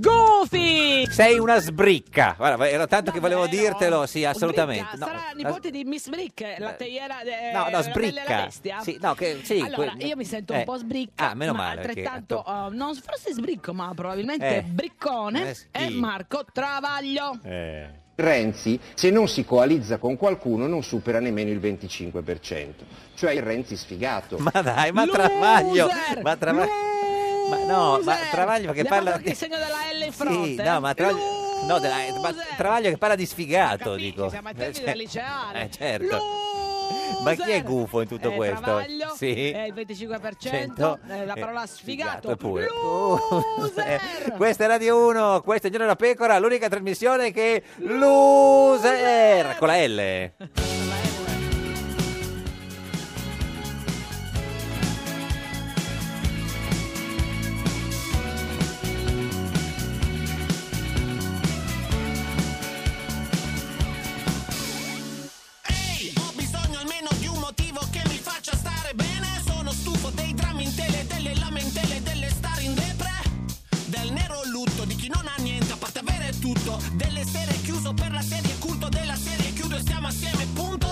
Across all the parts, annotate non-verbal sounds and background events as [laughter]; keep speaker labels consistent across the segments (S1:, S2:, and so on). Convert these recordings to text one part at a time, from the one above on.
S1: Goofy!
S2: Sei una sbricca. Guarda, era tanto che volevo
S1: Vero?
S2: dirtelo, sì, Eh, assolutamente.
S1: Bricca, ah, sarà
S2: la-
S1: nipote di Miss Brick, eh, la teiera de-
S2: No, no,
S1: la bella e la
S2: sbricca.
S1: bestia.
S2: Sì, no, che- sì,
S1: allora,
S2: quel-
S1: io mi sento
S2: eh.
S1: un po' sbricca,
S2: Ah, meno
S1: ma
S2: male, perché- ecco.
S1: altrettanto, eh, non forse sbricco, ma probabilmente
S2: Eh.
S1: briccone
S2: Eh, sì.
S1: è Marco Travaglio.
S3: Renzi, se non si coalizza con qualcuno, non supera nemmeno il 25%. Cioè il Renzi sfigato.
S2: Ma dai, ma Travaglio, ma Travaglio, ma no, ma Travaglio che
S1: Le
S2: parla
S1: mando anche il segno della L in
S2: Sì,
S1: fronte. eh.
S2: no, ma Travaglio, no, della- ma Travaglio che parla di sfigato, dico.
S1: siamo a
S2: Eh,
S1: termini
S2: cioè-
S1: del liceale.
S2: eh, certo. Ma chi è gufo in tutto
S1: Eh,
S2: questo?
S1: Travaglio
S2: sì.
S1: è eh, il 25%,
S2: Cento,
S1: eh, la
S2: eh,
S1: parola sfigato.
S2: pure. Loser! [laughs] Questa è Radio 1, questo è Il Giorno della Pecora, l'unica trasmissione che loser con la L.
S4: Ehi, ho bisogno almeno di un motivo che mi faccia stare bene. Sono stufo dei drammi in tele, delle lamentele, delle star in depre. Del nero lutto di chi non ha niente a parte avere tutto. Delle sere chiuso per la serie culto della serie chiudo e stiamo assieme, punto.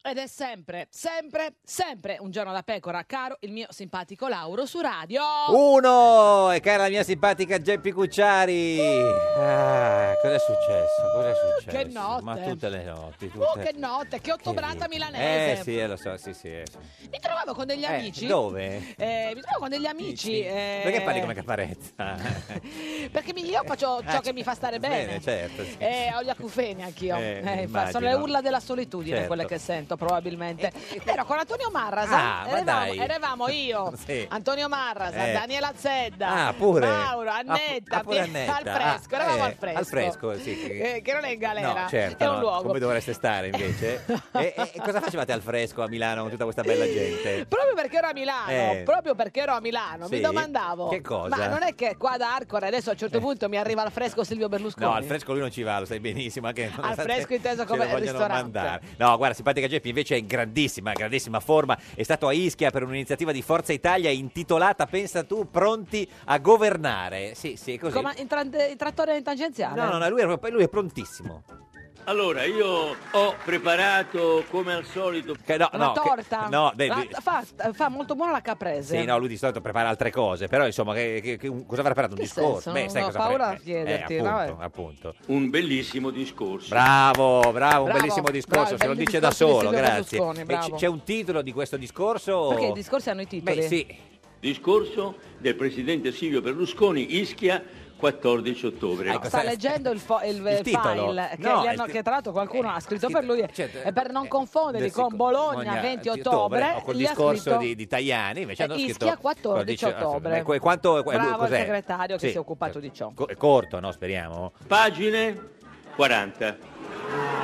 S1: Ed è sempre, sempre, sempre un giorno da pecora, caro il mio simpatico Lauro su radio.
S2: Uno! E cara la mia simpatica Geppi Cucciari! Ah, cosa è successo? Cosa è successo?
S1: che notte.
S2: Ma tutte le notti, tutte...
S1: Oh, che notte, che ottobrata
S2: eh
S1: milanese.
S2: sì, eh, lo so, sì, sì. eh, sì.
S1: Mi trovavo con degli
S2: Eh,
S1: amici.
S2: dove?
S1: Eh, mi trovo con degli amici. eh,
S2: Perché parli come caparezza?
S1: Perché mi- io faccio ciò
S2: Ah,
S1: che mi fa stare
S2: bene,
S1: bene.
S2: certo, sì.
S1: Eh, ho gli acufeni anch'io.
S2: Eh,
S1: Eh, infatti,
S2: immagino.
S1: sono le urla della solitudine
S2: Certo. Eh,
S1: quelle che sento, probabilmente. Ero con Antonio Marras.
S2: Ah, ma
S1: eravamo,
S2: dai.
S1: eravamo io,
S2: [laughs] Sì.
S1: Antonio Marras,
S2: Eh.
S1: Daniela Zedda,
S2: Ah, pure.
S1: Mauro,
S2: Ah, pu-
S1: Annetta,
S2: ah, pure
S1: Pier-
S2: Annetta.
S1: [laughs] al fresco.
S2: Ah,
S1: eravamo
S2: eh,
S1: al fresco.
S2: al fresco, sì, che-
S1: Eh, che non è in galera,
S2: No, certo,
S1: è un
S2: no,
S1: luogo.
S2: come dovreste stare
S1: [laughs]
S2: invece. e, e- e cosa facevate al fresco a Milano con tutta questa bella gente?
S1: Proprio perché ero a Milano,
S2: Eh.
S1: proprio perché ero a Milano,
S2: Sì?
S1: mi domandavo.
S2: Che cosa? Eh.
S1: Ma non è che qua da Arcore adesso a un certo punto mi arriva al fresco Silvio Berlusconi?
S2: No, al fresco lui non ci va, lo sai benissimo. Anche
S1: Al fresco inteso
S2: ce
S1: come
S2: lo vogliono
S1: ristorante.
S2: mandare. No, guarda, simpatica Geppi invece è in grandissima, grandissima forma. È stato a Ischia per un'iniziativa di Forza Italia intitolata Pensa tu, pronti a governare. Sì, sì, è così.
S1: Come in, tran- in trattore in tangenziale?
S2: No, no, no, lui, era- poi lui è prontissimo.
S5: Allora, io ho preparato come al solito.
S2: Che no,
S1: Una
S2: no, che-
S1: torta?
S2: no, de-
S1: La-
S2: di-
S1: fa, fa molto buona la caprese.
S2: Sì, no, lui di solito prepara altre cose, però insomma, che, che- che- cosa avrà preparato? Un
S1: Che
S2: discorso?
S1: senso?
S2: Beh, sai
S1: Ho
S2: cosa
S1: paura
S2: farebbe?
S1: a chiederti,
S2: Eh,
S1: no,
S2: appunto,
S1: eh.
S2: appunto.
S5: Un bellissimo discorso.
S2: Bravo, bravo, un
S1: Bravo,
S2: bellissimo discorso,
S1: bravo,
S2: se lo
S1: belli
S2: dice da
S1: discorsi di
S2: solo,
S1: Silvio
S2: grazie.
S1: Berlusconi,
S2: E
S1: bravo.
S2: c- c'è un titolo di questo discorso?
S1: Perché i discorsi hanno i titoli.
S2: Beh, sì.
S5: Discorso del presidente Silvio Berlusconi, Ischia, 14 ottobre.
S2: Ecco,
S1: Sta
S2: sai-
S1: leggendo il, fo- il- il
S2: titolo.
S1: file che,
S2: No,
S1: gli hanno-
S2: il ti-
S1: che tra l'altro qualcuno
S2: eh,
S1: ha scritto
S2: sì,
S1: per lui
S2: cioè,
S1: e per non
S2: eh,
S1: confonderli
S2: del- eh,
S1: con
S2: sì,
S1: Bologna 20 ottobre.
S2: o col
S1: gli ha
S2: discorso
S1: scritto-
S2: di, di Tajani invece
S1: Eh,
S2: hanno
S1: Ischia,
S2: scritto
S1: 14 ottobre.
S2: E que- quanto, eh, lui
S1: Bravo il
S2: cos'è?
S1: segretario che
S2: Sì,
S1: si è occupato di ciò.
S2: co- è corto, no? Speriamo.
S5: Pagine 40.
S2: [laughs]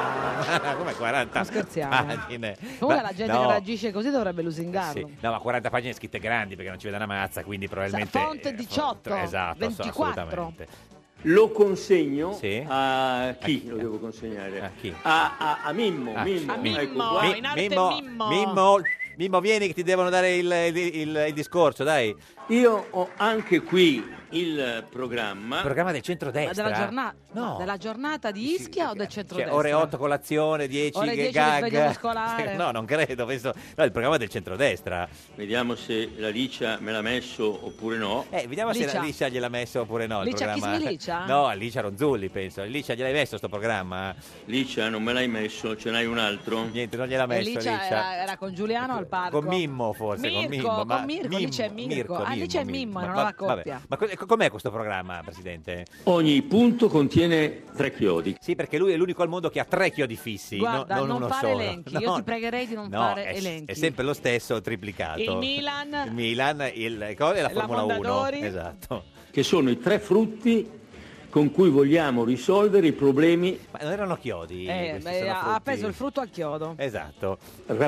S2: Come 40
S1: Non scherziamo.
S2: pagine.
S1: Ora
S2: Ma-
S1: la gente
S2: no.
S1: che reagisce così dovrebbe lusingarlo.
S2: Sì. No, ma 40 pagine scritte grandi perché non ci vede una mazza, quindi probabilmente...
S1: Fonte
S2: eh,
S1: 18,
S2: esatto,
S1: 24.
S2: assolutamente.
S5: Oh, Lo consegno
S2: Sì.
S5: a
S2: A
S5: chi
S2: chi?
S5: lo devo consegnare?
S2: A chi?
S5: A, a- a Mimmo.
S2: Ah,
S5: Mimmo.
S1: A Mimmo.
S5: Ecco qua.
S1: Mi- in arte Mimmo.
S2: Mimmo, Mimmo, vieni che ti devono dare il, il- il- il discorso, dai.
S5: Io ho anche qui il programma.
S2: Programma del
S1: Ma
S2: centrodestra.
S1: della, giorna-
S2: Eh, No.
S1: della giornata di
S2: Sì,
S1: Ischia o
S2: cioè,
S1: del centrodestra?
S2: ore 8 colazione, 10
S1: Ore 10
S2: gag.
S1: risveglio
S2: [laughs]
S1: muscolare.
S2: No, non credo, penso. No, il programma del centrodestra.
S5: Vediamo se la licia me l'ha messo oppure no.
S2: Eh, vediamo se
S1: Licia.
S2: la Licia gliel'ha messo oppure no.
S1: Licia,
S2: il
S1: chi
S2: programma.
S1: si Licia?
S2: No, a Licia Ronzulli, penso. Licia gliel'hai messo sto programma?
S5: Licia non me l'hai messo, ce n'hai un altro?
S2: Niente, non gliel'ha
S1: E
S2: messo
S1: lì c'è-
S2: Licia.
S1: era, era con Giuliano al parco.
S2: Con Mimmo forse,
S1: Mirko,
S2: con Mimmo. ma-
S1: con Mirko, lì c'è Mirko. Ah, lì c'è Mimmo,
S2: Ma-
S1: una
S2: ma-
S1: nuova
S2: vabbè.
S1: coppia.
S2: Ma cos- com'è questo programma, Presidente?
S5: Ogni punto contiene tre chiodi.
S2: Sì, perché lui è l'unico al mondo che ha tre chiodi fissi, no-
S1: Guarda,
S2: non,
S1: non
S2: uno
S1: fare
S2: solo. [laughs]
S1: elenchi, io ti pregherei di non fare
S2: è,
S1: elenchi.
S2: È sempre lo stesso, triplicato.
S1: Il Milan.
S2: il Milan, il, co- e la
S1: La
S2: Formula 1.
S1: Mondadori.
S2: Esatto.
S5: che sono i tre frutti con cui vogliamo risolvere i problemi
S2: Ma non erano chiodi?
S1: Eh,
S2: questi,
S1: beh,
S2: sono
S1: ha
S2: frutti.
S1: appeso il frutto al chiodo.
S2: Esatto.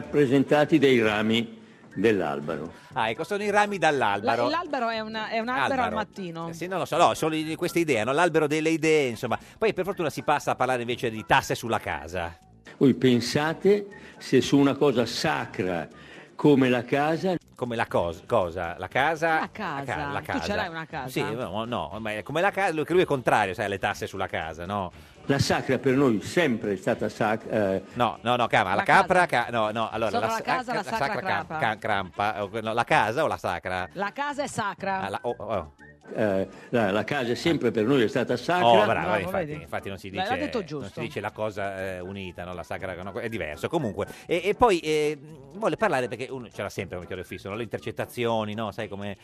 S5: rappresentati dai rami dell'albero.
S2: Ah, ecco, sono i rami dall'albero.
S1: La- l'albero è, una- è un albero al mattino.
S2: Eh, Sì, non lo so, no, sono i- queste idee, no? l'albero delle idee, insomma. Poi per fortuna si passa a parlare invece di tasse sulla casa.
S5: Voi pensate se su una cosa sacra come la casa
S2: Come la cos- cosa? La casa?
S1: La casa.
S2: ca-
S1: Tu ce l'hai una casa?
S2: Sì, no, no, ma è come la casa, che lui è contrario, sai, alle tasse sulla casa, no?
S5: La sacra per noi sempre è stata sacra. eh,
S2: No, no, no, calma,
S1: La
S2: la, capra,
S1: casa.
S2: ca- no, no, allora
S1: Solo la
S2: sa- eh,
S1: casa, la sacra
S2: cam-
S1: crapa.
S2: ca- crampa, o que- no, la casa o la sacra?
S1: La casa è sacra.
S2: Ah, la- oh, oh.
S5: eh, la, la casa sempre per noi è stata sacra.
S2: Oh,
S1: bravo,
S2: brava, infatti,
S1: vedi?
S2: infatti non si
S1: L'ha
S2: dice,
S1: detto
S2: Non
S1: giusto.
S2: si dice la cosa eh, unita, no? la sacra, no, è diverso. Comunque, e, e poi eh, vuole parlare perché uno c'era sempre un chiaro fisso, no? le intercettazioni, no? sai come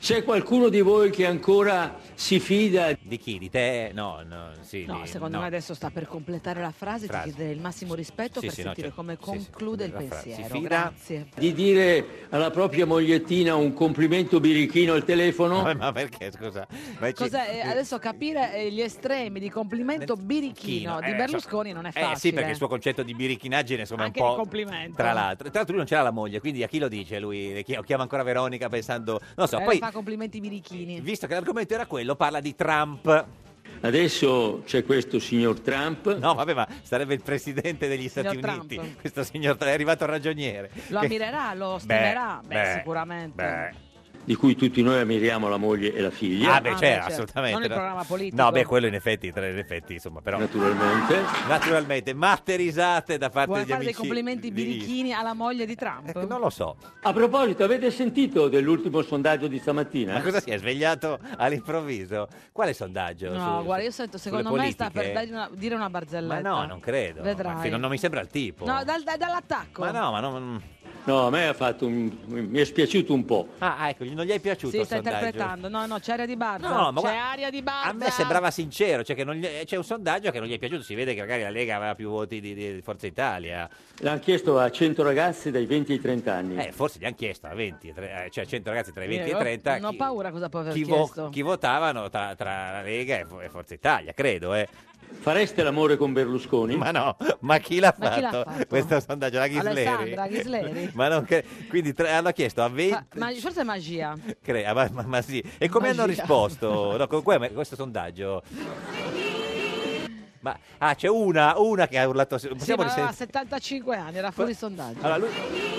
S5: C'è qualcuno di voi che ancora si fida
S2: di chi? Di te? No, no, sì,
S1: No,
S2: di-
S1: secondo
S2: no.
S1: me adesso sta per completare la frase,
S2: Frase.
S1: ti chiederei il massimo rispetto
S2: Sì,
S1: per
S2: sì, no,
S1: sentire
S2: certo.
S1: come
S2: Sì, sì,
S1: conclude il
S2: la frase. Si
S1: pensiero.
S2: fida?
S1: Grazie.
S5: di dire alla propria mogliettina un complimento birichino al telefono?
S2: Ma- ma perché scusa? Ma ci-
S1: Cos'è? Eh, Adesso capire eh, gli estremi di complimento birichino
S2: Eh,
S1: di Berlusconi
S2: so-
S1: non è
S2: eh,
S1: facile.
S2: sì, perché il suo concetto di biricchinaggine insomma,
S1: Anche
S2: è un
S1: di
S2: po'.
S1: complimento.
S2: Tra l'altro, tra l'altro lui non c'era la moglie, quindi a chi lo dice lui? Chi- Chiama ancora Veronica pensando. Non so,
S1: Eh,
S2: poi.
S1: fa complimenti birichini.
S2: Visto che l'argomento era quello, parla di Trump.
S5: Adesso c'è questo signor Trump.
S2: No, vabbè, ma sarebbe il presidente degli Stati
S1: Signor
S2: Uniti.
S1: Trump.
S2: Questo signor Trump, è arrivato il ragioniere.
S1: Lo
S2: Che-
S1: ammirerà, lo
S2: Beh,
S1: stimerà, beh,
S2: beh,
S1: sicuramente.
S2: beh.
S5: di cui tutti noi ammiriamo la moglie e la figlia.
S2: Ah, beh, c'era, assolutamente.
S1: certo. Non il programma politico.
S2: No, beh, quello in effetti, tra in effetti, insomma, però.
S5: Naturalmente.
S2: Naturalmente, matte risate da parte
S1: Vuoi
S2: degli
S1: fare dei
S2: amici.
S1: complimenti
S2: di- Eh,
S1: birichini alla moglie di Trump?
S2: Non lo so.
S5: A proposito, avete sentito dell'ultimo sondaggio di stamattina?
S2: Ma cosa si è svegliato all'improvviso? Quale sondaggio?
S1: No,
S2: Su-
S1: guarda, io sento, secondo me sta per
S2: politiche?
S1: dargli una- dire una
S2: Ma
S1: barzelletta.
S2: no, non credo.
S1: Vedrai.
S2: Ma fino- non mi sembra il tipo.
S1: No, dal- dal- dall'attacco.
S2: Ma no, ma non...
S5: No, a me ha fatto un- mi è spiaciuto un po'.
S2: Ah, ecco, non gli è piaciuto
S1: Sì,
S2: il
S1: sta
S2: sondaggio?
S1: interpretando. No, no, c'è aria di Barza.
S2: No, ma
S1: c'è
S2: guarda-
S1: aria di Barza.
S2: A me sembrava sincero, cioè che non gli- c'è un sondaggio che non gli è piaciuto, si vede che magari la Lega aveva più voti di, di Forza Italia.
S5: L'hanno chiesto a 100 ragazzi dai 20 ai 30 anni.
S2: Eh, forse gli hanno chiesto a 20, e tre- eh, cioè 100 ragazzi tra i 20 e
S1: Io
S2: i 30
S1: Non ho
S2: chi,
S1: paura cosa può aver
S2: chi vo-
S1: chiesto.
S2: chi votavano tra, tra la Lega e, Fo- e Forza Italia, credo, eh.
S5: Fareste l'amore con Berlusconi?
S2: Ma no, ma chi l'ha,
S1: Ma chi l'ha
S2: fatto,
S1: fatto?
S2: questo sondaggio? La Ghisleri. [laughs]
S1: Alessandra Ghisleri?
S2: ma non cre- quindi tra- hanno chiesto a 20
S1: Ma, ma forse è magia.
S2: Cre- ah, ma, ma- ma sì. E come hanno
S1: Magia.
S2: risposto? No, con que- questo sondaggio. Ma, ah, c'è una, una che ha urlato.
S1: Sì,
S2: possiamo
S1: ma aveva
S2: risent-
S1: 75 anni, era fuori sondaggio.
S2: Allora, lui-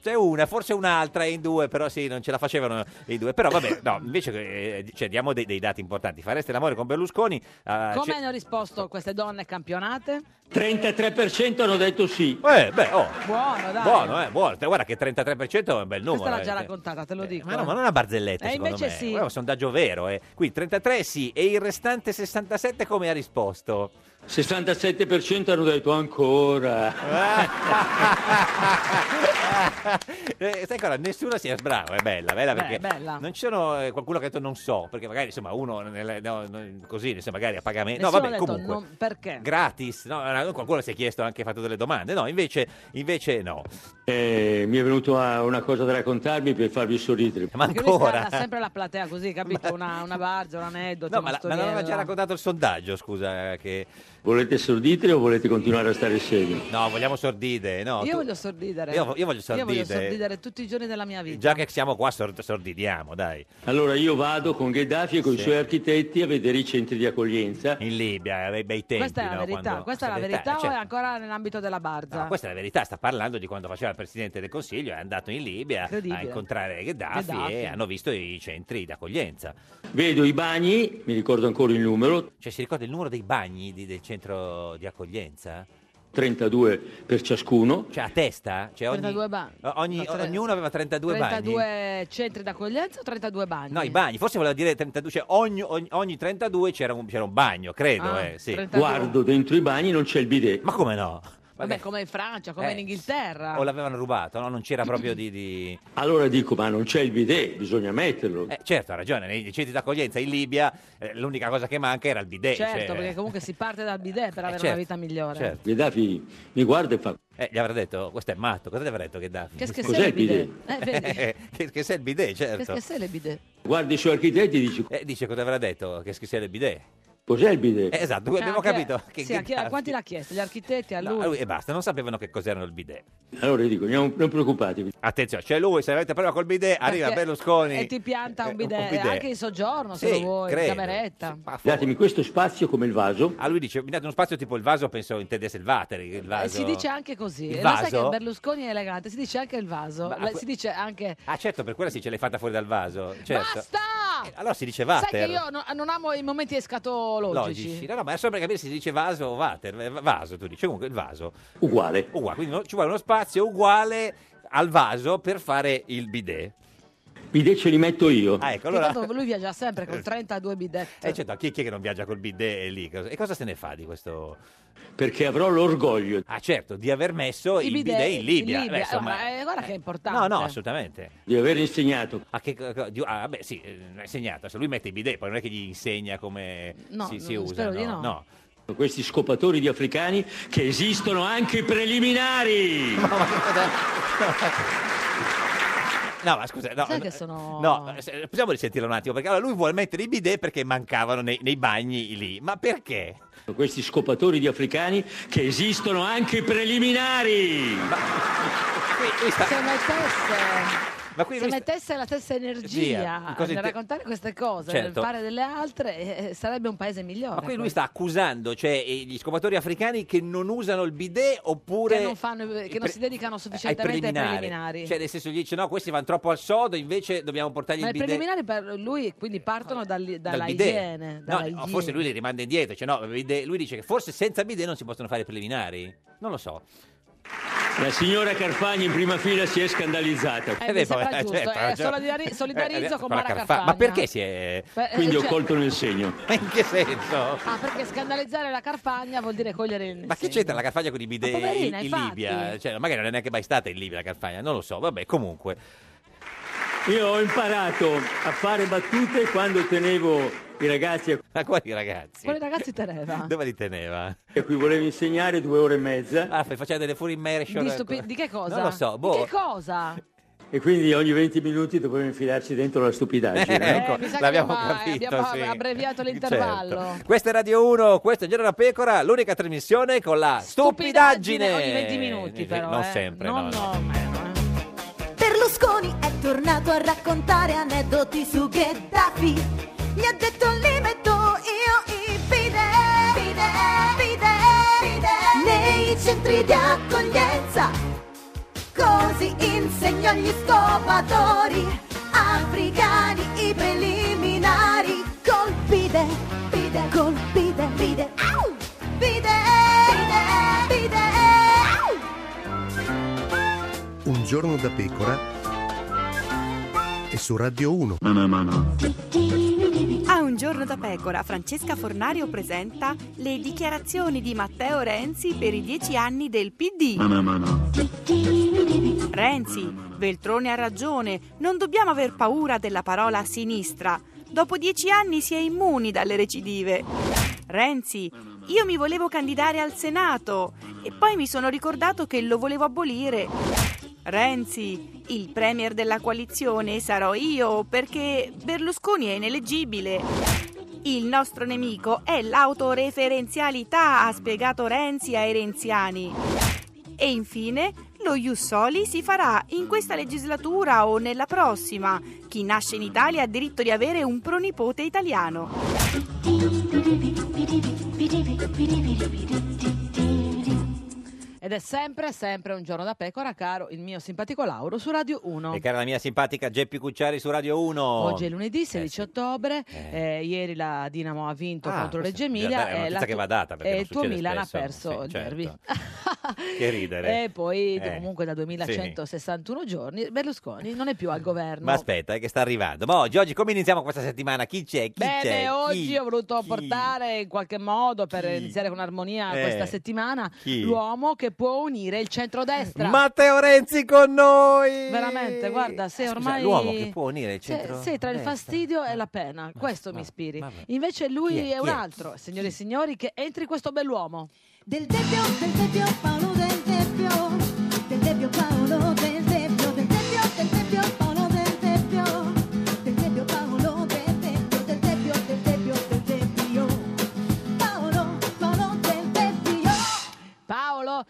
S2: C'è una, forse un'altra in due, però sì, non ce la facevano i due. Però vabbè, no, invece eh, cioè, diamo dei, dei dati importanti. Fareste l'amore con Berlusconi? ah,
S1: Come
S2: c'è-
S1: hanno risposto queste donne campionate?
S5: 33% hanno detto sì.
S2: Eh, beh, oh,
S1: Buono, dai.
S2: buono, eh, buono. Guarda che 33% è un bel numero.
S1: Questa l'ha già
S2: eh.
S1: raccontata, te lo dico.
S2: Ma no,
S1: eh.
S2: ma non una barzelletta,
S1: Eh,
S2: secondo
S1: invece
S2: me.
S1: sì.
S2: È un sondaggio vero, eh. Qui 33 sì, e il restante 67 come ha risposto?
S5: 67% hanno detto ancora.
S2: Eh, sai cosa? Nessuno si è bravo, è bella, bella
S1: Beh,
S2: perché
S1: è bella.
S2: non ci sono eh, qualcuno che ha detto non so, perché magari insomma uno nel- no, no, così, insomma, magari a pagamento.
S1: Nessuno
S2: no,
S1: ha
S2: vabbè,
S1: detto
S2: comunque.
S1: non- perché?
S2: Gratis, no, no, qualcuno si è chiesto anche, ha fatto delle domande, no, invece, invece no,
S5: Eh, mi è venuta una cosa da raccontarmi per farvi sorridere.
S2: ma
S1: Perché lui
S2: ancora. [laughs]
S1: ha sempre la platea così, capito? Una, una barza, un aneddoto,
S2: No,
S1: una
S2: ma, la- ma
S1: storiella.
S2: l'aveva già raccontato il sondaggio, scusa, che...
S5: Volete sorridere o volete continuare a stare seri?
S2: No, vogliamo sordide, no?
S1: Io
S2: tu-
S1: voglio sorridere.
S2: Io, io voglio sordide.
S1: sorridere tutti i giorni della mia vita.
S2: Già che siamo qua sor- sordidiamo, dai.
S5: Allora io vado con Gheddafi e con
S2: Sì.
S5: i suoi architetti a vedere i centri di accoglienza.
S2: In Libia, dei bei tempi.
S1: questa è la
S2: no,
S1: verità,
S2: quando-
S1: questa è la verità, o
S2: certo.
S1: è ancora nell'ambito della barza?
S2: No, questa è la verità, sta parlando di quando faceva il Presidente del Consiglio, è andato in Libia a
S1: Incredibile.
S2: incontrare Gheddafi,
S1: Gheddafi.
S2: e hanno visto i centri d'accoglienza.
S5: Vedo i bagni, mi ricordo ancora il numero,
S2: Cioè si ricorda il numero dei bagni di- del centro di accoglienza?
S5: 32 per ciascuno.
S2: Cioè a testa? Cioè, ogni-
S1: 32 bagni.
S2: ogni-
S1: No, tre-
S2: ognuno aveva 32, bagni?
S1: 32 centri d'accoglienza o 32 bagni?
S2: No, i bagni, forse voleva dire 32, cioè ogni, ogni- ogni 32 c'era un, c'era un bagno, credo,
S1: Ah,
S2: eh, sì.
S1: 32.
S5: Guardo dentro i bagni non c'è il bidet.
S2: Ma come no?
S1: Vabbè, come in Francia, come
S2: Eh,
S1: in Inghilterra.
S2: O l'avevano rubato, no? Non c'era proprio di... di-
S5: [clears throat] Allora dico, ma non c'è il bidet, bisogna metterlo.
S2: Eh, certo, ha ragione, nei centri d'accoglienza in Libia eh, l'unica cosa che manca era il bidet.
S1: certo,
S2: cioè-
S1: perché comunque si parte dal bidet per
S2: Eh,
S1: avere una
S2: certo,
S1: vita migliore.
S2: certo.
S5: Gheddafi mi guarda e fa,
S2: Eh, gli avrà detto, questo è matto, cosa ti avrà detto Gheddafi?
S1: Che scherzo
S5: Cos'è
S1: il
S5: il
S1: bidet? Eh,
S2: [laughs]
S1: vedi?
S2: Eh, che, che sei il bidet,
S1: Che
S2: certo.
S1: scherzo il bidet?
S5: guarda i suoi architetti e dice,
S2: Eh, dice cosa avrà detto, che sia il bidet.
S5: cos'è il
S2: Eh,
S5: bidet?
S2: esatto, abbiamo
S1: Ah, chi è-
S2: capito. Che
S1: sì, a chi- a
S2: Gheddafi-
S1: quanti l'ha chiesto? Gli architetti, a
S2: No,
S1: lui?
S2: a lui e basta, non sapevano che cos'erano il bidet.
S5: Allora io dico, non, non preoccupatevi,
S2: Attenzione, c'è lui, se avete problema col bidet, arriva
S1: Perché-
S2: Berlusconi.
S1: E ti pianta
S2: Eh,
S1: un bidet, anche in soggiorno, se
S2: Sì,
S1: lo vuoi,
S2: credo.
S1: in cameretta.
S2: Sì, ma a favore.
S5: datemi questo spazio come il vaso.
S2: A Ah, lui dice, mi date uno spazio tipo il vaso, penso intendesse il Vateri. Il vaso.
S1: E Eh, si dice anche così.
S2: Il
S1: E lo sai
S2: vaso?
S1: che Berlusconi è elegante, si dice anche il vaso,
S2: Ma-
S1: la- si dice anche
S2: Ah certo, per quella sì, ce l'hai fatta fuori dal vaso. Certo.
S1: Basta!
S2: Eh, Allora si dice
S1: Sai
S2: Vater.
S1: che io no- non amo i momenti escatologici.
S2: Logici. No, no, ma è solo per capire se si dice vaso o water. Eh, Vaso, tu dici comunque il vaso.
S5: Uguale.
S2: Uguale, quindi no- ci vuole uno spazio uguale al vaso per fare il bidet.
S5: Bidet ce li metto io.
S2: Ah, ecco,
S1: Che
S2: allora...
S1: tanto lui viaggia sempre con 32 bidet.
S2: Eh certo, chi, chi è che non viaggia col bidet e lì? Cosa- E cosa se ne fa di questo?
S5: Perché avrò l'orgoglio.
S2: Ah certo, di aver messo
S1: I
S2: il bidet,
S1: bidet
S2: in Libia.
S1: in Libia.
S2: Beh, insomma,
S1: Guarda, eh, guarda che è
S2: eh,
S1: importante.
S2: No, no, assolutamente.
S5: di aver insegnato.
S2: Ah, che, co- di- ah, beh, sì, eh, ha insegnato. Se lui mette i bidet, poi non è che gli insegna come
S1: No,
S2: si, si
S1: no,
S2: usa.
S1: spero
S2: no,
S1: di no.
S2: no.
S5: Questi scopatori di africani che esistono anche i preliminari.
S2: [laughs] No, ma scusa, no,
S1: Sai
S2: no,
S1: che sono-
S2: no, eh, se- possiamo risentirlo un attimo, perché allora lui vuole mettere i bidet perché mancavano nei, nei bagni lì. Ma perché?
S5: Questi scopatori di africani che esistono anche i preliminari.
S2: Qui- qui sta-
S1: Se mettesse
S2: Ma qui
S1: Se
S2: lui sta-
S1: mettesse la stessa energia
S2: Via, cose
S1: nel
S2: te-
S1: raccontare queste cose,
S2: Certo.
S1: nel fare delle altre, eh, sarebbe un paese migliore.
S2: Ma qui Ah, lui
S1: questo.
S2: sta accusando, cioè eh, gli scopatori africani che non usano il bidet oppure
S1: che non, fanno- che non
S2: pre-
S1: si dedicano
S2: ai
S1: sufficientemente
S2: preliminari.
S1: ai preliminari.
S2: Cioè nel senso gli dice no, questi vanno troppo al sodo, invece dobbiamo portargli
S1: Ma i
S2: il bidet.
S1: preliminari per lui quindi partono dal-
S2: dal
S1: dalla
S2: bidet.
S1: igiene.
S2: No,
S1: dalla
S2: no,
S1: igiene.
S2: forse lui li rimanda indietro, cioè no, bidet- lui dice che forse senza bidet non si possono fare i preliminari. Non lo so.
S5: La signora Carfagni in prima fila si è scandalizzata.
S1: Eh, mi sembra giusto,
S2: certo,
S1: eh, solidari-
S2: eh,
S1: solidarizzo con Mara Carfagna.
S2: Ma perché si è...
S1: Beh, eh, Quindi ho cioè- colto
S5: nel segno.
S2: Ma in che senso?
S1: Ah, perché scandalizzare la Carfagna vuol dire cogliere il...
S2: Ma che c'entra la Carfagna con i bidet
S1: Ma poverina,
S2: in, in
S1: infatti.
S2: Libia? Cioè, magari non è neanche mai stata in Libia la Carfagna, non lo so, vabbè, comunque.
S5: Io ho imparato a fare battute quando tenevo i ragazzi a...
S2: Ma quali ragazzi?
S1: Quale ragazzi teneva?
S2: Dove li teneva?
S5: A cui volevo insegnare due ore e mezza.
S2: Ah, fai facendo delle furie in ecco. merito.
S1: Di, stupi- di che cosa?
S5: Non lo so, boh.
S1: Di che cosa?
S5: E quindi ogni 20 minuti dovevo infilarci dentro la stupidaggine.
S2: Eh, ecco,
S1: mi sa che
S2: l'abbiamo
S1: abbiamo-
S2: capito,
S1: abbiamo
S2: sì.
S1: abbreviato l'intervallo.
S2: Certo. Questa è Radio 1, questo è Il Giorno della Pecora, l'unica trasmissione con la stupidaggine.
S1: Stupidaggine ogni 20 minuti, però,
S2: Non
S1: eh.
S2: sempre,
S1: Non-
S2: no, eh.
S1: no.
S6: Berlusconi è tornato a raccontare aneddoti su Gheddafi. Gli ha detto li metto io i fide, fide, fide, fide, nei centri di accoglienza. Così insegno agli scopatori africani i preliminari col fide, fide, col fide, fide, au! Fide, fide, fide, au!
S7: Un giorno da pecora e su Radio 1.
S8: A un giorno da pecora, Francesca Fornario presenta le dichiarazioni di Matteo Renzi per i dieci anni del PD. Renzi, Veltrone ha ragione, non dobbiamo aver paura della parola sinistra. Dopo dieci anni si è immuni dalle recidive. Renzi, io mi volevo candidare al Senato e poi mi sono ricordato che lo volevo abolire. Renzi, il premier della coalizione sarò io perché Berlusconi è ineleggibile. Il nostro nemico è l'autoreferenzialità, ha spiegato Renzi ai renziani. E infine, lo Jussoli si farà in questa legislatura o nella prossima. Chi nasce in Italia ha diritto di avere un pronipote italiano.
S1: Ed è sempre, sempre un giorno da pecora, caro il mio simpatico Lauro su Radio 1.
S2: E cara la mia simpatica Geppi Cucciari su Radio 1.
S1: Oggi è
S2: Eh,
S1: lunedì 16 ottobre, eh, ieri la Dinamo ha vinto
S2: Ah,
S1: contro
S2: questa-
S1: Reggio
S2: bisogna
S1: Emilia
S2: dare una
S1: e la
S2: notizia che va data, perché
S1: e
S2: non
S1: il tuo
S2: succede
S1: Milan
S2: spesso.
S1: ha perso
S2: Sì,
S1: il
S2: certo.
S1: derby.
S2: Che ridere.
S1: E poi
S2: Eh.
S1: comunque da 2161 giorni Berlusconi non è più al governo.
S2: Ma aspetta, eh, che sta arrivando. Ma oggi, oggi come iniziamo questa settimana? Chi c'è? Chi c'è? Chi?
S1: Bene, oggi ho voluto portare in qualche modo per iniziare con armonia
S2: Eh,
S1: questa settimana
S2: chi?
S1: l'uomo che può unire il centrodestra.
S2: Matteo Renzi con noi!
S1: Veramente, guarda, se
S2: Scusa,
S1: ormai
S2: l'uomo che può unire il
S1: Se-
S2: centro... eh, Ah,
S1: Sì, tra il fastidio e la pena, questo mi ispiri. Invece lui
S2: Chi è?
S1: è,
S2: Chi
S1: un
S2: è?
S1: altro, signore e signori, che entri questo bell'uomo.
S6: Del Debbio, del Debbio, Paolo del Debbio, del Debbio, Paolo del Debbio, del Debbio, del Debbio, Paolo del Debbio, del Debbio, Paolo del Debbio, del Debbio, del Debbio, del Debbio, Paolo, Paolo del Debbio.
S1: Paolo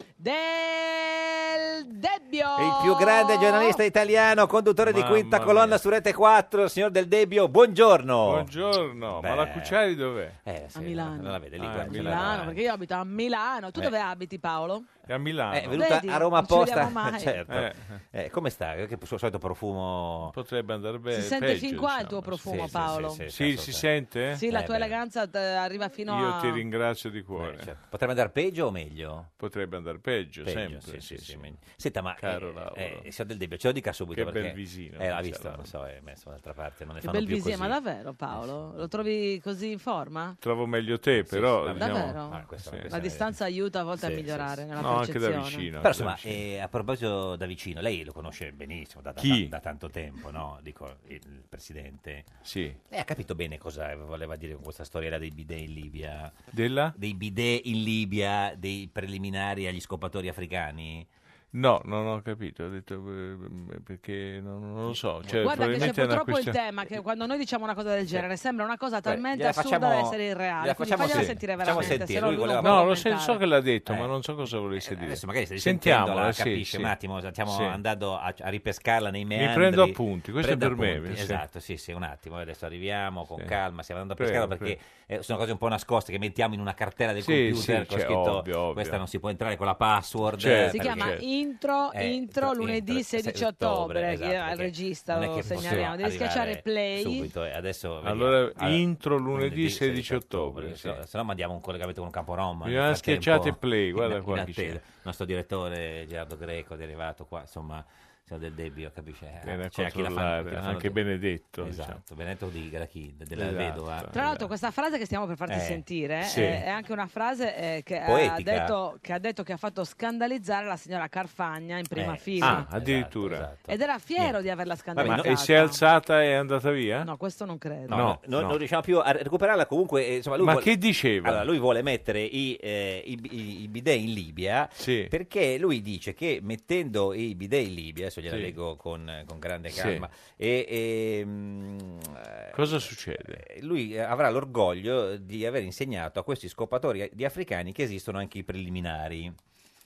S1: Del Debbio.
S2: Il più grande giornalista italiano, conduttore di
S9: Mamma
S2: quinta colonna su Rete 4, il signor Del Debbio, buongiorno.
S1: Oh,
S9: Buongiorno, ma la
S2: Beh.
S9: Cucciari dov'è?
S2: Eh, sì,
S1: A Milano.
S2: Non la vede lì,
S9: Ah,
S2: guarda,
S9: a
S2: ce l'ha
S1: Milano,
S2: davanti.
S1: perché io abito a Milano. Tu
S2: Eh.
S1: dove abiti, Paolo?
S9: È a Milano.
S2: Eh, È venuta
S1: Vedi,
S2: a Roma
S1: non ci vediamo
S2: apposta, [laughs]
S1: mai.
S2: certo.
S9: Eh.
S2: Eh, come sta? Che suo solito profumo.
S9: Potrebbe andare bene.
S1: si sente
S9: peggio,
S1: fin qua il
S9: diciamo.
S1: tuo profumo,
S2: Eh, Sì, sì,
S1: Paolo.
S2: sì,
S9: Sì, si sente?
S1: Sì, la
S2: Eh,
S1: tua
S2: beh.
S1: eleganza eh, arriva fino
S9: Io
S1: a...
S9: ti ringrazio di cuore.
S2: Eh, certo. Potrebbe andare peggio o meglio?
S9: Potrebbe andare peggio,
S2: Peggio,
S9: sempre.
S2: sì, sì, sì, meglio. Senta, ma
S9: Caro
S2: eh,
S9: Lauro.
S2: eh, il signor Del Debbio, ce lo dica subito.
S9: Che
S2: perché,
S9: bel visino,
S2: Eh, l'ha
S9: che
S2: visto,
S9: c'ha.
S2: lo so, è messo dall'altra parte, non ne
S1: Che
S2: fanno
S1: bel
S2: più
S1: visino,
S2: così. Eh,
S1: ma davvero, Paolo? Lo trovi così in forma?
S9: Trovo meglio te,
S2: Sì,
S9: però.
S2: sì,
S9: diciamo-
S1: Davvero?
S2: Ah, questa-
S9: Sì.
S2: questa
S1: La
S2: è-
S1: distanza aiuta a
S2: Sì,
S1: volte a
S2: sì,
S1: migliorare
S2: sì.
S1: nella
S9: No, anche
S1: percezione.
S9: da vicino.
S2: Però
S9: anche da
S2: insomma,
S9: vicino.
S2: eh, a proposito da vicino, lei lo conosce benissimo da, da-
S9: Chi?
S2: da tanto tempo, no? Dico, il presidente.
S9: Sì.
S2: Lei ha capito bene cosa voleva dire con questa storiella dei bidet in Libia?
S9: Della?
S2: Dei bidet in Libia, dei preliminari agli scopatori africani?
S9: No, non ho capito, ho detto eh, perché non, non lo so. Cioè,
S1: Guarda che c'è
S9: probabilmente è una
S1: purtroppo il
S9: questione-
S1: tema che quando noi diciamo una cosa del genere sembra una cosa talmente
S2: gliela
S1: assurda da
S2: facciamo-
S1: essere irreale.
S2: gliela
S1: Quindi
S2: facciamo
S1: fagliela
S2: sen-
S1: sentire
S2: facciamo
S1: veramente,
S2: sentire,
S1: se no
S2: lui
S1: lui non
S2: voleva
S1: può
S9: No, lo sen-
S1: commentare. Eh.
S9: so che l'ha detto, ma non so cosa volesse dire.
S2: Adesso magari stai
S9: Sentiamola,
S2: sentendola,
S9: sì,
S2: capisce
S9: sì.
S2: un attimo, stiamo
S9: Sì.
S2: andando a, a ripescarla nei meandri.
S9: Mi prendo appunti, questo è
S2: Prenda
S9: per me,
S2: appunti,
S9: sì.
S2: Esatto, sì, sì, un attimo, adesso arriviamo con
S9: Sì.
S2: calma, stiamo andando a
S9: Prego,
S2: pescarla perché eh, sono cose un po' nascoste che mettiamo in una cartella del
S9: Sì,
S2: computer
S9: sì,
S2: con
S9: cioè,
S2: scritto
S9: ovvio, ovvio.
S2: questa non si può entrare con la password.
S9: Certo,
S1: si chiama
S2: perché-
S1: intro,
S2: Eh,
S1: intro lunedì
S2: intro,
S1: 16
S2: se-
S1: ottobre,
S2: ottobre,
S1: che
S2: esatto,
S1: al
S2: perché
S1: regista
S2: non è
S1: lo
S2: che possiamo
S1: segnaliamo, devi
S2: arrivare
S1: schiacciare play.
S2: Subito, e adesso vediamo.
S9: Allora, intro lunedì 16
S2: ottobre. Se no- se no mandiamo un collegamento con Camporom.
S9: Bisogna
S2: nel frattempo,
S9: schiacciate play,
S2: in-
S9: guarda
S2: in
S9: qua chi
S2: attesa.
S9: c'è.
S2: Il nostro direttore Gerardo Greco è arrivato qua, insomma, siamo del debbio, capisce?
S9: Viene a
S2: C'è chi la fa,
S9: controllare,
S2: chi la fanno
S9: anche
S2: tutti.
S9: Benedetto. diciamo.
S2: Esatto, Benedetto di Grachi, de- della
S9: Esatto.
S2: vedova.
S1: Tra l'altro questa frase che stiamo per farti
S2: Eh,
S1: sentire
S2: sì.
S1: è, è anche una frase eh, che, ha
S2: Poetica.
S1: detto, che ha detto che ha fatto scandalizzare la signora Carfagna in prima
S9: Eh,
S1: fila.
S2: esatto.
S9: Ah, addirittura.
S1: Ed era fiero di averla
S9: Ma-
S1: scandalizzata.
S9: e si è alzata e è andata via?
S1: No, questo non
S2: No,
S1: credo.
S2: no, no, non riusciamo più a recuperarla. Comunque, eh, insomma, lui
S9: Ma
S2: vuole-
S9: che diceva?
S2: Allora, lui vuole mettere i, eh, i bi- i- i bidet in Libia perché lui dice che mettendo i bidet in Libia, adesso gliela
S9: Sì.
S2: leggo con, con grande
S9: Sì.
S2: calma, e, e, mm, eh,
S9: Cosa succede?
S2: lui eh, avrà l'orgoglio di aver insegnato a questi scopatori di africani che esistono anche i preliminari. Lei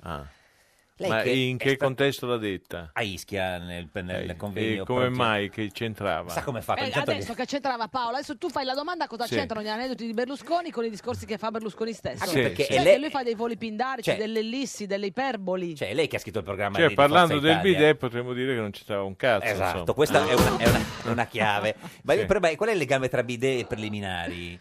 S9: Ah. Ma in
S2: è
S9: che
S2: sta-
S9: contesto l'ha detta?
S2: A Ischia, nel, nel
S9: E
S2: convegno
S9: come
S2: progetto-
S9: mai che c'entrava?
S2: Sa come fa?
S1: Eh, adesso che c'entrava Paola, adesso tu fai la domanda cosa
S9: Sì.
S1: c'entrano gli aneddoti di Berlusconi con i discorsi che fa Berlusconi stesso.
S2: Anche Sì, perché
S1: Cioè
S2: è
S1: che
S2: lei-
S1: lui fa dei voli pindarici,
S2: Cioè-
S1: delle ellissi, delle iperboli.
S2: Cioè, è lei che ha scritto il programma
S9: Cioè,
S2: di- di
S9: parlando
S2: Forza
S9: del
S2: Italia.
S9: bidet potremmo dire che non c'entrava un cazzo.
S2: Esatto,
S9: insomma.
S2: questa è una, è una- è
S9: [laughs]
S2: una chiave. Ma
S9: Sì.
S2: il problema è qual è il legame tra bidet e preliminari?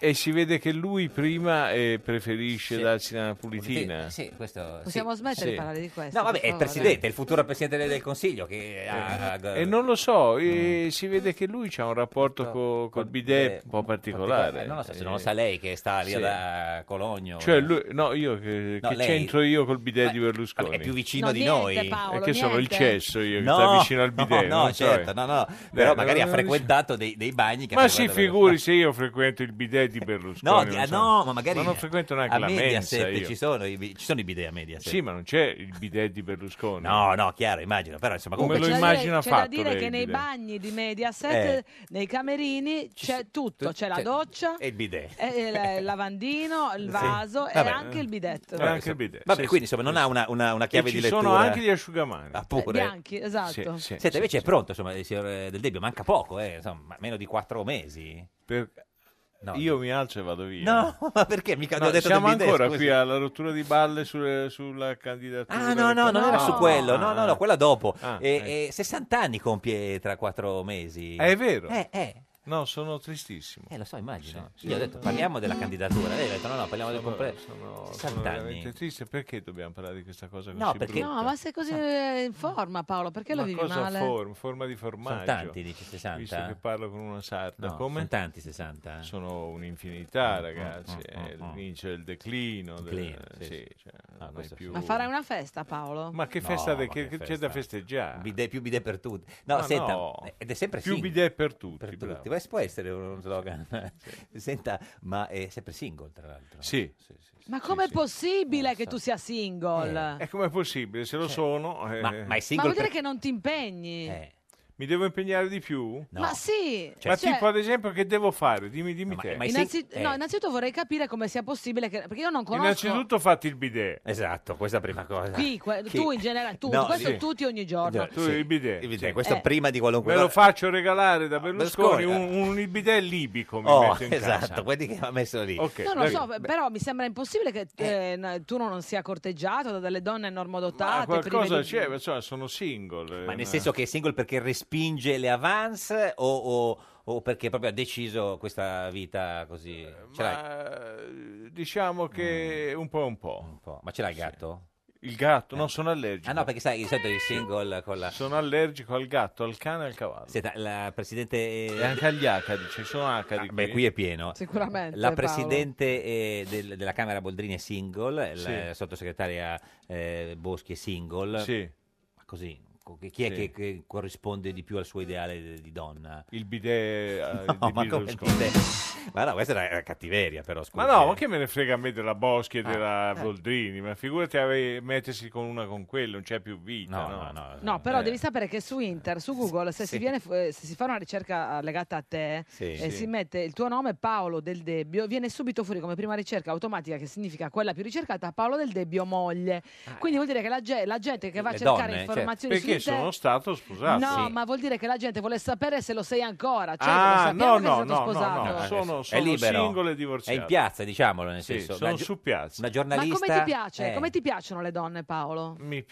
S9: E si vede che lui prima eh, preferisce darsi una pulitina.
S2: Sì, questo,
S1: Possiamo
S2: sì.
S1: smettere di
S9: Sì.
S1: parlare di questo?
S2: No, vabbè,
S1: per
S2: è il
S1: favore?
S2: presidente, è il futuro presidente del Consiglio che ha... ha-
S9: Eh, E non lo so,
S2: Mm.
S9: e si vede che lui ha un rapporto co- col bidet un po'
S2: eh,
S9: particolare. Eh.
S2: Non lo so, se non lo sa lei che sta lì
S9: Sì.
S2: da Cologno.
S9: Cioè, lui- no, io che,
S2: No,
S9: che
S2: lei-
S9: c'entro io col bidet di Berlusconi?
S2: Vabbè, è più vicino
S9: No,
S2: di
S9: niente,
S2: noi.
S9: Paolo, E che sono, niente. il cesso io che sta vicino
S2: [laughs]
S9: al bidet,
S2: No, no,
S9: non so. Eh,
S2: certo, no, no. Però
S9: Beh,
S2: magari ha
S9: non-
S2: frequentato dei, dei bagni che ha
S9: Ma si
S2: frequentato-
S9: figuri se io frequento il bidet di Berlusconi.
S2: No, di-
S9: non
S2: ah,
S9: so.
S2: no, ma magari
S9: non frequento neanche
S2: a
S9: la mensa
S2: Mediaset
S9: io.
S2: ci sono i, bi- ci sono i bidet a Mediaset.
S9: Sì, ma non c'è il bidet di Berlusconi.
S2: No, no, chiaro, immagino, però insomma
S9: Come
S2: comunque
S9: lo
S1: C'è da
S9: immagina
S1: dire- C'è da
S9: fatto
S1: dire
S9: lei
S1: che
S9: il
S1: nei
S9: bidet?
S1: bagni di Mediaset,
S9: Eh.
S1: nei
S2: Eh.
S1: camerini, c'è tutto. C'è la
S2: c'è-
S1: doccia,
S2: e il bidet.
S1: e Eh, il il lavandino, il vaso e
S2: Vabbè.
S1: anche il bidet.
S2: Vabbè,
S9: eh, anche il bidet,
S2: Vabbè,
S9: sì,
S2: quindi
S9: sì,
S2: insomma non ha una, una, una
S9: E
S2: chiave
S9: ci
S2: di lettura.
S9: sono anche gli asciugamani.
S2: Ah, pure.
S1: Eh, Bianchi, esatto.
S2: Senta, invece è pronto, insomma, il signor eh, Del Debbio, manca poco, eh, insomma, meno di quattro mesi.
S9: Per-
S2: No.
S9: Io mi alzo e vado via.
S2: No, [laughs] ma perché? Mica
S9: No,
S2: ho detto
S9: siamo
S2: del bidet,
S9: ancora
S2: scusi.
S9: qui alla rottura di balle sulle- sulla candidatura.
S2: Ah, no,
S9: del-
S2: no, non era su quello, no, no, no, quella dopo.
S9: Ah,
S2: E-
S9: ecco.
S2: e 60 anni compie tra quattro mesi.
S9: Eh, È vero.
S2: Eh, eh.
S9: No, sono tristissimo.
S2: Eh, lo so, immagino.
S9: Sì, sì.
S2: Io ho detto, parliamo della candidatura. Lei ha detto, no, no, parliamo del
S9: Sono-
S2: completo.
S9: Sono,
S2: 60
S9: sono
S2: anni.
S9: veramente triste. Perché dobbiamo parlare di questa cosa così
S2: No, perché-
S9: brutta?
S1: No, ma sei così eh, in forma, Paolo, perché lo
S9: Ma
S1: vivi
S9: cosa
S1: male?
S9: forma? Forma di formaggio.
S2: Sono tanti, dici, 60?
S9: Visto che parlo con una sarda.
S2: No,
S9: Come?
S2: sono tanti 60.
S9: Sono un'infinità,
S2: Mm,
S9: ragazzi.
S2: mm, mm,
S9: eh,
S2: mm, mm.
S9: Inizia il declino. del-
S2: Declino, sì,
S9: sì,
S2: sì.
S9: cioè,
S2: Ah,
S9: non è
S2: questo sì.
S9: più-
S1: Ma farai una festa, Paolo?
S9: Ma che festa, de- che- che c'è da festeggiare?
S2: Bidet più bidet per tutti. No,
S9: Ma
S2: senta,
S9: no.
S2: ed è sempre
S9: Più
S2: single.
S9: bidet per tutti,
S2: Per
S9: bravo.
S2: tutti. Ma può essere uno slogan. [laughs] Senta, ma è sempre single, tra l'altro.
S9: Sì.
S1: Ma com'è possibile che tu sia single?
S9: E com'è possibile? Se lo sono... eh,
S2: cioè, Ma- ma è
S1: Cioè, Ma
S2: Eh, single Eh,
S1: vuol dire che non ti impegni?
S9: Mi devo impegnare di più?
S1: Ma sì,
S9: ma
S1: cioè,
S9: tipo ad esempio che devo fare? Dimmi, dimmi te.
S1: innanzi-
S2: eh.
S1: no, innanzitutto vorrei capire come sia possibile che... Perché io non conosco...
S9: Innanzitutto fatti il bidet.
S2: Esatto, questa è la prima cosa.
S1: Chi, que-
S2: Chi-
S1: tu in generale, tu,
S2: No,
S1: questo
S2: sì.
S1: tutti ogni giorno.
S9: Tu il bidet.
S2: Il bidet, questo
S1: Eh.
S2: prima di qualunque
S9: Me lo
S2: cosa.
S9: faccio regalare da Berlusconi,
S2: Berlusconi,
S9: un, un bidet libico mi
S2: Oh,
S9: metto in
S2: esatto,
S9: casa.
S2: quelli che ha messo lì.
S9: Ok,
S1: No, lo so, però mi sembra impossibile che eh, n- tu non sia corteggiato da delle donne
S9: Ah,
S1: normodotate.
S9: qualcosa
S1: prive di-
S9: c'è, insomma, sono single. eh,
S2: Ma nel senso che è single perché respinge le avance o, o- o perché proprio ha deciso questa vita così? Ce l'hai?
S9: Eh,
S2: Mm.
S9: ma, diciamo che un po' un po'.
S2: Ma ce l'hai il gatto?
S9: Il gatto, no, sono allergico.
S2: Ah no, perché sai, di solito i single con la...
S9: Sono allergico al gatto, al cane e al cavallo.
S2: Senta, la presidente... Ah,
S9: E anche agli acadi, ci sono acadi.
S2: beh, qui è pieno.
S1: Sicuramente,
S2: La
S1: Paolo.
S2: presidente eh, del- della Camera Boldrini è single,
S9: Sì.
S2: la sottosegretaria eh, Boschi è single.
S9: Sì.
S2: Ma così, co- chi è
S9: Sì.
S2: che, che corrisponde di più al suo ideale de- di donna?
S9: Il bidet eh,
S2: [laughs] No,
S9: di
S2: ma come
S9: Berlusconi.
S2: il bidet? Ma no, questa era, era cattiveria però, eh.
S9: Ma
S2: scusa.
S9: no, ma che me ne frega a me della Boschi e
S2: Ah,
S9: della
S2: eh.
S9: Boldrini? Ma figurati ave- mettersi con una con quello, non c'è più vita.
S2: No,
S9: No,
S2: no, eh.
S1: No, però devi sapere che su Inter, su Google, se,
S9: Eh. Sì.
S1: si, viene, fu- eh, se si fa una ricerca eh, legata a te
S2: Sì.
S1: e
S2: Sì.
S1: si mette il tuo nome Paolo Del Debbio, viene subito fuori come prima ricerca automatica, che significa quella più ricercata, Paolo Del Debbio moglie. Quindi vuol dire che la, ge- la gente che va a
S9: Ah. Le
S1: cercare
S9: donne,
S1: informazioni
S9: certo. Perché
S1: su Inter...
S9: sono stato sposato.
S1: No, ma vuol dire che la gente vuole sapere se lo sei ancora. Cioè,
S9: Ah,
S1: lo sappiamo
S9: no,
S1: che sei
S9: no, no,
S1: stato
S9: no,
S1: sposato.
S9: no,
S2: Eh,
S9: sono-
S2: è
S9: sono
S2: libero.
S9: single e divorziato.
S2: È in piazza, diciamolo, nel
S9: Sì,
S2: senso.
S9: sono
S2: una gio-
S9: su piazza.
S2: Una
S1: Ma
S2: giornalista...
S1: come ti piace?
S2: eh,
S1: Come ti piacciono le donne, Paolo?
S9: Mi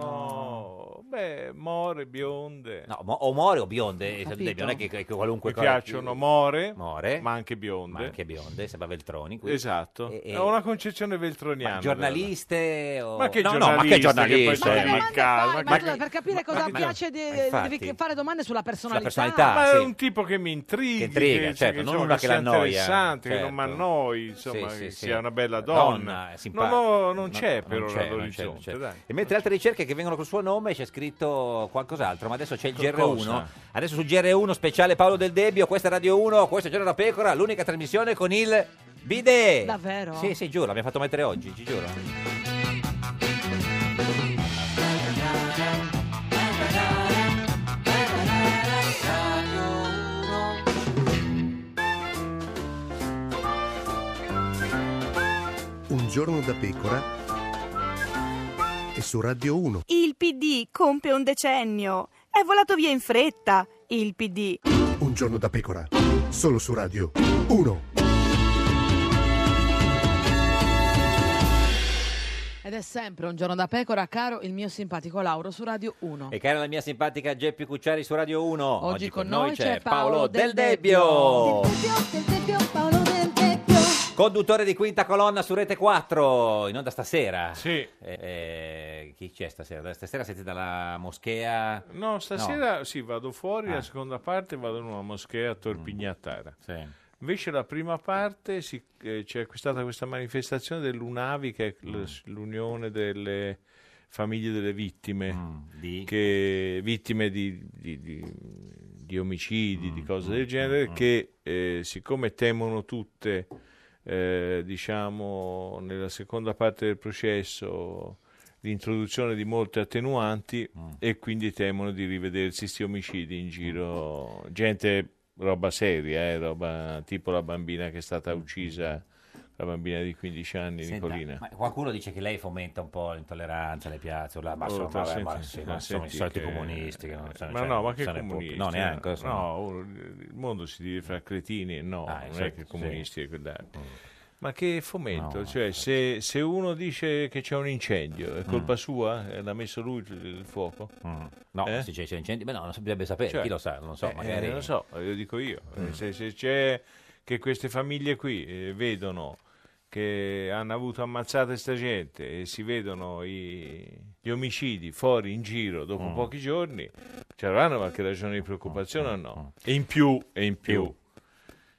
S9: piacciono, beh, more, bionde.
S2: No, mo- o more o bionde, eh,
S9: capito.
S2: Debbio, non è che, che qualunque
S9: Eh. Mi
S2: cosa-
S9: piacciono more,
S2: more,
S9: ma anche bionde.
S2: ma anche bionde, sembra Veltroni. qui.
S9: Esatto.
S2: E- e-
S9: Ho una concezione veltroniana.
S2: Ma giornaliste o-
S9: Ma che
S2: No, no,
S9: giornaliste?
S2: ma che giornaliste?
S9: poi sono
S2: Ma che
S9: in casa,
S1: Ma,
S9: ma
S1: tu-
S9: che-
S1: per capire cosa
S9: ma-
S1: piace, de-
S2: ma infatti.
S1: devi fare domande sulla personalità.
S2: personalità,
S9: ma è
S2: sì.
S9: un tipo che mi intrighi,
S2: Che intriga, certo, non
S9: insomma,
S2: una che
S9: sia
S2: l'annoia,
S9: interessante, che
S2: certo.
S9: non mi annoi, insomma,
S2: Sì, sì,
S9: che
S2: sì.
S9: sia una bella
S2: Donna,
S9: donna.
S2: simpa-
S9: non, ho- non
S2: no,
S9: c'è per ora
S2: non c'è, non c'è, non
S9: all'orizzonte,
S2: c'è.
S9: dai.
S2: E mentre altre ricerche che vengono col suo nome c'è scritto qualcos'altro, ma adesso c'è il
S9: Co-
S2: GR1.
S9: cosa?
S2: Adesso sul GR1 speciale Paolo Del Debbio, questa è Radio 1, questo è Giorno da Pecora, l'unica trasmissione con il bidet.
S1: Davvero?
S2: Sì, sì, giuro, l'abbiamo fatto mettere oggi, ci giuro.
S7: Un giorno da pecora e su Radio 1.
S8: Il PD compie un decennio. È volato via in fretta. Il PD.
S7: Un giorno da pecora. Solo su Radio 1.
S1: Ed è sempre un giorno da pecora, caro il mio simpatico Lauro su Radio 1.
S2: E cara la mia simpatica Geppi Cucciari su Radio 1. Oggi,
S1: Certo. con noi c'è Paolo Del
S2: Debbio. Conduttore di quinta colonna su Rete 4, in onda stasera. Sì. chi c'è stasera? Stasera siete dalla moschea?
S9: No, stasera sì, vado fuori,
S2: Ah.
S9: la seconda parte vado in una moschea a Torpignattara.
S2: Sì.
S9: Invece la prima parte si- eh, c'è stata questa manifestazione dell'UNAVI, che è l-
S2: Mm.
S9: l'Unione delle Famiglie delle Vittime,
S2: Mm,
S9: che- vittime di, di- di- di omicidi,
S2: Mm,
S9: di cose del genere, che eh, siccome temono tutte, eh, diciamo, nella seconda parte del processo l'introduzione di molte attenuanti e quindi temono di rivedersi sti omicidi in giro, gente roba seria, eh, roba tipo la bambina che è stata uccisa, la bambina di 15 anni,
S2: Senta,
S9: Nicolina.
S2: ma qualcuno dice che lei fomenta un po' l'intolleranza, le piazze, urla, ma
S9: Oh,
S2: sono,
S9: te
S2: vabbè,
S9: senti-
S2: ma sì, ma
S9: ma
S2: sono i
S9: senti
S2: soliti
S9: che-
S2: comunisti. Che non sono,
S9: ma
S2: cioè,
S9: no, ma
S2: non
S9: che
S2: sono i punti-
S9: comunisti?
S2: No, neanche. sono-
S9: No, oh, il mondo si divide fra cretini e no, non è
S2: certo,
S9: che
S2: sì. Mm.
S9: comunisti e quell'altro. Ma che fomento, cioè se, se uno dice che c'è un incendio, è colpa sua? Eh, L'ha messo lui il, il fuoco?
S2: Mm. No,
S9: Eh?
S2: se c'è, c'è incendio, beh, no, non si dovrebbe sapere,
S9: Cioè,
S2: chi lo sa, non lo so,
S9: eh,
S2: magari...
S9: eh, non lo so, lo dico io. Eh, Se, se c'è che queste famiglie qui eh, vedono che hanno avuto ammazzate sta gente e si vedono i- gli omicidi fuori in giro dopo
S2: Mm.
S9: pochi giorni, ci avranno qualche ragione di preoccupazione o no? Mm. E in più, e in più,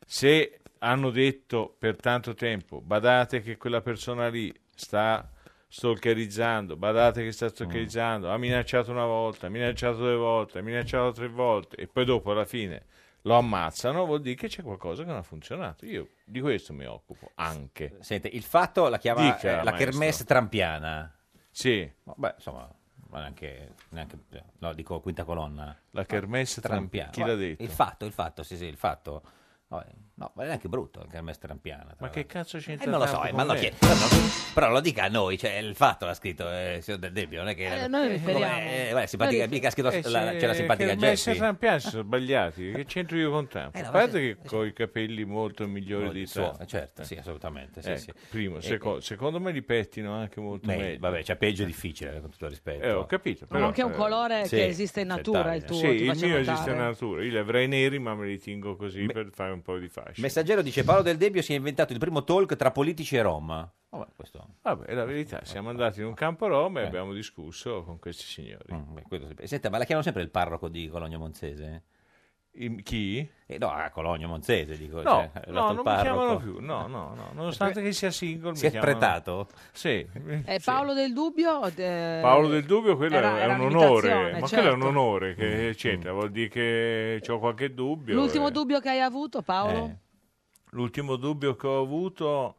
S9: se hanno detto per tanto tempo, badate che quella persona lì sta stalkerizzando, badate che sta stalkerizzando, ha minacciato una volta, ha minacciato due volte, ha minacciato tre volte e poi dopo alla fine lo ammazzano, vuol dire che c'è qualcosa che non ha funzionato. Io di questo mi occupo anche.
S2: Sente, il fatto la chiama
S9: Dica,
S2: eh, la
S9: maestro.
S2: kermesse trampiana.
S9: Sì.
S2: Beh, insomma, ma neanche, neanche- no, dico quinta colonna.
S9: La kermesse trampiana. Chi l'ha detto?
S2: Il fatto, il fatto, sì, sì, il fatto. No, eh, no, ma è neanche brutto la kermesse trampiana. tra
S9: Ma che
S2: l'altro.
S9: cazzo c'entra
S2: Eh, non lo so,
S9: tanto
S2: eh,
S9: con
S2: ma lo
S9: me?
S2: chiedo. Però, però lo dica a noi, cioè il fatto l'ha scritto eh, il signor Del Debbio, non è che...
S1: Eh, noi riferiamo.
S2: come- eh, guarda, simpatica,
S1: Noi
S2: mica ha scritto
S9: Eh,
S2: la,
S9: se-
S2: c'è la simpatica
S9: kermesse
S2: Jessie.
S9: trampiana si sono sbagliati. Che c'entro io con Tampa?
S2: Eh, no,
S9: A
S2: ma
S9: parte che con i capelli molto migliori
S2: Molto
S9: di
S2: suo-
S9: Trump.
S2: certo, sì, assolutamente, sì,
S9: Ecco,
S2: sì.
S9: Primo,
S2: Eh,
S9: seco- secondo me li pettino anche molto
S2: Meglio,
S9: meglio.
S2: Vabbè, cioè peggio è difficile, con tutto il rispetto.
S9: Eh, ho capito.
S1: Ma
S9: però,
S1: anche un
S9: eh,
S1: colore
S2: sì,
S1: che esiste in
S2: c'è
S1: natura,
S2: taglia.
S1: il tuo.
S9: sì,
S1: ti
S9: il
S1: faccio
S9: mio
S1: notare.
S9: esiste in natura. Io li avrei neri, ma me li tingo così per fare un po' di fascia.
S2: Messaggero dice Paolo Del Debbio si è inventato il primo talk tra politici e Rom. Vabbè, questo... Eh,
S9: Vabbè, è la verità. Siamo andati in un campo a Roma e abbiamo discusso con questi signori.
S2: Mm, Beh, quello si- Senta, ma la chiamano sempre il parroco di Cologno Monzese? Eh,
S9: In- chi?
S2: no, a Cologno Monzese, dico.
S9: No,
S2: cioè, è arrivato
S9: no, non
S2: il
S9: mi
S2: parroco.
S9: chiamano più. No, no, no. Nonostante
S2: Perché-
S9: che sia single,
S2: Si
S9: mi
S2: è
S9: chiamano-
S2: spretato?
S9: Sì.
S1: Eh, Paolo del Dubbio? eh,
S9: Paolo del Dubbio, quello
S1: era-
S9: è
S1: era
S9: un onore.
S1: un'imitazione,
S9: Ma
S1: certo.
S9: quello è un onore, che c'entra. Vuol dire che ho qualche dubbio.
S1: L'ultimo
S9: eh.
S1: dubbio che hai avuto, Paolo?
S9: Eh. L'ultimo dubbio che ho avuto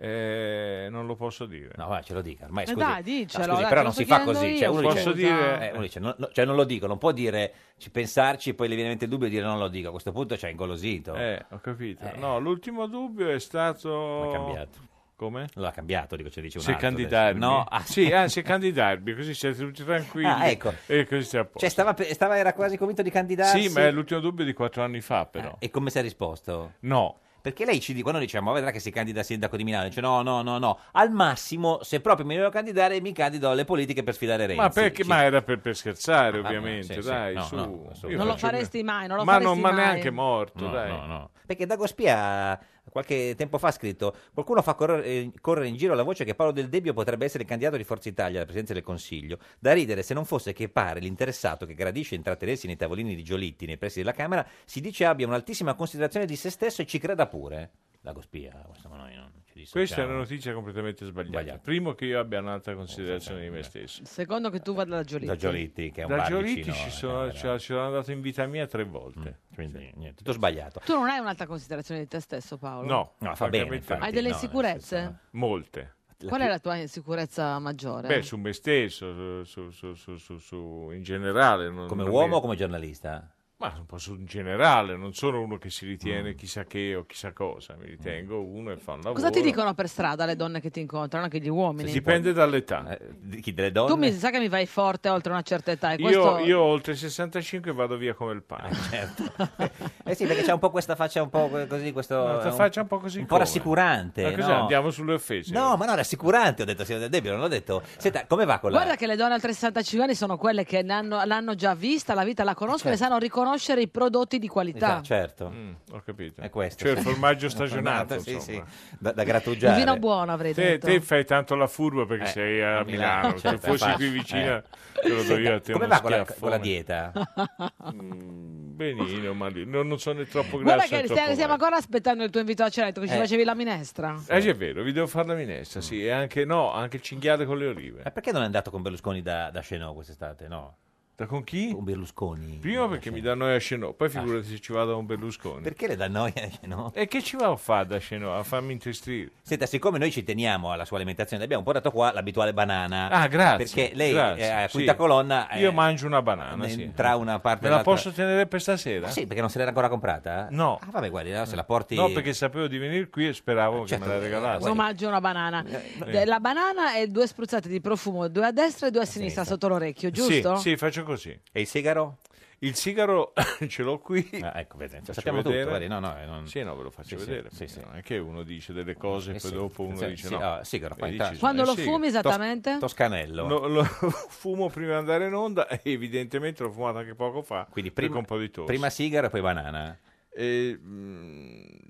S9: eh, non lo posso dire.
S2: No, ma ce lo dica. Ormai,
S1: Eh,
S2: scusi,
S1: dai, dicelo,
S2: No, scusi,
S1: dai, te
S2: però
S1: lo
S2: non
S1: sto
S2: si fa
S1: chiedendo
S2: così.
S1: io,
S2: Cioè, uno dice,
S1: Posso dire-
S2: eh, uno dice, no, no, cioè, non lo dico, non può dire ci pensarci, poi le viene in mente il dubbio e dire non lo dico. A questo punto ci ha ingolosito.
S9: Eh, ho capito. No, l'ultimo dubbio è stato...
S2: L'ha cambiato.
S9: Come?
S2: L'ha cambiato, dico, ce dice un
S9: Se
S2: altro
S9: candidarmi.
S2: adesso. No, ah,
S9: Sì, [laughs] ah, se candidarmi, così siete tutti tranquilli.
S2: Ah, ecco.
S9: E così siamo a posto.
S2: Cioè, stava, pe- stava- era quasi convinto di candidarsi.
S9: Sì, ma è l'ultimo dubbio di quattro anni fa, però.
S2: E come si è risposto?
S9: No.
S2: Perché lei ci dice, quando diciamo, vedrà che si candida a sindaco di Milano, dice no, no, no, no, al massimo, se proprio mi devo candidare, mi candido alle politiche per sfidare Renzi.
S9: Ma, perché,
S2: Ci-
S9: ma era per, per scherzare,
S2: Ah, vabbè,
S9: ovviamente,
S2: sì, sì.
S9: dai,
S2: No,
S9: su.
S2: no,
S9: Io
S2: assolutamente.
S1: Non lo
S9: faccio-
S1: faresti mai, non lo
S9: ma
S1: faresti
S9: non, ma
S1: mai.
S9: neanche morto,
S2: No,
S9: dai.
S2: no, no. Perché Dagospia qualche tempo fa ha scritto qualcuno fa correre, eh, correre in giro la voce che Paolo Del Debbio potrebbe essere il candidato di Forza Italia alla presidenza del Consiglio. Da ridere se non fosse che pare l'interessato che gradisce intrattenersi nei tavolini di Giolitti nei pressi della Camera si dice abbia un'altissima considerazione di se stesso e ci creda pure. Dagospia, questo noi non ci dissociamo.
S9: Questa è una notizia completamente sbagliata. Primo che io abbia un'altra considerazione di me stesso.
S1: Secondo che tu vada da Giolitti.
S9: Da Giolitti
S2: eh,
S9: ci sono, cioè, ci- ci sono andato in vita mia tre volte.
S2: Mm, quindi niente, tutto sbagliato.
S1: Tu non hai un'alta considerazione di te stesso, Paolo?
S9: No,
S2: No, fa bene,
S9: francamente
S2: infatti,
S1: Hai delle
S2: no,
S1: insicurezze?
S9: Molte.
S1: Qual è la tua insicurezza maggiore?
S9: Beh, su me stesso, su, su- su- su- su- in generale. non-
S2: Come
S9: non
S2: uomo
S9: mi-
S2: o come giornalista?
S9: Ma un po' su in generale, non sono uno che si
S2: Mm.
S9: ritiene chissà che o chissà cosa, mi ritengo uno e fa un lavoro.
S1: Cosa ti dicono per strada le donne che ti incontrano, anche gli uomini?
S9: Dipende dall'età.
S2: Eh, chi delle donne?
S1: Tu mi sa che mi vai forte oltre una certa età. E
S9: Io,
S1: questo...
S9: io oltre 65 vado via come il
S2: Ah,
S9: pane.
S2: Eh sì, perché c'è un po' questa faccia un po' così, questo...
S9: Questa
S2: Oh, è
S9: faccia un po' così
S2: Un po'
S9: come?
S2: rassicurante,
S9: Ma cos'è,
S2: no?
S9: andiamo sulle offese? Eh.
S2: No, ma no, rassicurante, ho detto, signor Del Debbio, non l'ho detto. Senta, come va con la...
S1: [laughs] Guarda che le donne oltre 65 anni sono quelle che ne hanno- l'hanno già vista, la vita la conoscono e
S2: Certo.
S1: sanno riconoscere i prodotti di qualità.
S2: Esatto, certo.
S9: Mm, ho capito.
S2: È questo.
S9: Cioè, il
S2: [laughs]
S9: formaggio
S2: Il
S9: stagionato,
S2: sì, sì,
S9: insomma.
S2: da, da
S1: Il
S2: grattugiare.
S1: vino buono avrei
S9: Te,
S1: detto.
S9: te fai tanto la furba perché
S2: Eh,
S9: sei a
S2: a
S9: Milano,
S2: Milano,
S9: se
S2: certo,
S9: fossi
S2: fa-
S9: qui vicina
S2: eh.
S9: te lo do io a te
S2: Come
S9: uno
S2: va con la-
S9: schiaffone.
S2: con la dieta?
S9: Mm, benino, ma lì- non, non sono né troppo
S1: Guarda
S9: grasso
S1: che
S9: né
S1: stia-
S9: troppo
S1: stiamo,
S9: magro.
S1: ancora aspettando il tuo invito a cena, hai detto che ci
S9: Eh.
S1: facevi la minestra.
S9: Eh sì, è vero, vi devo fare la minestra, sì, e anche, no, anche il cinghiale con le olive.
S2: Ma perché non è andato con Berlusconi da, da Chenò quest'estate, no?
S9: Da con chi?
S2: Con Berlusconi. Ah.
S9: Prima perché mi dà noia a Scenò, poi figurati se ci vado a un Berlusconi.
S2: Perché le dà noia a Chenò?
S9: E che ci va a fare da Chenò? A farmi intristire?
S2: Eh, Senta, siccome noi ci teniamo alla sua alimentazione, le abbiamo portato qua l'abituale banana.
S9: Ah, grazie.
S2: Perché lei
S9: grazie,
S2: è a
S9: sì.
S2: quinta colonna. eh,
S9: Io mangio una banana,
S2: ne-
S9: sì.
S2: Tra una parte
S9: Me
S2: e
S9: la
S2: l'altra.
S9: posso tenere per stasera?
S2: Ah, sì, perché non se l'era ancora comprata?
S9: No.
S2: Ah, vabbè, guardi, allora se la porti...
S9: No, perché sapevo di venire qui e speravo
S2: Certo,
S9: che me la regalasse.
S1: Un omaggio e una banana.
S9: Eh,
S1: De- La banana e due spruzzate di profumo, due a destra e due a sinistra sotto l'orecchio, giusto?
S9: Ah, esatto. Sì, sì, faccio così.
S2: E il sigaro?
S9: Il sigaro [laughs] ce l'ho qui.
S2: ecco, vedete,
S9: Faccio
S2: sappiamo tutto,
S9: vedere.
S2: guardi, no, no, eh, non-
S9: Sì, no, ve lo faccio
S2: Sì, sì,
S9: vedere.
S2: sì, sì.
S9: Non è che uno dice delle cose e
S2: Eh
S9: poi
S2: sì.
S9: dopo uno
S2: Sì,
S9: dice
S2: sì,
S9: no.
S2: ah, sigaro,
S9: E
S2: qua in
S9: dici,
S2: tasca.
S1: Quando
S9: eh,
S1: lo
S9: sì.
S1: fumi esattamente?
S2: Toscanello.
S9: No, lo [laughs] fumo prima di andare in onda e evidentemente l'ho fumato anche poco fa. Quindi
S2: prima-
S9: un po' di tosse.
S2: Prima sigaro e poi banana.
S9: Eh,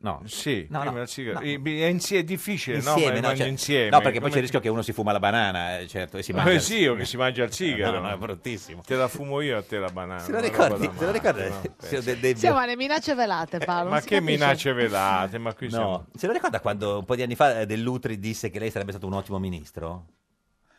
S2: No.
S9: Sì,
S2: No,
S9: prima
S2: no,
S9: il sigaro.
S2: no.
S9: Eh, beh, È, insie- è difficile, no?
S2: Insieme,
S9: Ma
S2: no,
S9: mangio
S2: cioè-
S9: insieme.
S2: no, perché poi
S9: Come-
S2: c'è il rischio che uno si fuma la banana, eh, certo, e si
S9: Ma
S2: mangia...
S9: è sì, o che si mangia il sigaro.
S2: No, no, è bruttissimo.
S9: Eh, Te la fumo io a te la banana.
S2: Se lo
S9: una roba
S2: ricordi?
S9: da
S2: Se lo ricordi?
S9: matto, no?
S2: signor Del Debbio?
S1: Siamo alle minacce velate, Paolo.
S9: Eh, Ma
S1: non si
S9: che
S1: capisce.
S9: minacce velate, ma qui
S2: No,
S9: siamo...
S2: se lo ricorda quando un po' di anni fa eh, Dell'Utri disse che lei sarebbe stato un ottimo ministro?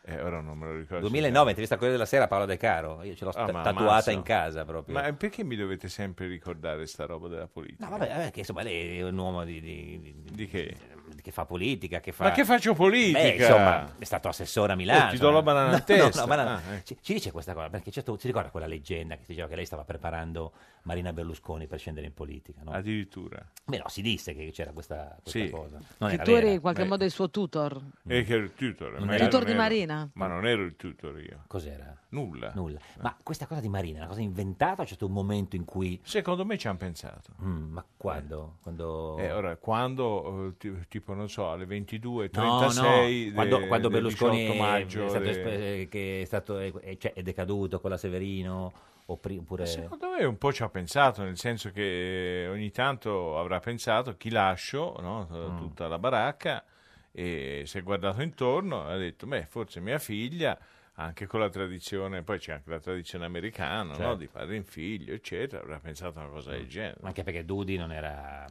S9: Eh, ora non me lo ricordo.
S2: 2009, intervista a Corriere della Sera, Paola De Caro. Io ce l'ho
S9: Ah,
S2: sta-
S9: ma
S2: tatuata
S9: ammazza.
S2: in casa proprio.
S9: Ma perché mi dovete sempre ricordare sta roba della politica?
S2: No, vabbè, vabbè, eh, che insomma lei è un uomo di, di- di-
S9: che?
S2: che fa politica, che fa...
S9: Ma che faccio politica?
S2: Beh, insomma, è stato assessore a Milano.
S9: Oh, ti do la banana in
S2: [laughs] No, no,
S9: testa.
S2: no, banana.
S9: Ah, ecco.
S2: ci, ci dice questa cosa, perché certo, si ricorda quella leggenda che si diceva che lei stava preparando Marina Berlusconi per scendere in politica, no?
S9: Addirittura.
S2: Beh, no, si disse che c'era questa, questa cosa. Non
S1: Che
S2: era
S1: tu eri
S2: vera.
S1: in qualche modo il suo tutor.
S9: E Eh, che ero il tutor.
S2: Mm. Non
S9: ma
S2: era-
S9: io
S1: Tutor
S9: non
S1: di
S9: ero-
S1: Marina?
S9: Ma non ero il tutor io.
S2: Cos'era?
S9: Nulla. Eh.
S2: Nulla. Ma questa cosa di Marina è una cosa inventata o c'è stato un momento in cui...
S9: Secondo me ci hanno pensato.
S2: Mm, ma quando? Quando...
S9: Eh, ora, quando, eh, ti- tipo, non so, alle 22,
S2: No,
S9: 36
S2: no, quando,
S9: de-
S2: quando
S9: del
S2: Berlusconi
S9: 18
S2: è,
S9: maggio
S2: è stato,
S9: de-
S2: espe- che è, stato- eh, cioè, è decaduto con la Severino oppri- oppure
S9: Secondo me un po' ci ha pensato, nel senso che eh, ogni tanto avrà pensato chi lascio, no?
S2: Mm.
S9: tutta la baracca, e si è guardato intorno e ha detto, beh, forse mia figlia anche con la tradizione, poi c'è anche la tradizione americana,
S2: Certo. Mm.
S9: no? di padre in figlio, eccetera, avrà pensato a una cosa del genere.
S2: Anche perché Dudi non era...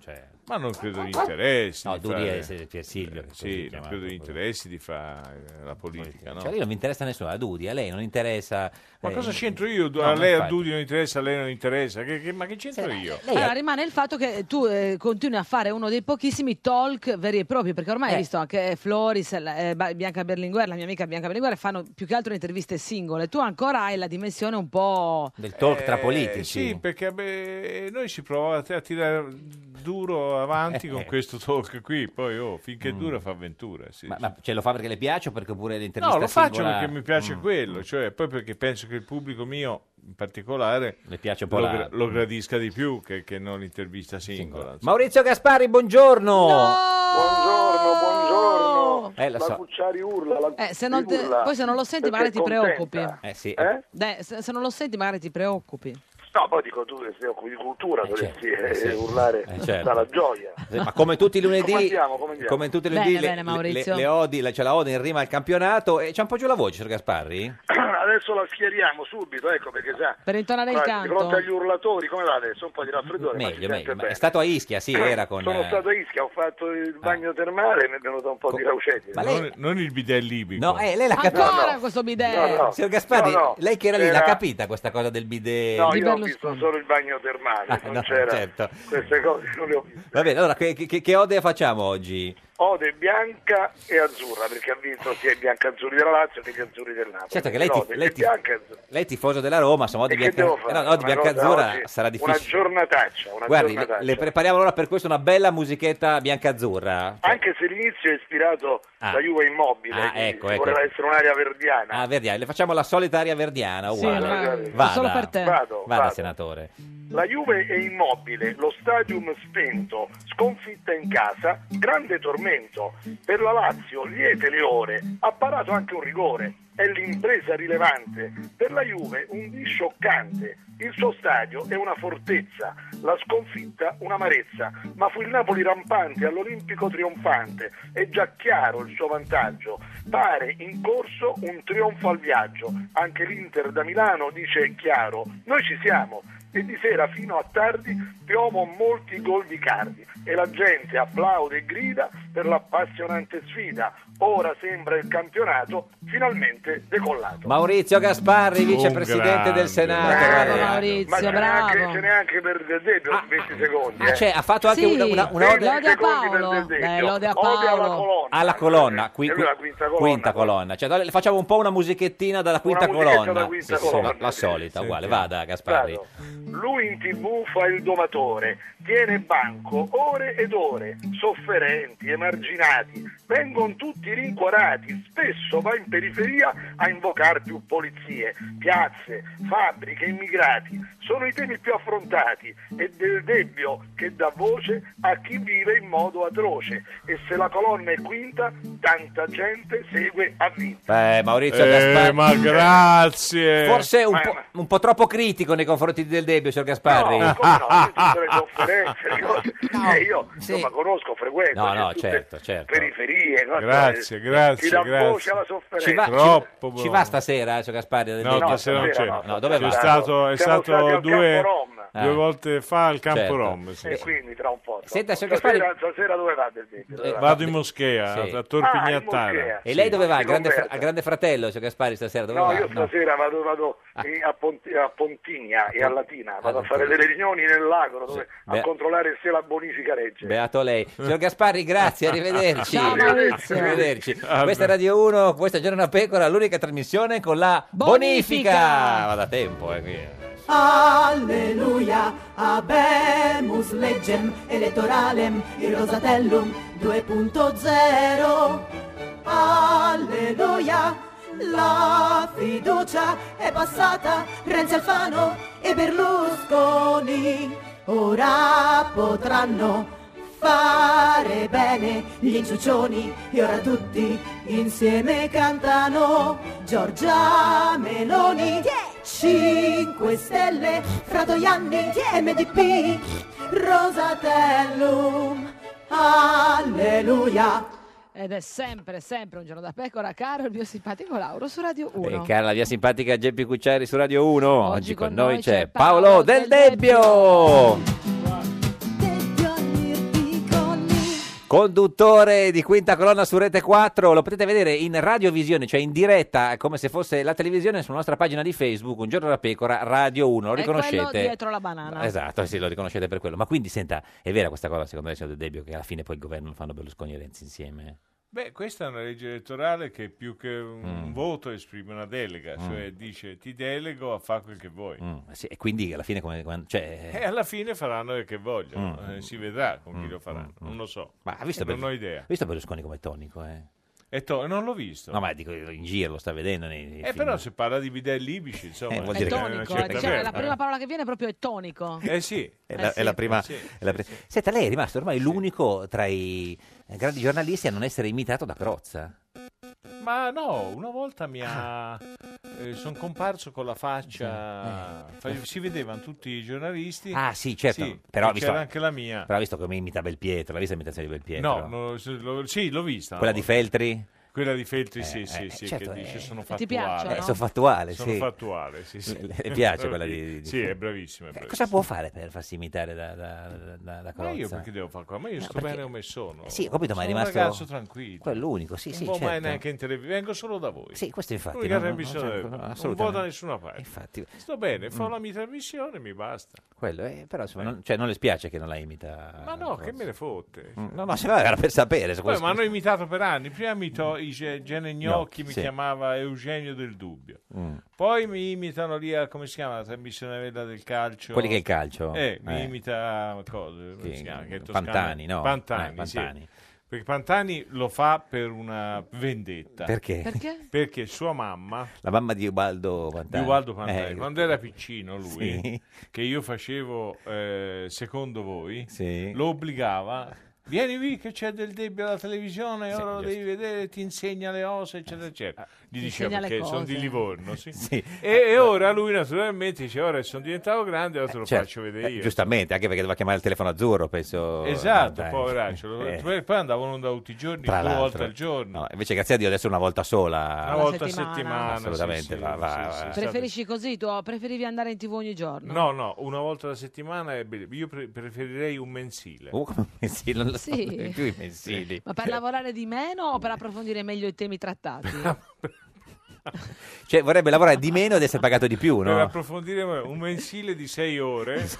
S2: Cioè...
S9: Ma non credo gli interessi.
S2: No,
S9: di
S2: Dudi
S9: fare-
S2: è se- Piersilio,
S9: Eh,
S2: che così
S9: Sì, non
S2: chiamato,
S9: credo gli interessi di fare eh, la politica. No?
S2: Cioè, lei non mi interessa nessuno, a Dudi, a lei non interessa...
S9: Ma
S2: eh,
S9: cosa c'entro io?
S2: no,
S9: a lei a
S2: infatti.
S9: Dudi non interessa, a lei non interessa. Che- che- ma che c'entro io?
S1: Allora, rimane il fatto che tu eh, continui a fare uno dei pochissimi talk veri e propri, perché
S2: Eh.
S1: ormai hai visto anche Floris, eh, Ba- Bianca Berlinguer, la mia amica Bianca Berlinguer, fanno più che altro interviste singole. Tu ancora hai la dimensione un po'...
S2: Del talk tra
S9: Eh,
S2: politici.
S9: Sì, perché beh, noi si prova a tirare duro avanti
S2: Eh.
S9: con questo talk qui, poi oh, finché dura fa avventura. sì,
S2: Mm. Ma,
S9: sì.
S2: ma ce lo fa perché le piace o perché pure l'intervista
S9: No, lo faccio
S2: singola-
S9: perché mi piace
S2: Mm.
S9: quello, cioè poi perché penso che il pubblico mio in particolare
S2: un po'
S9: lo,
S2: la-
S9: gra- lo gradisca di più che, che non l'intervista singola.
S2: Maurizio Gasparri, buongiorno!
S10: Buongiorno, buongiorno.
S2: Eh, lo
S10: la
S2: so.
S10: Gucciari urla. La
S1: Eh, se non te-
S10: urla
S1: poi se non lo senti
S10: perché
S1: magari ti
S10: è contenta.
S1: preoccupi.
S2: Eh sì.
S1: Dai, se, se non lo senti magari ti preoccupi.
S10: No, poi dico tu che sei occupi di cultura, dovresti
S2: eh,
S10: eh,
S2: sì.
S10: urlare
S2: Eh, certo.
S10: dalla [clears throat] gioia.
S2: Sì, Ma come tutti i lunedì,
S10: Come andiamo, come andiamo?
S2: come tutti i
S10: Bene,
S2: lunedì
S10: bene,
S2: le,
S10: Maurizio.
S2: le- le odi, la- c'è la Oden in rima al campionato. E c'è un po' giù la voce, signor Gasparri?
S10: Adesso la schieriamo subito, ecco perché sa.
S1: Per intonare il
S10: Guarda,
S1: canto.
S10: Di fronte agli urlatori, come va adesso? Un po' di raffreddore. ma si
S2: Meglio,
S10: sente
S2: meglio. Ma
S10: bene.
S2: è stato a Ischia, sì, era con...
S10: Sono
S2: eh, Ah.
S10: stato a Ischia, ho fatto il bagno termale e mi è venuto un po' di raucete.
S2: Ma lei-
S9: Non il bidet libico.
S2: No, eh, lei l'ha capita.
S1: Ancora questo bidet!
S2: Signor Gasparri,
S10: Ah, No, no.
S2: lei che era lì l'ha
S10: Era-
S2: capita questa cosa del bidet?
S10: No, io ho visto solo il bagno termale,
S2: Ah,
S10: non
S2: no,
S10: c'era.
S2: certo.
S10: Queste cose non le ho viste.
S2: Va bene, allora che, che, che ode facciamo oggi?
S10: Ode bianca e azzurra, perché ha vinto sia i biancazzurri della Lazio che gli azzurri del Napoli.
S2: Certo che lei ti-
S10: Ode
S2: lei ti-
S10: bianca e azzurra.
S2: Lei è tifoso della Roma, insomma, ode
S10: E che
S2: bianca...
S10: devo fare?
S2: eh, no, ode
S10: Una cosa
S2: biancazzurra
S10: oggi-
S2: sarà
S10: Una
S2: difficile.
S10: giornataccia, una cioè.
S2: Guardi, le,
S10: giornataccia.
S2: le prepariamo allora per questo una bella musichetta biancazzurra.
S10: Anche se l'inizio è ispirato
S2: Ah.
S10: da Juve Immobile,
S2: Ah,
S10: quindi
S2: ecco, ecco.
S10: voleva essere un'area verdiana.
S2: Ah, Verdiana, le facciamo la solita aria verdiana,
S10: Sì,
S2: Ah, uguale.
S10: magari.
S2: Vada.
S10: Solo per te. Vado,
S2: Vada,
S10: vado.
S2: senatore.
S10: La Juve è immobile, lo stadium spento, sconfitta in casa, grande tormento. Per la Lazio liete le ore, ha parato anche un rigore, è l'impresa rilevante. Per la Juve un dì scioccante, il suo stadio è una fortezza, la sconfitta un'amarezza, ma fu il Napoli rampante all'Olimpico trionfante, è già chiaro il suo vantaggio. Pare in corso un trionfo al viaggio, anche l'Inter da Milano dice chiaro, noi ci siamo e di sera fino a tardi piovono molti gol di cardi e la gente applaude e grida per l'appassionante sfida. Ora sembra il campionato finalmente decollato.
S2: Maurizio Gasparri,
S10: Un
S2: vicepresidente del
S10: grande.
S2: Senato.
S10: Bravo,
S2: guarda.
S1: Maurizio,
S10: Ma ce n'è
S1: bravo.
S10: anche, ce n'è anche per Desedio 20 secondi.
S2: Ah,
S10: eh.
S2: cioè, ha fatto anche
S1: Sì.
S2: una, una, una ode
S1: Lode a Paolo. Dai, lode a
S10: alla
S1: Paolo.
S10: colonna.
S2: alla colonna, qui-
S10: E lui
S2: qui-
S10: la quinta colonna.
S2: colonna. Cioè, dai, le facciamo un po' una musichettina dalla quinta
S10: musichetta
S2: colonna.
S10: dalla quinta
S2: Sì, sì,
S10: colonna.
S2: la, la solita, uguale. Vada, Gasparri.
S10: Vado. Lui in tv fa il domatore, tiene banco ore ed ore, sofferenti, emarginati, vengono tutti rincuorati, spesso va in periferia a invocare più polizie, piazze, fabbriche, immigrati, sono i temi più affrontati e del debbio che dà voce a chi vive in modo atroce e se la colonna è quinta tanta gente segue a vinta.
S2: Beh, Maurizio
S9: Eh,
S2: Gasparri.
S9: ma grazie.
S2: Forse un
S10: Eh, Ma-
S2: po', un po' troppo critico nei confronti del Debbio, signor [laughs]
S9: Eh.
S2: Gasparri.
S10: No, come no, io tutte
S9: [laughs]
S10: le conferenze, le cose. Eh, io insomma conosco, frequento.
S2: No,
S10: c'è
S2: no,
S10: tutte
S2: certo, certo.
S10: Periferie, no? Cioè, eh,
S9: Grazie,
S10: Ti
S9: grazie,
S10: dà
S9: grazie.
S10: voce alla sofferenza.
S2: Ci va,
S9: Troppo
S2: ci,
S9: buono.
S2: ci va stasera, eh, signor Gasparri? del
S9: No,
S2: Debbio?
S9: stasera non c'è.
S2: No, dove
S9: C'è
S2: va?
S9: stato- è
S10: Siamo stati
S9: stato
S10: al
S9: due,
S10: Campo Rom.
S9: due
S2: Ah.
S9: volte fa al campo
S2: Certo.
S9: Rom. sì,
S10: E
S9: sì.
S10: quindi tra un po'. tra
S2: Senta,
S10: un po'.
S2: signor Eh,
S10: stasera,
S2: Gasparri-
S10: stasera dove va per esempio? Dove va?
S9: Vado in moschea,
S2: Sì.
S9: a
S10: Ah,
S9: Tor
S10: in
S9: Pignattara.
S10: moschea.
S2: E lei dove va? Al
S10: Sì,
S2: grande,
S10: conversa.
S2: al grande fratello, signor Gasparri, stasera? Dove
S10: No,
S2: va? Ah.
S10: io stasera vado, vado eh, a, Pont- a Pontinia e a Latina, vado a fare delle riunioni nell'agro dove,
S2: Beh.
S10: a controllare se la bonifica regge.
S2: Beato
S10: [laughs]
S2: lei. Signor Gasparri, grazie, arrivederci.
S10: Ciao, Maurizio.
S2: Arrivederci. Questa è Radio 1, questa è Giorno da Pecora, l'unica trasmissione con la bonifica.
S6: Bonifica.
S2: Va da tempo, eh, qui.
S6: Alleluia, abemus legem elettoralem il Rosatellum 2.0. Alleluia, la fiducia è passata, Renzi Alfano e Berlusconi ora potranno fare bene gli inciuccioni e ora tutti insieme cantano Giorgia Meloni 5 Stelle Fratoianni MDP Rosatellum Alleluia
S1: Ed è sempre, sempre un giorno da pecora, caro il mio simpatico Lauro su Radio 1.
S2: E Eh, cara la mia simpatica Geppi Cucciari su Radio 1. Oggi, con,
S1: noi
S2: noi c'è Paolo Del Debbio. Conduttore di quinta colonna su Rete 4, lo potete vedere in radiovisione, cioè in diretta, come se fosse la televisione sulla nostra pagina di Facebook, Un giorno da pecora, Radio 1, lo
S1: È quello
S2: riconoscete?
S1: dietro la banana.
S2: Esatto, sì, lo riconoscete per quello. Ma quindi, senta, è vera questa cosa, secondo lei, signor De Debbio, che alla fine poi il governo lo fanno Berlusconi e Renzi insieme?
S9: Beh, questa è una legge elettorale che più che un
S2: Mm.
S9: voto esprime una delega,
S2: Mm.
S9: cioè dice ti delego a fare quel che vuoi.
S2: Mm, sì, e quindi alla fine come... come- cioè,
S9: E alla fine faranno quel che vogliono,
S2: Mm.
S9: eh, si vedrà con chi lo faranno, non lo so.
S2: Ma ha visto,
S9: non ho
S2: Berlu-
S9: idea.
S2: ha visto Berlusconi come tonico, eh?
S9: E to- non l'ho visto.
S2: No, ma dico, in giro lo sta vedendo nei, nei
S9: Eh,
S2: film.
S9: però se parla di bidelli
S2: [laughs]
S9: libici,
S2: Eh,
S9: insomma,
S2: vuol
S9: c'è
S2: dire che-
S9: una
S2: Tonico,
S9: certa
S2: eh,
S1: Cioè, la
S9: verba.
S1: prima parola che viene proprio è tonico.
S9: certo, Eh sì.
S2: [laughs] È la,
S9: Eh
S2: è la
S9: sì,
S2: prima...
S9: eh sì,
S2: è la pri- Senta, lei è rimasto ormai l'unico tra i eh, grandi giornalisti a non essere imitato da Crozza.
S9: Ma no, una volta mi ha... sono comparso con la faccia... fa- Si vedevano tutti i giornalisti.
S2: Eh. Ah, sì, certo.
S9: Sì,
S2: però,
S9: e
S2: visto,
S9: c'era anche la mia.
S2: Però visto come imita Belpietro, l'ha vista l'imitazione di Belpietro?
S9: No, no, se- lo- sì, l'ho vista.
S2: Quella di Feltri?
S9: Quella di Feltri, sì,
S2: Eh,
S9: sì,
S2: eh,
S9: sì,
S2: certo,
S9: che dice
S2: eh.
S9: sono
S2: Ti
S9: fattuale.
S2: piacciono? Eh, sono fattuale,
S9: Sono
S2: sì.
S9: fattuale, sì, [laughs] sì.
S2: [laughs] Le- le piace quella di- di-
S9: Sì, è bravissima. è
S2: Eh,
S9: bravissima.
S2: Cosa può fare per farsi imitare da, da, da- da, da
S9: Ma io
S2: Crozza?
S9: perché devo fare qua? Ma io
S2: No,
S9: sto
S2: perché-
S9: bene come sono.
S2: Eh, Sì, ho capito, ma è
S9: Sono
S2: rimasto...
S9: un ragazzo tranquillo.
S2: Quello è l'unico, sì, sì,
S9: Non vado
S2: certo.
S9: neanche in televisione, vengo solo da voi.
S2: Sì, questo infatti,
S9: L'unica
S2: no, no,
S9: trasmissione
S2: no, certo,
S9: del-
S2: no,
S9: non, vado
S2: assolutamente.
S9: da nessuna parte.
S2: Infatti.
S9: Sto bene,
S2: Mm.
S9: farò la mia trasmissione e mi basta.
S2: Quello, eh, però insomma, non, cioè, non le spiace che Ah, non la imita.
S9: Ma no, che me ne fotte. cioè.
S2: Mm, No, no, se no era per sapere. se
S9: Poi
S2: questo-
S9: mi hanno imitato per anni. Prima mi to- i Ge- Gene Gnocchi mi
S2: sì.
S9: chiamava Eugenio del Dubbio.
S2: Mm.
S9: Poi mi imitano lì a come si chiama la trasmissionella del calcio.
S2: Quelli che è il calcio?
S9: Eh, mi
S2: Eh.
S9: imita cosa, come
S2: Chi?
S9: si chiama? Che è toscano.
S2: Pantani, no?
S9: Pantani,
S2: Eh, Pantani.
S9: sì. Perché Pantani lo fa per una vendetta.
S2: Perché? Perché?
S9: Perché sua mamma
S2: La mamma di Ubaldo Pantani.
S9: di Ubaldo Pantani.
S2: Eh,
S9: Quando era piccino lui,
S2: Sì.
S9: che io facevo eh, secondo voi,
S2: Sì.
S9: lo obbligava. Vieni qui che c'è del debbio alla televisione,
S2: Sì,
S9: ora lo
S2: giusto.
S9: devi vedere, ti insegna le ossa, eccetera, eccetera. Gli
S2: Ti
S9: diceva
S2: insegna le
S9: che sono
S2: cose.
S9: di Livorno, sì.
S2: [laughs] Sì.
S9: E, e ora lui naturalmente dice, ora sono diventato grande, ora te lo
S2: certo.
S9: faccio vedere
S2: Eh,
S9: io.
S2: giustamente, anche perché doveva chiamare il telefono azzurro, penso.
S9: Esatto,
S2: Pantani.
S9: poveraccio. lo-
S2: [laughs] Eh,
S9: Poi poi andavano da tutti i giorni,
S2: tra
S9: due
S2: l'altro.
S9: volte al giorno.
S2: No, invece, grazie a Dio, adesso una volta sola.
S9: Una volta a settimana,
S2: Assolutamente.
S9: sì, sì,
S2: va- va-
S9: sì, sì,
S2: va-
S9: sì.
S1: Preferisci così tu? Preferivi andare in tv ogni giorno?
S9: No, no, una volta alla settimana è bello. Io pre- preferirei un mensile.
S2: Uh, come [laughs] mensili, [laughs] non lo so
S1: Sì.
S2: più i mensili.
S1: Ma per lavorare di meno o per approfondire meglio i temi trattati?
S9: [laughs]
S2: Cioè, vorrebbe lavorare di meno ed essere pagato di più,
S9: Per
S2: no?
S9: approfondire un mensile di sei
S2: [laughs]
S9: ore, su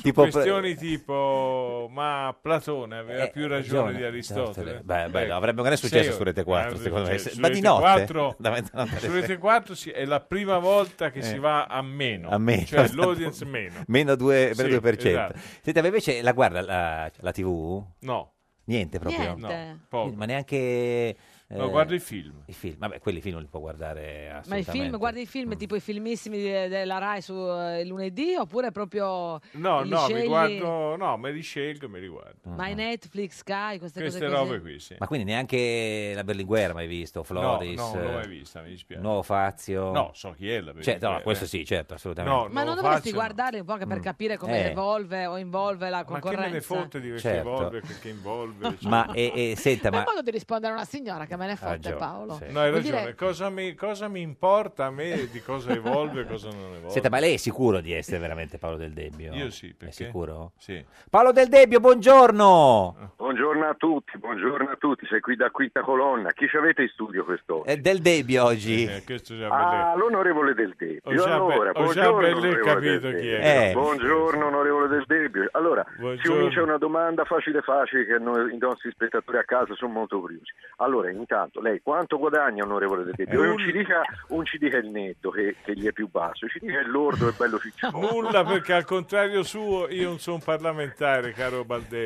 S2: Tipo-
S9: questioni tipo ma Platone aveva
S2: Eh,
S9: più ragione
S2: ragione,
S9: di Aristotele.
S2: Aristotele. Beh, bello,
S9: Ecco,
S2: avrebbe un gran
S9: sei
S2: successo
S9: ore.
S2: su Rete 4,
S9: Avrebbe
S2: secondo me.
S9: successo.
S2: Ma
S9: Su
S2: di
S9: Rete
S2: notte? [laughs]
S9: 4,
S2: Davanti alla notte.
S9: su Rete 4 sì, è la prima volta che
S2: Eh.
S9: si va a meno,
S2: A meno. esatto.
S9: cioè l'audience meno.
S2: Meno 2,
S9: Sì,
S2: 2%.
S9: esatto.
S2: Senta, ma invece la guarda la, la TV?
S9: No.
S2: Niente proprio?
S1: Niente. No,
S9: poco.
S2: Ma neanche... eh,
S9: No, guardo i film.
S2: I film, vabbè, quelli i film non li può guardare assolutamente.
S1: Ma i film, guardi i film tipo i filmissimi de- della Rai su eh, il lunedì oppure proprio
S9: No,
S1: li
S9: no, mi
S1: scegli-
S9: guardo, no, me li scelgo e me li guardo.
S1: Ma
S2: Mm.
S1: i Netflix, Sky, queste,
S9: Queste
S1: cose così.
S9: robe qui, sì.
S2: Ma quindi neanche la Berlinguer mai visto, Floris?
S9: no, non l'ho mai
S2: eh,
S9: vista, mi dispiace.
S2: Nuovo Fazio?
S9: No, so chi è la
S2: Cioè, no,
S9: Berlinguer,
S2: questo
S9: eh.
S2: sì, certo, assolutamente.
S9: No,
S1: Ma non
S9: lo
S1: dovresti
S9: faccio, Mm.
S1: guardarli un po' anche per capire come
S2: Eh.
S1: evolve o involve la
S9: Ma che
S1: concorrenza?
S9: me ne fotte di perché
S2: Certo.
S9: involve, perché involve. cioè.
S2: Ma, e, e, senta,
S9: [laughs]
S1: Beh,
S2: ma...
S9: Boh.
S1: modo di rispondere a una signora che me
S9: Eh,
S1: ne fotte,
S2: ragione,
S1: Paolo.
S2: sì.
S9: No, hai
S1: Eh, Vuol
S9: ragione.
S1: dire-
S9: Cosa, mi, cosa mi importa a me di cosa evolve e cosa non evolve?
S2: Senta, ma lei è sicuro di essere veramente Paolo Del Debbio?
S9: Io sì, perché?
S2: È sicuro?
S9: Sì.
S2: Paolo Del Debbio,
S9: Ah.
S2: buongiorno!
S11: Buongiorno a tutti, buongiorno a tutti, sei qui da quinta colonna. Chi ci avete in studio quest'oggi?
S2: È Eh, Del Debbio oggi.
S9: questo già
S11: Ah, l'onorevole Del Debbio.
S9: Ho già
S11: Allora,
S9: be- ho già
S11: buongiorno,
S9: ben
S11: onorevole
S9: capito
S11: Del
S9: chi
S11: Debbio.
S9: è. Eh.
S11: Buongiorno, onorevole Del Debbio. Allora, ci
S9: Buongiorno.
S11: unisce una domanda facile facile che noi, i nostri spettatori a casa sono molto curiosi. Allora, intanto, lei quanto guadagna, onorevole Del
S9: Eh,
S11: Debbio? Non ci dica, non ci dica il netto che, che gli è più basso, ci dica il lordo e bello ciccione.
S9: Nulla perché al contrario suo io non sono parlamentare, caro Baldelli.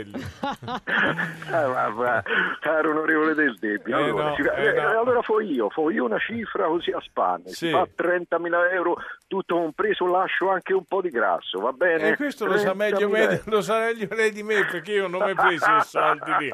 S11: Ah, ma- ma- caro onorevole Del Debbio,
S9: Eh
S11: allora,
S9: no,
S11: ci-
S9: eh
S11: eh,
S9: no.
S11: allora fo io, fo io una cifra così a spanne,
S9: Sì.
S11: si fa 30.000 euro tutto compreso, lascio anche un po' di grasso, va bene?
S9: E Eh, questo lo sa, meglio,
S11: 30.000
S9: meglio- lo sa meglio lei di me perché io non mi ho preso i soldi lì.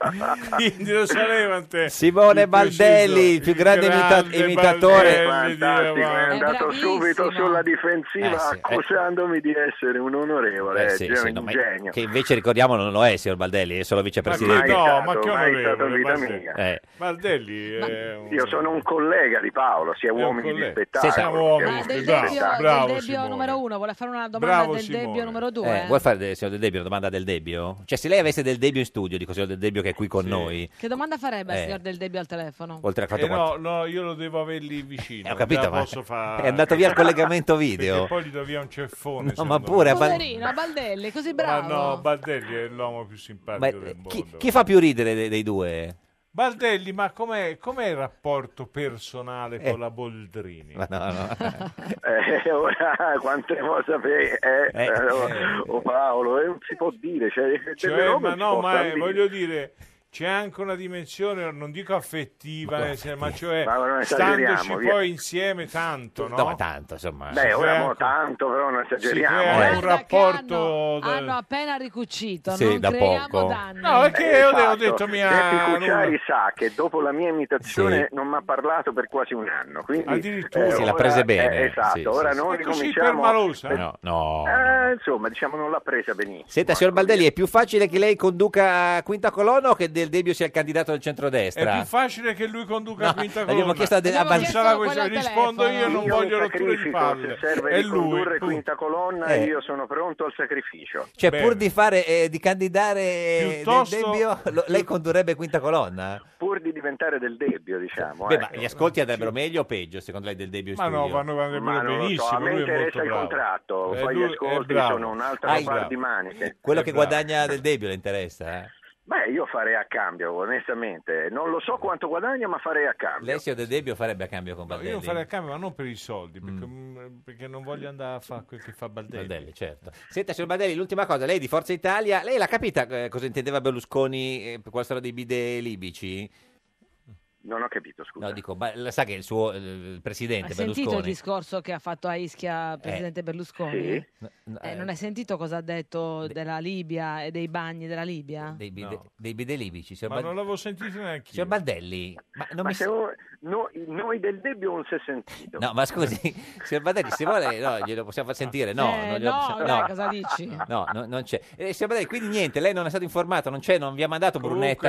S9: Quindi lo sapeva te.
S2: Simone
S9: Il
S2: Baldelli, il più grande, imita-
S9: eh,
S2: imitatore.
S12: Fantastico, è andato subito sulla difensiva
S2: Eh sì, eh.
S12: accusandomi di essere un onorevole,
S2: Eh sì,
S12: cioè
S2: sì,
S12: un
S2: no, ma-
S12: genio.
S2: Che invece ricordiamo non lo è, signor Baldelli, è solo vicepresidente.
S12: Ma no, ma
S9: che
S12: Mai stato
S9: onorevole,
S12: vita
S9: Baldelli.
S12: mia.
S2: Eh.
S9: Baldelli è un-
S12: Io sono un collega di Paolo, sia uomini di
S9: collega.
S12: spettacolo.
S2: Sì, sì.
S12: sia
S9: Siamo uomini
S12: uomini
S9: di
S12: di
S9: spettacolo.
S12: spettacolo.
S9: Bravo,
S1: del debbio
S9: Simone.
S1: numero uno, vuole fare una domanda
S9: Bravo,
S1: del debbio numero due?
S2: Eh, vuoi fare, eh, signor Del Debbio, una domanda del Debbio? Cioè, se lei avesse Del Debbio in studio, dico signor Del Debbio che è qui con noi,
S1: Che domanda farebbe,
S2: Eh.
S1: signor Del Debbio, al telefono?
S2: oltre al fatto
S9: Eh
S2: quanto-
S9: no, no, io lo devo averli vicino.
S2: Eh, ho capito,
S9: già
S2: ma-
S9: posso fare-
S2: è andato via
S9: [laughs]
S2: il collegamento video.
S9: Perché poi gli do via un ceffone.
S2: No, ma
S9: secondo me.
S2: pure a Bal-
S1: Poverino, Baldelli, così
S9: Ma
S1: bravo.
S9: no, Baldelli è l'uomo più
S2: Ma,
S9: simpatico del
S2: eh,
S9: mondo.
S2: chi, chi fa più ridere dei, dei due?
S9: Baldelli, ma com'è, com'è il rapporto personale
S2: Eh.
S9: con la Boldrini?
S2: Ma no, no.
S12: Eh, [laughs] ora, quante cose sapere, eh, oh, oh, Paolo, eh, non si può dire. Cioè, delle
S9: Cioè,
S12: robe
S9: ma
S12: si
S9: no,
S12: possono
S9: ma eh,
S12: dire.
S9: voglio dire, c'è anche una dimensione, non dico affettiva, nel senso, ma cioè,
S12: Ma non esageriamo,
S9: standoci
S12: via.
S9: poi insieme tanto, no?
S2: No, ma tanto, insomma.
S12: Beh, ora mo
S9: Ecco.
S12: tanto, però non esageriamo.
S9: Si crea
S12: eh.
S9: cioè, un rapporto... da-
S1: Hanno appena
S2: Eh,
S1: ricucito,
S9: Sì,
S1: non
S9: da
S1: creiamo
S9: poco.
S1: danni.
S9: No, è che
S12: Eh,
S9: io
S12: esatto.
S9: ho detto mia...
S12: Seppi Cucciari
S9: Luna.
S12: sa che dopo la mia imitazione
S9: Sì.
S12: non mi ha parlato per quasi un anno. Quindi,
S9: Addirittura.
S2: Sì, l'ha
S12: ora-
S2: prese bene,
S12: eh, esatto,
S2: sì,
S12: ora
S2: sì, sì.
S12: noi
S2: È così
S12: ricominciamo-
S2: permalosa? No, no.
S12: Eh, insomma, diciamo non l'ha presa benissimo.
S2: Senta, signor Baldelli, è più facile che lei conduca a quinta colonna o che Del Debbio sia il candidato del
S9: È
S2: centrodestra?
S9: più facile che lui conduca a quinta
S2: abbiamo
S9: colonna.
S2: chiesto a De- a Abbiamo Bal- chiesto
S9: Sarà
S2: quello
S9: questo,
S2: al
S9: rispondo io, non
S12: Io mi
S9: voglio rotture di
S12: sacrifico,
S9: palle.
S12: Se serve
S9: È lui.
S12: ricondurre quinta colonna,
S2: Eh.
S12: io sono pronto al sacrificio.
S2: Cioè, pur di fare eh, di candidare
S12: Piuttosto-
S2: Del Debbio, lo- lei condurrebbe quinta colonna?
S12: Pur di diventare del debbio, diciamo.
S2: Beh,
S12: ecco.
S2: ma gli ascolti andrebbero meglio o peggio, secondo lei, Del Debbio in
S12: Ma no,
S2: studio?
S12: vanno- andrebbero Ma non lo so, benissimo, a me lui è molto interessa il bravo. contratto, Eh, poi gli lui è ascolti bravo. sono un'altra
S2: Ah, Esatto. è
S12: par di
S2: bravo.
S12: maniche.
S2: Quello
S12: È
S2: che
S12: bravo.
S2: guadagna Del Debbio le interessa? eh?
S12: Beh, io farei a cambio, onestamente. Non lo so quanto guadagna, ma farei a cambio.
S2: Lei, signor Del Debbio, farebbe a cambio con Baldelli? Mm.
S9: Io non farei a cambio, ma non per i soldi, perché, mh, perché non voglio andare a fare quel che fa Baldelli.
S2: Baldelli, certo. Senta, signor Baldelli, l'ultima cosa, lei è di Forza Italia, lei l'ha capita eh, cosa intendeva Berlusconi eh, per quella storia dei bidet libici?
S12: Non ho capito, scusa.
S2: No, dico, ma la sa che il suo eh, il presidente
S1: Hai sentito il
S2: Berlusconi... Eh.
S1: discorso che ha fatto a Ischia il presidente Berlusconi?
S2: Sì. No, no,
S1: Eh,
S2: eh,
S1: non hai sentito cosa ha detto della Libia e dei bagni della Libia?
S2: dei, bide- dei bidet libici, signor,
S9: Ma
S2: Bal-
S9: non l'avevo sentito neanche
S2: signor Baldelli... Ma Eh, non
S12: ma
S2: mi
S12: se
S2: sa-
S12: voi- no- noi del debbio non si è sentito.
S2: No,
S9: [laughs]
S2: ma scusi, signor Baldelli, se vuole, no, glielo possiamo far sentire, no.
S1: Eh,
S2: non glielo
S1: no,
S2: possiamo-
S1: dai, cosa dici?
S2: No, no, non c'è. Eh, signor Baldelli, quindi niente, lei non è stato informato, non c'è, non vi ha mandato Brunetta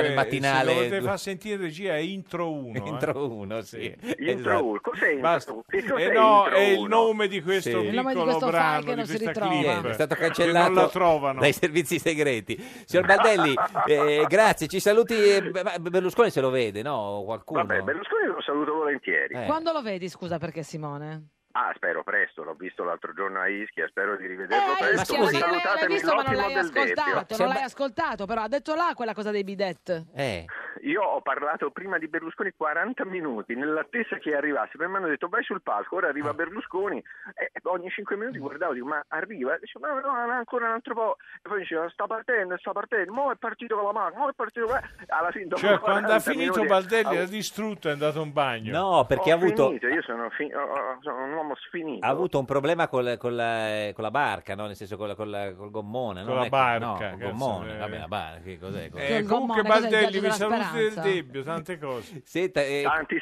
S9: Comunque,
S2: nel
S9: Se
S2: mattinale...
S9: dovete
S2: due-
S9: far sentire in regia è intro 1.
S2: [laughs] Intro 1, sì. Esatto.
S12: Intro uno. Cos'è intro uno? Che cos'è
S9: Eh no,
S12: intro
S9: è il
S12: uno?
S9: nome di questo
S2: Sì. Il
S9: piccolo
S2: nome di questo file
S9: brano,
S2: che
S9: di
S2: non si
S9: questa
S2: ritrova.
S9: clip.
S2: Niente, è stato
S9: che
S2: cancellato
S9: non la trovano.
S2: dai servizi segreti. Signor
S9: [laughs]
S2: Baldelli, eh, grazie, ci saluti. eh, Be- Be- Berlusconi se lo vede, no? O Qualcuno. Eh.
S12: Vabbè, Berlusconi lo saluto volentieri.
S1: Quando lo vedi, scusa perché Simone?
S12: Ah, spero presto, l'ho visto l'altro giorno a Ischia, spero di rivederlo
S1: Eh,
S12: presto.
S1: Ischia,
S12: Voi
S1: ma non l'hai- l'hai
S12: salutatemi
S1: visto ma non
S12: l'ottimo
S1: l'hai
S12: del Debbio.
S1: ascoltato, non l'hai ascoltato, però ha detto là quella cosa dei bidet.
S2: Eh.
S12: Io ho parlato prima di Berlusconi 40 minuti nell'attesa che arrivasse, poi mi hanno detto vai sul palco, ora
S2: Ah.
S12: arriva Berlusconi e ogni 5
S2: Mm.
S12: minuti guardavo, dico ma arriva, dice ma no, no, ancora un altro po', e poi diceva sta partendo, sta partendo, mo è partito con la mano, mo è partito con la... alla fine dopo
S9: Cioè, quando ha
S12: 40
S9: finito
S12: minuti-
S9: Baldelli
S12: Ah,
S9: ha distrutto, è andato in bagno.
S2: No, perché ha
S12: ho
S2: avuto,
S12: finito, io sono, fi- oh, oh, sono un uomo sfinito.
S2: ha avuto un problema col- con, la, eh, con la barca, no? Nel senso con la- con la- col gommone.
S9: Con
S2: no?
S9: la
S2: Non è-
S9: barca,
S2: No, col
S9: cazzo,
S2: gommone.
S9: eh.
S2: Vabbè, la barca, che cos'è? cos'è?
S9: Eh, comunque
S1: gommone, cos'è, il
S9: Baldelli mi
S1: viaggio della
S9: saluti del
S1: speranza?
S9: debbio, tante cose.
S2: Senta, eh,
S12: Tanti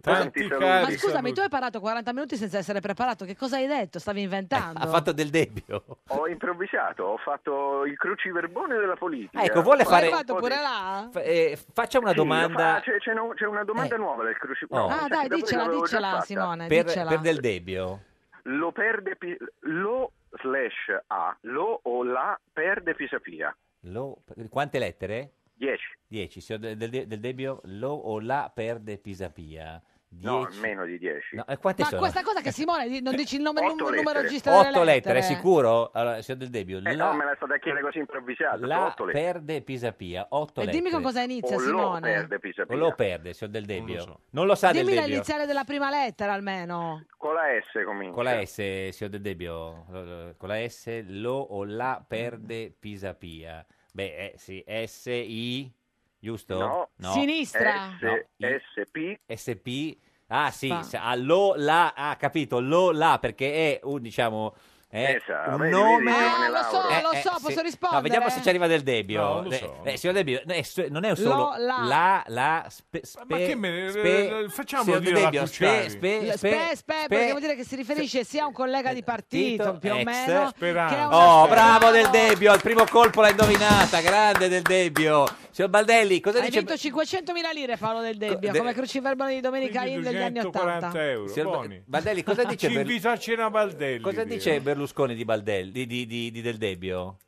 S9: Tanti cari.
S12: tanti, saluti.
S1: Ma scusami,
S9: saluti.
S1: tu hai parlato 40 minuti senza essere preparato, che cosa hai detto? Stavi inventando?
S2: Eh, ha fatto del debbio.
S12: Ho improvvisato, ho fatto il cruciverbone della politica.
S2: Ah, ecco, vuole
S12: Ho
S2: fare-
S12: un po'
S1: fatto
S12: di-
S1: pure là?
S2: Fa- eh, faccia una
S12: Sì, lo
S2: domanda. Eh.
S12: fa- c'è, c'è no- c'è una domanda nuova del cruciverbone.
S2: No.
S1: Ah, dai, dicela, dicela, Simone,
S2: per,
S1: diccela.
S2: per del debbio.
S12: Lo perde Pi- lo slash a, lo o la perde Pisapia.
S2: Lo- quante lettere?
S12: 10.
S2: 10. Signor del, del- del debbio, lo o la perde Pisapia.
S12: No,
S2: 10.
S12: meno di 10.
S2: No, e quante
S1: Ma
S2: sono?
S1: Ah, questa cosa che Simone di- non dici il nome,
S12: Otto
S1: il numero
S12: lettere.
S1: regista delle
S2: 8 lettere, è sicuro? Allora, signor del debbio,
S12: Eh,
S2: la,
S12: no, me la state chiedendo così improvvisata.
S2: la
S12: otto lettere.
S2: perde Pisapia. 8
S1: E
S2: lettere.
S1: dimmi con cosa inizia,
S12: O lo
S1: Simone.
S12: perde
S2: O
S12: Pisapia.
S2: lo perde, signor del debbio. Non
S12: lo
S2: lo,
S12: so.
S2: sa
S1: Dimmi
S2: del debbio.
S1: l'iniziale della prima lettera almeno.
S12: Con la S comincia.
S2: Con la S, signor del debbio, eh, con la S, lo o la perde Pisapia. Beh, eh, sì, S, I, giusto?
S12: No.
S1: Sinistra.
S12: S,
S2: No, I-
S12: SP.
S2: SP. Ah sì,
S12: Fa.
S2: ah, sa- ah, lo la, ha capito, lo la perché è un diciamo Eh,
S11: Esatto,
S2: un
S11: vedi,
S2: nome...
S11: vedi, non è
S1: lo so,
S2: Eh,
S1: lo
S2: eh,
S1: so,
S2: sì.
S1: posso
S2: No,
S1: rispondere?
S2: vediamo se ci arriva del Debbio.
S9: No, lo
S2: Eh,
S9: so.
S2: eh, signor Debbio, eh, su- non è solo
S1: Lo- la.
S2: la, la, spe, spe,
S9: Ma che me ne- eh,
S2: spe-
S9: facciamolo
S2: signor
S9: dire
S2: De
S9: la
S2: Debbio, spe,
S9: Cucciari.
S2: Eh, spe, eh,
S1: Spe, spe, perché vuol dire che si riferisce sia a un collega di partito, più o
S2: ex
S1: meno,
S2: Speranza.
S1: che a una
S2: Oh,
S1: spe-
S2: bravo del Debbio, al primo colpo l'hai indovinata, grande del Debbio. Signor Baldelli, cosa
S1: Hai
S2: dice?
S1: vinto 500.000 lire Paolo Del Debbio
S2: Co- de-
S1: come cruciverbano di Domenica In degli anni 80
S9: euro,
S2: Signor Ba-
S9: buoni.
S2: Baldelli, cosa dice
S9: Ci
S2: Berl-
S9: invito a cena a Baldelli.
S2: Cosa
S9: Dio.
S2: dice Berlusconi di Baldelli, di, di- di- di del Debbio?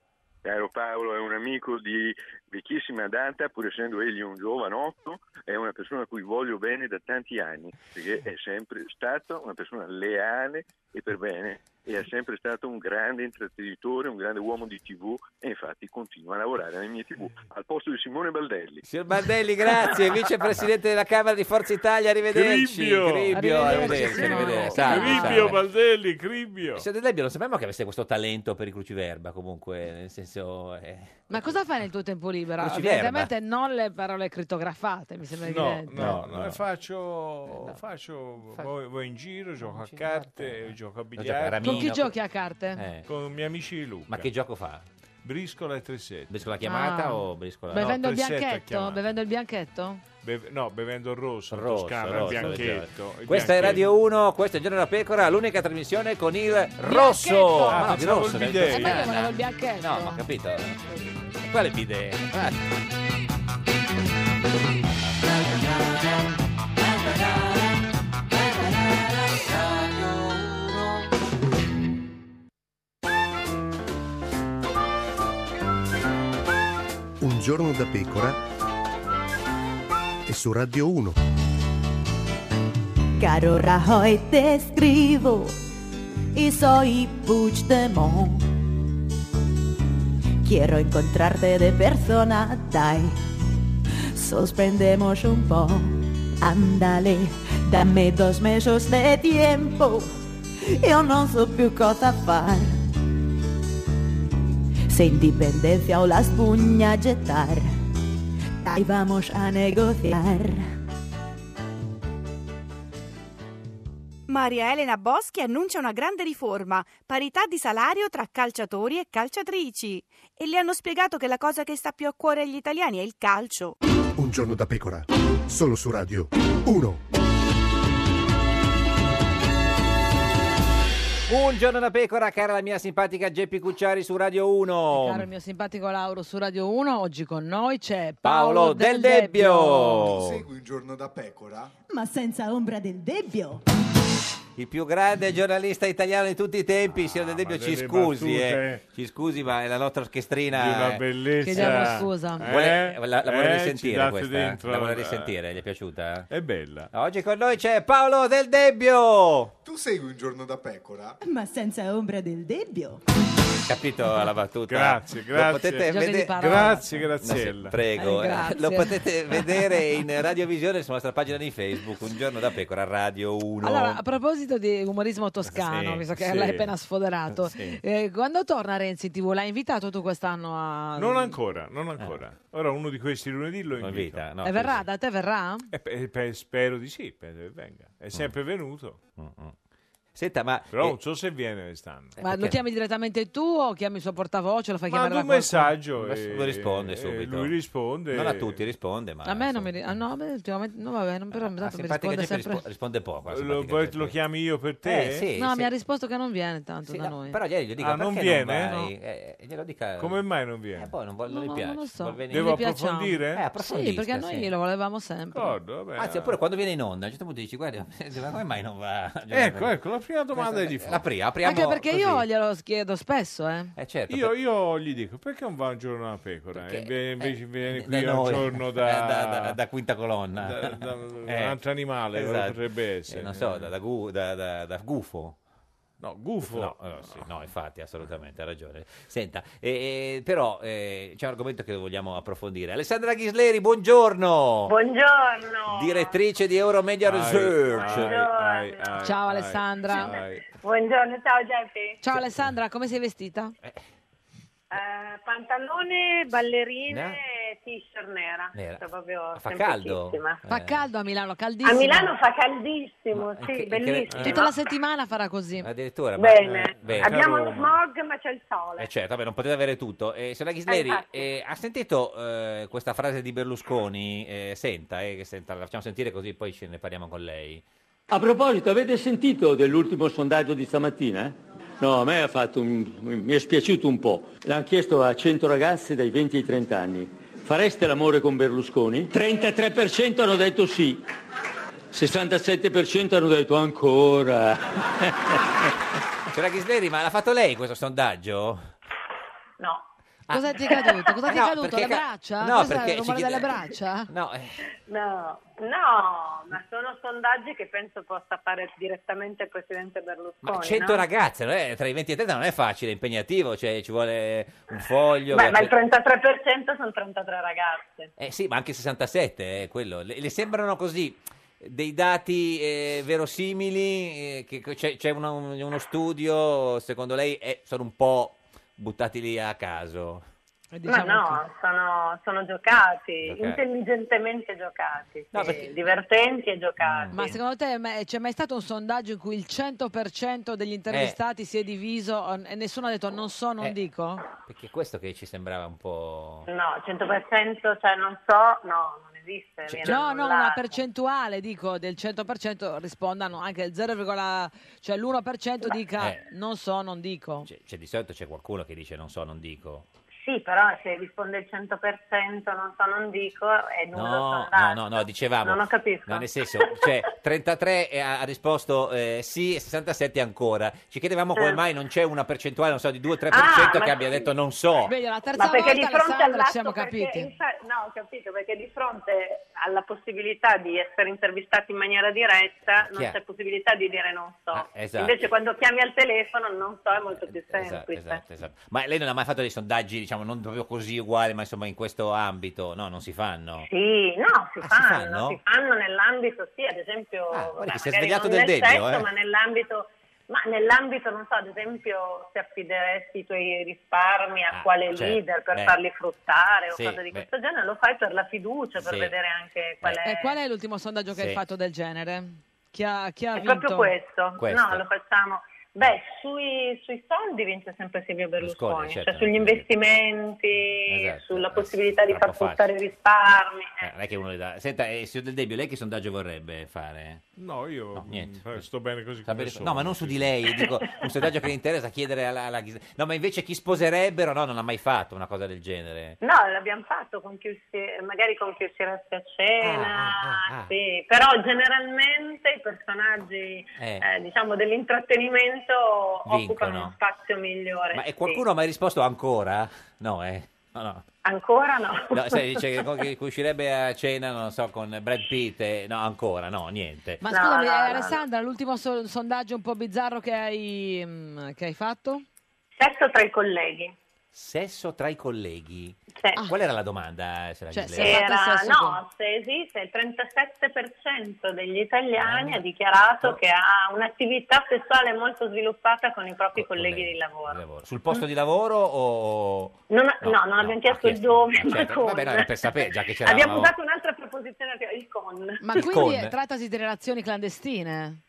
S11: Caro Paolo è un amico di vecchissima data, pur essendo egli un giovanotto, è una persona a cui voglio bene da tanti anni, perché è sempre stato una persona leale e per bene e è sempre stato un grande intrattenitore, un grande uomo di tv e infatti continua a lavorare nelle mie tv al posto di Simone Baldelli.
S2: Signor Baldelli, grazie, vicepresidente della Camera di Forza Italia, arrivederci.
S9: Cribbio.
S2: Cribbio, arrivederci,
S9: Cribbio.
S2: arrivederci. Salve,
S9: Cribbio
S2: salve.
S9: Baldelli, Cribbio.
S2: Signor Del Debbio, lo sapevamo che avesse questo talento per il cruciverba, comunque, nel senso... eh.
S1: ma cosa fai nel tuo tempo libero?
S2: Cruciverba.
S1: evidentemente non le parole crittografate mi sembra
S9: No,
S1: evidente
S9: no,
S2: No,
S9: no,
S2: no.
S9: faccio, faccio voi, voi in giro, gioco a carte, gioco a
S2: gioca a
S9: biliardo.
S2: ramino,
S1: con chi giochi a carte?
S2: Eh.
S9: Con i miei amici di Luca.
S2: Ma che gioco fa?
S9: Briscola e 37.
S2: Briscola chiamata
S1: Ah.
S2: o briscola?
S1: bevendo, il
S9: Tressetti ha
S1: bianchetto,
S9: chiamato.
S1: bevendo il bianchetto?
S9: Beve- no, bevendo il rosso, il
S2: Rosso,
S9: toscano,
S2: rosso,
S9: il bianchetto.
S2: leggero.
S9: il
S2: Questa è
S9: bianchetto.
S2: Radio 1, questo è Il Giorno della Pecora, l'unica trasmissione con il rosso.
S9: Ah,
S2: Ma no, di
S9: pensavo
S2: rosso,
S9: il
S2: del
S9: bidet.
S1: Eh, ma io volevo
S2: toscano.
S1: il bianchetto
S2: No, ma capito. Quale bidet? Ah,
S7: Un giorno da pecora e su Radio 1.
S6: Car ahora hoy te escribo y soy Puigdemont. Quiero encontrarte de persona, dai. Sorprendemos un poco. Ándale, dame dos meses de tiempo. Yo no so più cosa far. Se indipendencia o las puñas getar, dai vamos a negociar.
S8: Maria Elena Boschi annuncia una grande riforma, parità di salario tra calciatori e calciatrici. E le hanno spiegato che la cosa che sta più a cuore agli italiani è il calcio.
S7: Un giorno da pecora, solo su Radio 1.
S2: Un giorno da pecora, cara la mia simpatica Geppi Cucciari su Radio 1.
S1: Caro il mio simpatico Lauro su Radio 1, oggi con noi c'è
S2: Paolo
S1: Paolo,
S2: Del Debbio. Segui
S6: un giorno da pecora? Ma senza ombra del debbio.
S2: Il più grande giornalista italiano di tutti i tempi, signor De Debbio,
S9: ma
S2: ci
S9: Ah, delle
S2: scusi,
S9: battute.
S2: eh. ci scusi, ma è la nostra orchestrina.
S9: Di una
S2: eh.
S9: bellezza.
S1: Chiediamo scusa.
S2: Vuole-
S9: Eh?
S2: la, la vuole
S9: Eh, ci
S2: risentire
S9: date
S2: questa?
S9: dentro,
S2: la vuole
S9: eh.
S2: risentire, gli è piaciuta? eh?
S9: È bella.
S2: Oggi con noi c'è Paolo Del Debbio.
S6: Tu segui un giorno da pecora? Ma senza ombra del debbio.
S2: Capito la battuta?
S9: Grazie,
S2: Lo
S9: grazie.
S2: potete
S9: Giochi di
S2: vedere-
S9: parole. Grazie, Graziella.
S2: No, sì, prego,
S9: Eh, grazie.
S2: lo potete vedere in radiovisione sulla nostra pagina di Facebook, Un giorno da pecora, Radio 1.
S1: Allora, a proposito di umorismo toscano,
S2: Sì,
S1: visto che
S2: sì.
S1: l'hai appena sfoderato,
S2: Sì.
S1: eh, quando torna Renzi in TV? L'hai invitato tu quest'anno a...
S9: Non ancora, non ancora.
S2: Eh.
S9: Ora uno di questi lunedì lo invito.
S1: Eh, verrà, da te verrà?
S9: Eh, pe- pe- spero di sì, penso che venga. È sempre venuto.
S2: Mm. Senta, ma...
S9: Però
S2: eh,
S9: non so se viene quest'anno.
S1: Ma lo chiami direttamente tu o chiami il suo portavoce? Lo fai
S9: Manda un
S1: chiamare da qualcuno?
S9: messaggio
S2: Ma
S9: e-
S2: lui risponde
S9: e
S2: subito.
S9: lui risponde.
S2: Non a tutti risponde, ma...
S1: A me non mi... ri- Ah, no, a me ultimamente... No, vabbè, non, però
S2: La
S9: ah,
S1: tanto mi
S2: simpatica
S1: risponde
S2: gente
S1: sempre...
S2: rispo- risponde poco. la
S9: Lo,
S2: simpatica
S9: vuoi-
S2: gente.
S9: lo chiami io per te?
S2: Eh, sì,
S1: no,
S2: sì.
S1: mi ha risposto che non viene tanto da noi.
S2: Però ieri gli dico,
S9: Ah, non
S2: perché
S9: viene?
S2: vai?
S9: No.
S2: Eh, glielo dica...
S9: Come mai non viene?
S2: Eh, poi non, voglio,
S1: No,
S2: non gli
S1: no,
S2: piace.
S1: non lo so.
S2: vuol venire.
S9: Devo
S1: Gli piacciamo.
S9: approfondire?
S2: Eh, approfondisca,
S1: Sì, perché noi
S2: sì.
S1: lo volevamo sempre.
S9: D'accordo, vabbè.
S2: Anzi, oppure quando viene in onda, a un certo punto dici, guarda, [laughs] ma come mai non va?
S9: Ecco, ecco, la prima domanda
S2: Questa-
S9: è di fa.
S2: apri- apriamo
S1: Anche perché
S2: così.
S1: io glielo chiedo spesso, eh.
S2: Eh, certo,
S9: Io,
S2: per-
S9: io gli dico perché non va un giorno una pecora Eh, e ve- invece viene qui
S2: Eh, da
S9: un
S2: noi.
S9: giorno
S2: Eh,
S9: da,
S2: [laughs] da- da- da quinta colonna.
S9: da-
S2: [laughs]
S9: da-
S2: Eh.
S9: un altro animale
S2: Esatto.
S9: potrebbe essere
S2: Eh, non so, da, da gu- da- da- da gufo.
S9: No, gufo.
S2: No, eh, sì, no, infatti, assolutamente, ha ragione. Senta, eh, eh, però eh, c'è un argomento che vogliamo approfondire. Alessandra Ghisleri, buongiorno!
S13: Buongiorno.
S2: Direttrice di Euromedia
S9: Ai,
S2: Research.
S9: ai, ai, ai,
S1: Ciao
S9: ai,
S1: Alessandra.
S9: ai.
S13: Buongiorno, ciao Giuseppe.
S1: Ciao
S2: Eh,
S1: Alessandra, come sei vestita?
S13: Eh, pantalone, ballerine, t-shirt nera.
S2: Nera. Ah,
S13: Proprio
S2: Fa caldo? Eh.
S13: semplicissima.
S1: Fa caldo a Milano, caldissimo.
S13: A Milano fa caldissimo, sì,
S2: che-
S13: bellissimo.
S2: che-
S1: Tutta la settimana farà
S2: Eh.
S1: così.
S2: Addirittura. ma-
S13: Bene.
S2: eh, bene.
S13: Abbiamo lo smog, ma c'è il sole.
S2: Eh, certo, vabbè, non potete avere tutto. Eh, signora Ghisleri,
S13: Ah, infatti.
S2: eh, ha sentito eh, questa frase di Berlusconi? Eh, senta, eh, che senta, la facciamo sentire così poi ce ne parliamo con lei.
S5: A proposito, avete sentito dell'ultimo sondaggio di stamattina? eh? No, a me ha fatto un- mi è spiaciuto un po'. L'hanno chiesto a 100 ragazzi dai 20 ai 30 anni. Fareste l'amore con Berlusconi? 33% hanno detto sì. 67% hanno detto ancora.
S2: Signora Ghisleri, ma l'ha fatto lei questo sondaggio?
S13: No.
S1: Cosa ti è
S2: [laughs]
S1: caduto? Cosa ti
S2: No,
S1: è caduto?
S2: perché
S1: Cioè, La
S2: ca-
S1: braccia?
S2: no,
S1: Cosa
S2: perché
S1: il rumore
S2: ci
S1: della
S2: chiede- [laughs]
S1: braccia?
S2: No,
S13: No, no, ma sono sondaggi che penso possa fare direttamente il presidente Berlusconi.
S2: Ma 100
S13: no?
S2: ragazze, non è- tra i 20 e i 30 non è facile, è impegnativo, cioè ci vuole un foglio.
S13: Beh, ma il
S2: per-
S13: 33% sono 33 ragazze.
S2: Eh sì, ma anche il 67 è quello. Le, le sembrano così dei dati eh, verosimili, eh, che che c'è, c'è uno, uno studio, secondo lei eh, sono un po' buttati lì a caso.
S1: Eh, diciamo
S13: ma no, sono, sono giocati,
S2: Ok.
S13: intelligentemente giocati,
S1: No,
S13: sì,
S1: perché-
S13: divertenti e giocati.
S1: Mm. Ma secondo te ma- c'è mai stato un sondaggio in cui il 100% degli intervistati si è diviso eh, e nessuno ha detto non so, non
S2: Eh.
S1: dico?
S2: Perché questo che ci sembrava un po'...
S13: No, 100%, cioè non so, no, non esiste.
S2: Cioè,
S13: viene
S1: No, no, una
S13: annullato.
S1: percentuale, dico, del 100% rispondano anche il 0, cioè l'1% dica
S2: Eh.
S1: non so, non dico.
S2: Cioè, di solito c'è qualcuno che dice non so, non dico.
S13: Sì, però se risponde il 100%, non so, non dico, è nullo il
S2: No, no,
S13: sondaggio.
S2: no, no, dicevamo.
S13: Non ho capito.
S2: No, nel senso, cioè, 33 e ha ha risposto eh, sì e 67 ancora. Ci chiedevamo come
S13: Ah.
S2: mai non c'è una percentuale, non so, di 2-3%
S13: Ah, ma
S2: che abbia
S13: sì.
S2: detto non so.
S1: Meglio Cioè, la terza
S13: Ma perché di
S1: volta,
S13: fronte
S1: Alessandra,
S13: all'atto,
S1: ci siamo
S13: perché
S1: capiti.
S13: infa- no, ho capito, perché di fronte alla possibilità di essere intervistati in maniera diretta non
S2: Chiaro.
S13: c'è possibilità di dire non so.
S2: esatto.
S13: Invece quando chiami al telefono non so è molto più semplice.
S2: Esatto, esatto, esatto. Ma lei non ha mai fatto dei sondaggi, diciamo, non proprio così uguali, ma insomma in questo ambito? No, non si fanno.
S13: Sì, no, si
S2: Ah, fanno?
S13: fanno, si fanno nell'ambito, sì, ad esempio,
S2: guarda che si è
S13: magari
S2: svegliato
S13: non
S2: del
S13: nel
S2: debbio,
S13: sesso,
S2: eh.
S13: ma nell'ambito, ma nell'ambito, non so, ad esempio, se affideresti i tuoi risparmi a
S2: Ah,
S13: quale
S2: certo,
S13: leader per
S2: beh.
S13: farli fruttare o
S2: Sì,
S13: cose di
S2: beh.
S13: questo genere, lo fai per la fiducia, per
S2: Sì. Eh,
S13: vedere anche qual è...
S1: E Eh, qual è l'ultimo sondaggio che
S2: Sì.
S1: hai fatto del genere? Chi ha, chi ha
S13: È
S1: vinto?
S13: proprio questo.
S2: Questo.
S13: no, lo facciamo. Beh, sui, sui soldi vince sempre Silvio Berlusconi,
S2: Berlusconi, certo,
S13: cioè sugli investimenti,
S2: Esatto,
S13: sulla possibilità di far
S2: troppo
S13: fruttare i
S2: facile.
S13: risparmi.
S2: Eh, non è che uno le dà. Senta, eh, signor Del Debbio, lei che sondaggio vorrebbe fare?
S9: No, io
S2: No, niente.
S9: mh, sto bene così
S2: Sapere-
S9: come sono.
S2: no, ma non su di lei, dico un sondaggio che le interessa chiedere alla, alla Ghis- No, ma invece chi sposerebbero? No, non ha mai fatto una cosa del genere.
S13: No, l'abbiamo fatto con chi usci- magari con chi uscirà a cena,
S2: ah, ah.
S13: sì. però generalmente i personaggi
S2: Eh.
S13: eh, diciamo, dell'intrattenimento occupano
S2: Vincono.
S13: uno spazio migliore.
S2: Ma e
S13: sì.
S2: qualcuno ha mai risposto ancora? No, eh. No, no.
S13: Ancora no.
S2: No, sai, dice che,
S13: [laughs]
S2: che uscirebbe a cena, non so, con Brad Pitt. eh, No, ancora, no, niente.
S1: Ma
S13: No,
S1: scusami,
S13: no,
S1: eh,
S13: no,
S1: Alessandra, l'ultimo so- sondaggio un po' bizzarro che hai, mm, che hai fatto?
S13: Sesso tra i colleghi.
S2: Sesso tra i colleghi.
S13: Sì.
S2: Qual era la domanda? eh, Se la
S1: Cioè,
S2: Ghislera?
S13: Era,
S1: sesso
S13: no, se esiste il 37% degli
S2: Ah.
S13: italiani ha
S2: Oh.
S13: dichiarato che ha un'attività sessuale molto sviluppata con i
S2: Oh,
S13: propri colleghi di lavoro.
S2: Sul posto di lavoro o...
S13: Non ha- no, non abbiamo chiesto il dove,
S2: Ah,
S13: ma
S2: certo.
S13: con.
S2: Vabbè, no, era per sapere, già che c'era...
S13: Abbiamo
S2: ma-
S13: usato un'altra proposizione, che- il con.
S1: Ma
S2: Il
S1: quindi
S2: con.
S1: eh, trattasi di relazioni clandestine?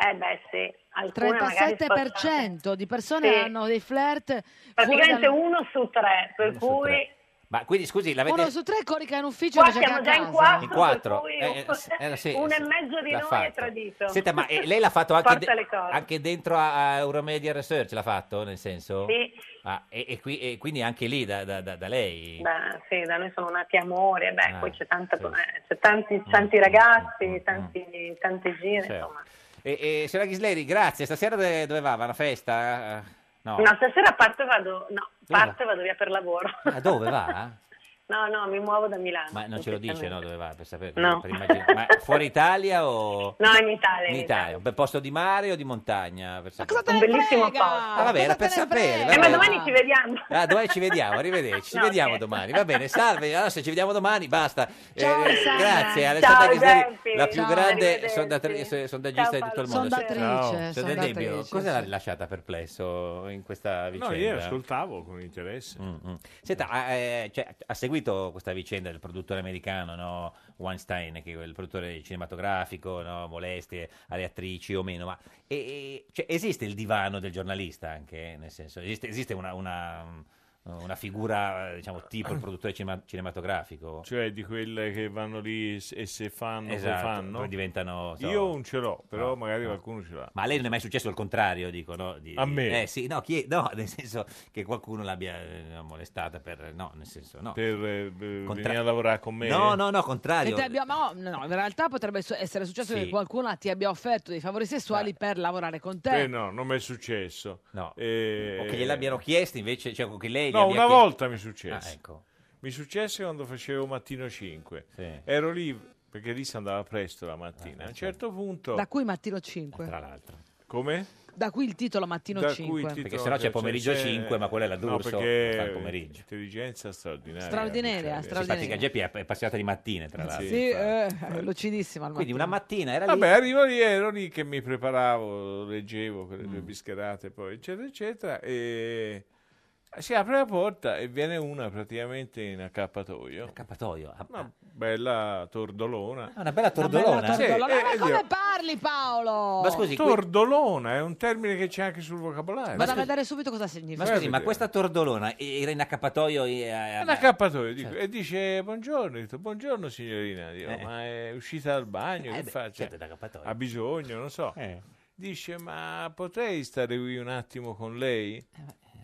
S13: Eh beh sì, alcune magari possono-
S1: 37% di persone
S13: Sì.
S1: hanno dei flirt fuori
S13: Praticamente
S1: dal-
S13: uno su tre, per
S2: Uno su
S13: cui...
S2: tre. Ma quindi, scusi, l'avete...
S1: uno su tre corica in ufficio
S13: Qua
S1: invece che a
S13: siamo già in
S1: casa.
S13: quattro,
S2: In quattro.
S13: per cui
S2: Eh, eh, s- eh, sì,
S13: uno
S2: sì,
S13: e mezzo di
S2: l'ha
S13: noi è
S2: fatto.
S13: tradito.
S2: Senta, ma
S13: [laughs]
S2: eh, lei l'ha fatto anche,
S13: Forza
S2: de-
S13: le cose.
S2: anche dentro a, a Euromedia Research, l'ha fatto, nel senso?
S13: Sì.
S2: Ah, e, e qui- e quindi anche lì da, da- da- da lei?
S13: Beh, sì, da noi sono nati amore, beh,
S2: Ah,
S13: poi c'è, tanta, eh, c'è tanti,
S2: Mm,
S13: tanti ragazzi, tanti, tante gire,
S2: Certo.
S13: insomma.
S2: E, e, signora Ghisleri, grazie. Stasera de- dove va? Va a una festa? Eh, No.
S13: No, stasera parto e vado, no,
S2: Dove
S13: parto e vado via per lavoro. [laughs]
S2: Ah, dove va?
S13: No, no, mi muovo da Milano.
S2: Ma non ce lo dice, no? Dove va? Per sapere,
S13: No.
S2: per immaginare. Ma fuori Italia o...
S13: No, in Italia.
S2: In Italia, un bel posto di mare o di montagna? Per sapere.
S13: Un bellissimo posto.
S2: Ah, vabbè, era per sapere. va
S13: Eh, ma
S2: bene.
S13: domani ci vediamo.
S2: Ah, domani ci vediamo, arrivederci. Ci
S13: No,
S2: vediamo
S13: ok.
S2: domani, va bene. Salve, allora se ci vediamo domani, basta. Eh,
S1: Ciao, Alessandra.
S2: grazie,
S1: Ciao,
S2: Alessandra Ghisleri,
S13: Giampi.
S2: la più
S1: Ciao,
S2: grande
S13: arrivederci.
S2: sondatre- so- sondaggista di tutto il mondo.
S1: Sondatrice, Ciao.
S2: Signor Del
S1: sondatrice,
S2: Debbio,
S1: sì.
S2: cosa l'ha lasciata perplesso in questa
S9: No,
S2: vicenda?
S9: io ascoltavo con interesse.
S2: Mm, mm. Senta, ha, eh, cioè, ha seguito subito questa vicenda del produttore americano, no? Weinstein, che è il produttore cinematografico, no? molestie alle attrici o meno, ma e- e- cioè, esiste il divano del giornalista anche, eh? nel senso, esiste, esiste una, una- una figura, eh, diciamo, tipo il produttore cinema- cinematografico?
S9: Cioè di quelle che vanno lì s- e se fanno,
S2: Esatto,
S9: poi fanno.
S2: poi diventano, so-
S9: Io non ce l'ho, però
S2: No,
S9: magari
S2: no.
S9: qualcuno ce l'ha.
S2: Ma a lei non è mai successo il contrario, dico, no? Di-
S9: A me?
S2: Eh sì, no, chi è- no, [laughs] nel senso che qualcuno l'abbia eh, molestata per... No, nel senso, no.
S9: Per eh, b- venire a lavorare con me?
S2: No, no, no,
S1: Che
S2: contrario.
S1: ti abbia- ma no, no, in realtà potrebbe su- essere successo
S9: Sì.
S1: che qualcuno ti abbia offerto dei favori
S2: Eh.
S1: sessuali per lavorare con te.
S9: Eh, no, non mi è successo. Eh,
S2: O che gliel'abbiano chiesto invece, cioè che lei... gli
S9: No,
S2: abbia
S9: una
S2: chiesto-
S9: volta mi successe.
S2: Ah, ecco.
S9: Mi successe quando facevo mattino 5.
S2: Sì. Ah,
S9: Ero lì, perché lì si andava presto la mattina. a un certo punto...
S1: Da cui mattino 5.
S2: Tra l'altro.
S9: Come?
S1: Da cui il titolo mattino
S9: Da
S1: 5.
S9: cui ti
S2: Perché
S9: torna-
S2: sennò c'è
S9: cioè,
S2: pomeriggio
S9: c'è-
S2: 5, ma quella è la D'Urso,
S9: No, perché
S2: fa il pomeriggio.
S9: Intelligenza straordinaria. cioè,
S1: Straordinaria,
S9: Michele.
S1: straordinaria.
S2: Infatti Geppi è è passata di mattina, tra l'altro.
S1: Sì, eh, è velocidissimo al
S2: Quindi
S1: mattino.
S2: una mattina era lì...
S9: Vabbè, arrivo lì, ero lì che mi preparavo, leggevo quelle
S2: Mm.
S9: due bischerate, poi eccetera, eccetera, e si apre la porta e viene una praticamente in accappatoio.
S2: Accappatoio? ah,
S9: Una bella tordolona.
S2: Una bella tordolona?
S1: Tortolona,
S9: Sì,
S1: ma
S2: eh,
S9: e- e
S1: come
S9: io-
S1: parli Paolo?
S9: tordolona è un termine che c'è anche sul vocabolario.
S1: Vado a vedere subito cosa significa.
S2: Ma scusi, ma questa tordolona era in accappatoio... eh, Certo. e-
S9: È un accappatoio, dico, e dice buongiorno, ho detto, buongiorno signorina, dico, ma è uscita dal bagno,
S2: Eh,
S9: che
S2: beh,
S9: faccio?
S2: certo, è Eh. un accappatoio.
S9: ha bisogno, non so. Dice, ma potrei stare qui un attimo con
S2: Eh,
S9: lei?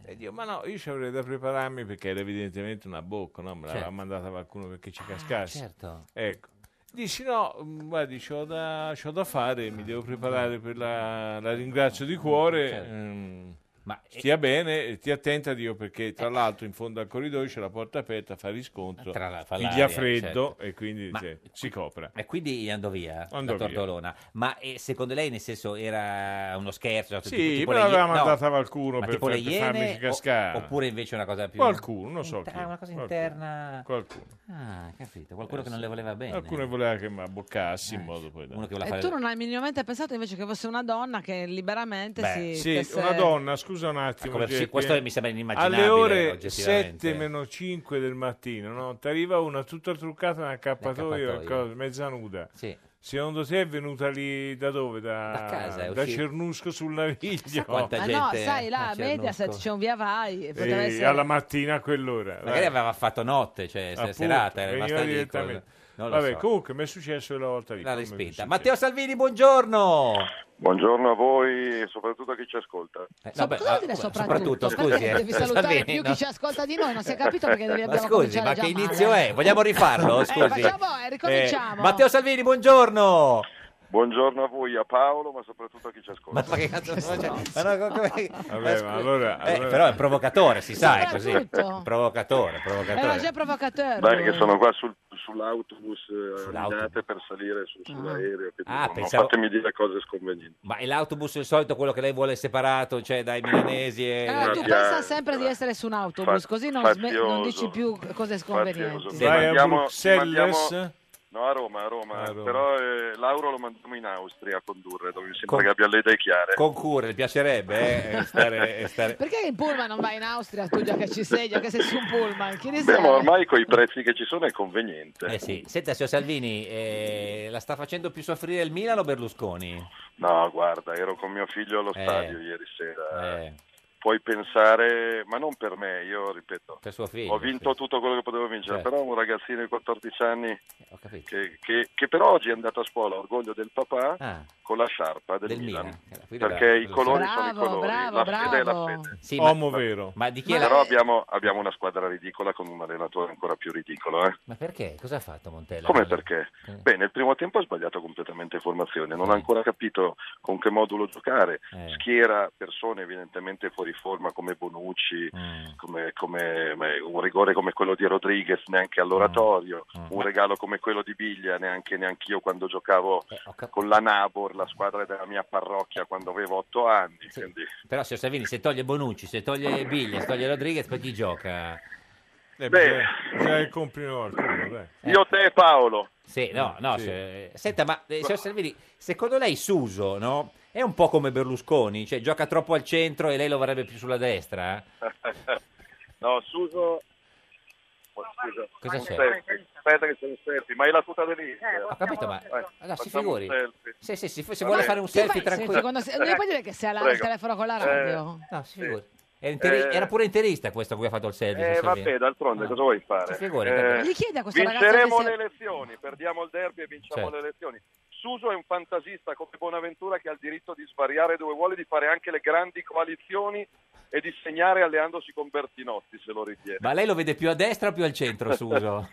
S9: E dico, ma no, io ci avrei da prepararmi perché era evidentemente una bocca, no? Me l'aveva
S2: Certo. Ah,
S9: mandata qualcuno perché ci cascasse.
S2: certo.
S9: Ecco. Dici no, mh, guardi, c'ho da, c'ho da fare, mi devo preparare per la, la ringrazio di cuore.
S2: Certo.
S9: ehm,
S2: eh,
S9: stia bene, e ti attenta Dio perché tra l'altro in fondo al corridoio c'è la porta aperta, fa riscontro,
S2: Tra la- fa
S9: piglia
S2: l'aria,
S9: freddo
S2: certo.
S9: e quindi
S2: Ma-
S9: se- si copra.
S2: E quindi andò via
S9: Andò
S2: la
S9: via.
S2: tordolona. Ma eh, secondo lei, nel senso, era uno scherzo? cioè,
S9: Sì,
S2: tipo- tipo
S9: me
S2: le
S9: l'aveva
S2: ie- no,
S9: mandata qualcuno
S2: ma
S9: per,
S2: tipo
S9: far-
S2: le
S9: per
S2: iene
S9: farmi
S2: o-
S9: cascare.
S2: oppure invece una cosa più-
S9: Qualcuno, non so
S2: Inter-
S9: chi.
S2: ah, una cosa
S9: Qualcuno.
S2: interna.
S9: Qualcuno.
S2: Ah, capito, qualcuno
S9: Eh,
S2: che non
S9: sì.
S2: le voleva bene. Eh,
S9: Qualcuno che voleva che mi abboccassi in modo poi da... Uno
S2: che
S1: E tu non hai minimamente pensato invece che fosse una donna che liberamente
S9: sì,
S1: si stesse-
S9: una donna, scusa un attimo.
S2: Ma come- sì,
S9: Geppi.
S2: questo Ecco, mi sembra inimmaginabile,
S9: Alle ore
S2: oggettivamente.
S9: 7 meno 5 del mattino, no? ti arriva una tutta truccata nel accappatoio,
S2: Nell'accappatoio.
S9: cosa, mezza nuda.
S2: Sì.
S9: Secondo te è venuta lì da dove? Da,
S2: Da casa, è
S9: da
S2: uscita.
S9: Cernusco sul Naviglio.
S1: Ah no, sai, là a Mediaset c'è un via vai. e poteva
S9: Eh,
S1: essere-
S9: alla mattina a quell'ora. eh.
S2: Magari
S9: vai.
S2: aveva fatto notte, cioè se-
S9: Appunto,
S2: serata, era
S9: veniva
S2: rimasta lì. con-
S9: direttamente.
S2: Non lo
S9: Vabbè,
S2: so.
S9: comunque mi è successo la volta lì.
S2: La
S9: come mi
S2: respinta.
S9: succede.
S2: Matteo Salvini, buongiorno.
S11: Buongiorno a voi e soprattutto a chi ci ascolta.
S2: no, beh,
S1: Cosa
S2: ah,
S1: dire
S2: come-
S1: soprattutto?
S2: soprattutto,
S1: Perché
S2: scusi, eh, [laughs]
S1: devi salutare
S2: Salvini,
S1: più
S2: no?
S1: chi ci ascolta di noi, non si è capito perché devi
S2: Ma
S1: abbiamo
S2: scusi,
S1: cominciato
S2: ma
S1: già
S2: che
S1: male.
S2: inizio è? Vogliamo rifarlo?
S1: Eh,
S2: Scusi.
S1: facciamo, eh, ricominciamo.
S2: Eh, Matteo Salvini, buongiorno.
S11: Buongiorno a voi, a Paolo, ma soprattutto a chi ci ascolta.
S2: Ma che cazzo cioè, Ma no, come- come-
S9: Vabbè, ma allora,
S2: Eh,
S9: allora-
S2: però è un provocatore, si sa, è così.
S1: Soprattutto.
S2: Provocatore,
S1: Era
S2: provocatore.
S1: già provocatore.
S11: Dai, che sono qua sul- sull'autobus, eh,
S2: Sull'autobus.
S11: andate per salire su- sull'aereo. Che
S2: Ah,
S11: no,
S2: pensavo-
S11: Fatemi dire cose sconvenienti.
S2: Ma è l'autobus il solito quello che lei vuole separato, cioè dai milanesi e...
S1: Allora, Ah, tu
S2: eh,
S1: pensa sempre di essere su un autobus,
S11: Fa-
S1: così non, sme- non
S11: fazioso.
S1: dici più cose sconvenienti.
S11: Fazioso.
S9: Vai a
S11: Mandiamo-
S9: Bruxelles.
S11: mandiamo- No, a Roma, a
S2: Ah,
S11: Roma.
S9: A Roma.
S11: Però eh, Lauro lo mandiamo in Austria a condurre, dove mi sembra
S2: Con-
S11: che abbia le idee chiare.
S2: Concure, le piacerebbe eh, stare... eh, stare...
S1: Perché in pullman non vai in Austria tu già che ci sei, già che sei su un pullman? Chi ne
S11: Beh,
S1: sa?
S11: ma ormai con i prezzi che ci sono è conveniente.
S2: Eh sì, senta, signor Salvini, eh, la sta facendo più soffrire il Milano o Berlusconi?
S11: No, guarda, ero con mio figlio allo
S2: Eh.
S11: stadio ieri sera.
S2: Eh,
S11: Puoi pensare, ma non per me, io ripeto,
S2: per suo figlio.
S11: ho vinto
S2: sì.
S11: tutto quello che potevo vincere,
S2: Certo.
S11: però un ragazzino di 14 anni
S2: Ho capito.
S11: che, che- che però oggi è andato a scuola, orgoglio del papà,
S2: Ah,
S11: con la sciarpa del,
S2: del
S11: Milan.
S2: Milan. cioè, Quindi
S11: Perché
S2: bravo,
S11: i colori sono i
S1: Bravo,
S11: colori,
S1: bravo,
S11: la fede
S1: bravo.
S11: è la fede.
S2: Sì,
S9: Uomo
S2: ma,
S9: vero.
S2: ma di chi era?
S11: Però abbiamo, abbiamo una squadra ridicola con un allenatore ancora più ridicolo. eh.
S2: Ma perché? Cosa ha fatto Montella?
S11: Come perché?
S2: Eh.
S11: Beh, nel primo tempo ha sbagliato completamente formazione, non ha ancora capito con che modulo giocare.
S2: Eh.
S11: Schiera persone evidentemente fuori forma come Bonucci,
S2: Mm.
S11: come, come- beh, un rigore come quello di Rodriguez neanche all'oratorio,
S2: Mm.
S11: un regalo come quello di Biglia neanche neanche io quando giocavo
S2: Eh, ho cap-
S11: con la Nabor, la squadra della mia parrocchia quando avevo otto anni. Quindi, [laughs]
S2: Però, signor Salvini, se toglie Bonucci, se toglie Biglia, se toglie Rodriguez, poi chi gioca?
S9: Eh,
S11: Beh.
S9: bisogna- bisogna che comprino qualcuno, dai.
S2: Eh,
S11: Io te Paolo.
S2: Sì, no, no.
S9: Sì.
S2: se- Senta, ma eh, signor Salvini, secondo lei Suso, no? È un po' come Berlusconi, cioè gioca troppo al eh? centro e lei lo vorrebbe più sulla destra?
S11: No, Suso Oh, scusa.
S2: Cosa c'è?
S11: Aspetta, aspetta che sono selfie, ma è la tuta dell'Inter.
S2: Ho capito, ma
S11: Eh,
S2: allora, si
S11: facciamo un
S2: figuri.
S11: selfie.
S2: Sì, sì, si- se
S11: Va
S2: vuole
S11: bene.
S2: fare un
S11: Sì,
S2: selfie
S11: ma-
S2: tranquillo. Eh,
S1: Scusi, quando se- non puoi dire che sei alla- al
S11: Prego.
S1: telefono con la
S11: Eh,
S1: radio.
S2: No, si figuri. Era, interi- era pure interista questo a cui ha fatto il selfie.
S11: Eh,
S2: se so
S11: vabbè,
S2: bene.
S11: d'altronde,
S2: Ah.
S11: cosa vuoi
S2: Si
S11: fare?
S2: figuri,
S11: Eh,
S2: vabbè.
S1: Gli chiede a questo
S11: Vinceremo
S1: ragazzo che
S11: le
S1: si-
S11: elezioni, perdiamo il derby e vinciamo
S2: Certo.
S11: le elezioni. Suso è un fantasista come Bonaventura che ha il diritto di svariare dove vuole, di fare anche le grandi coalizioni e di segnare alleandosi con Bertinotti, se lo ritiene.
S2: Ma lei lo vede più a destra o più al
S11: [laughs]
S2: centro, Suso?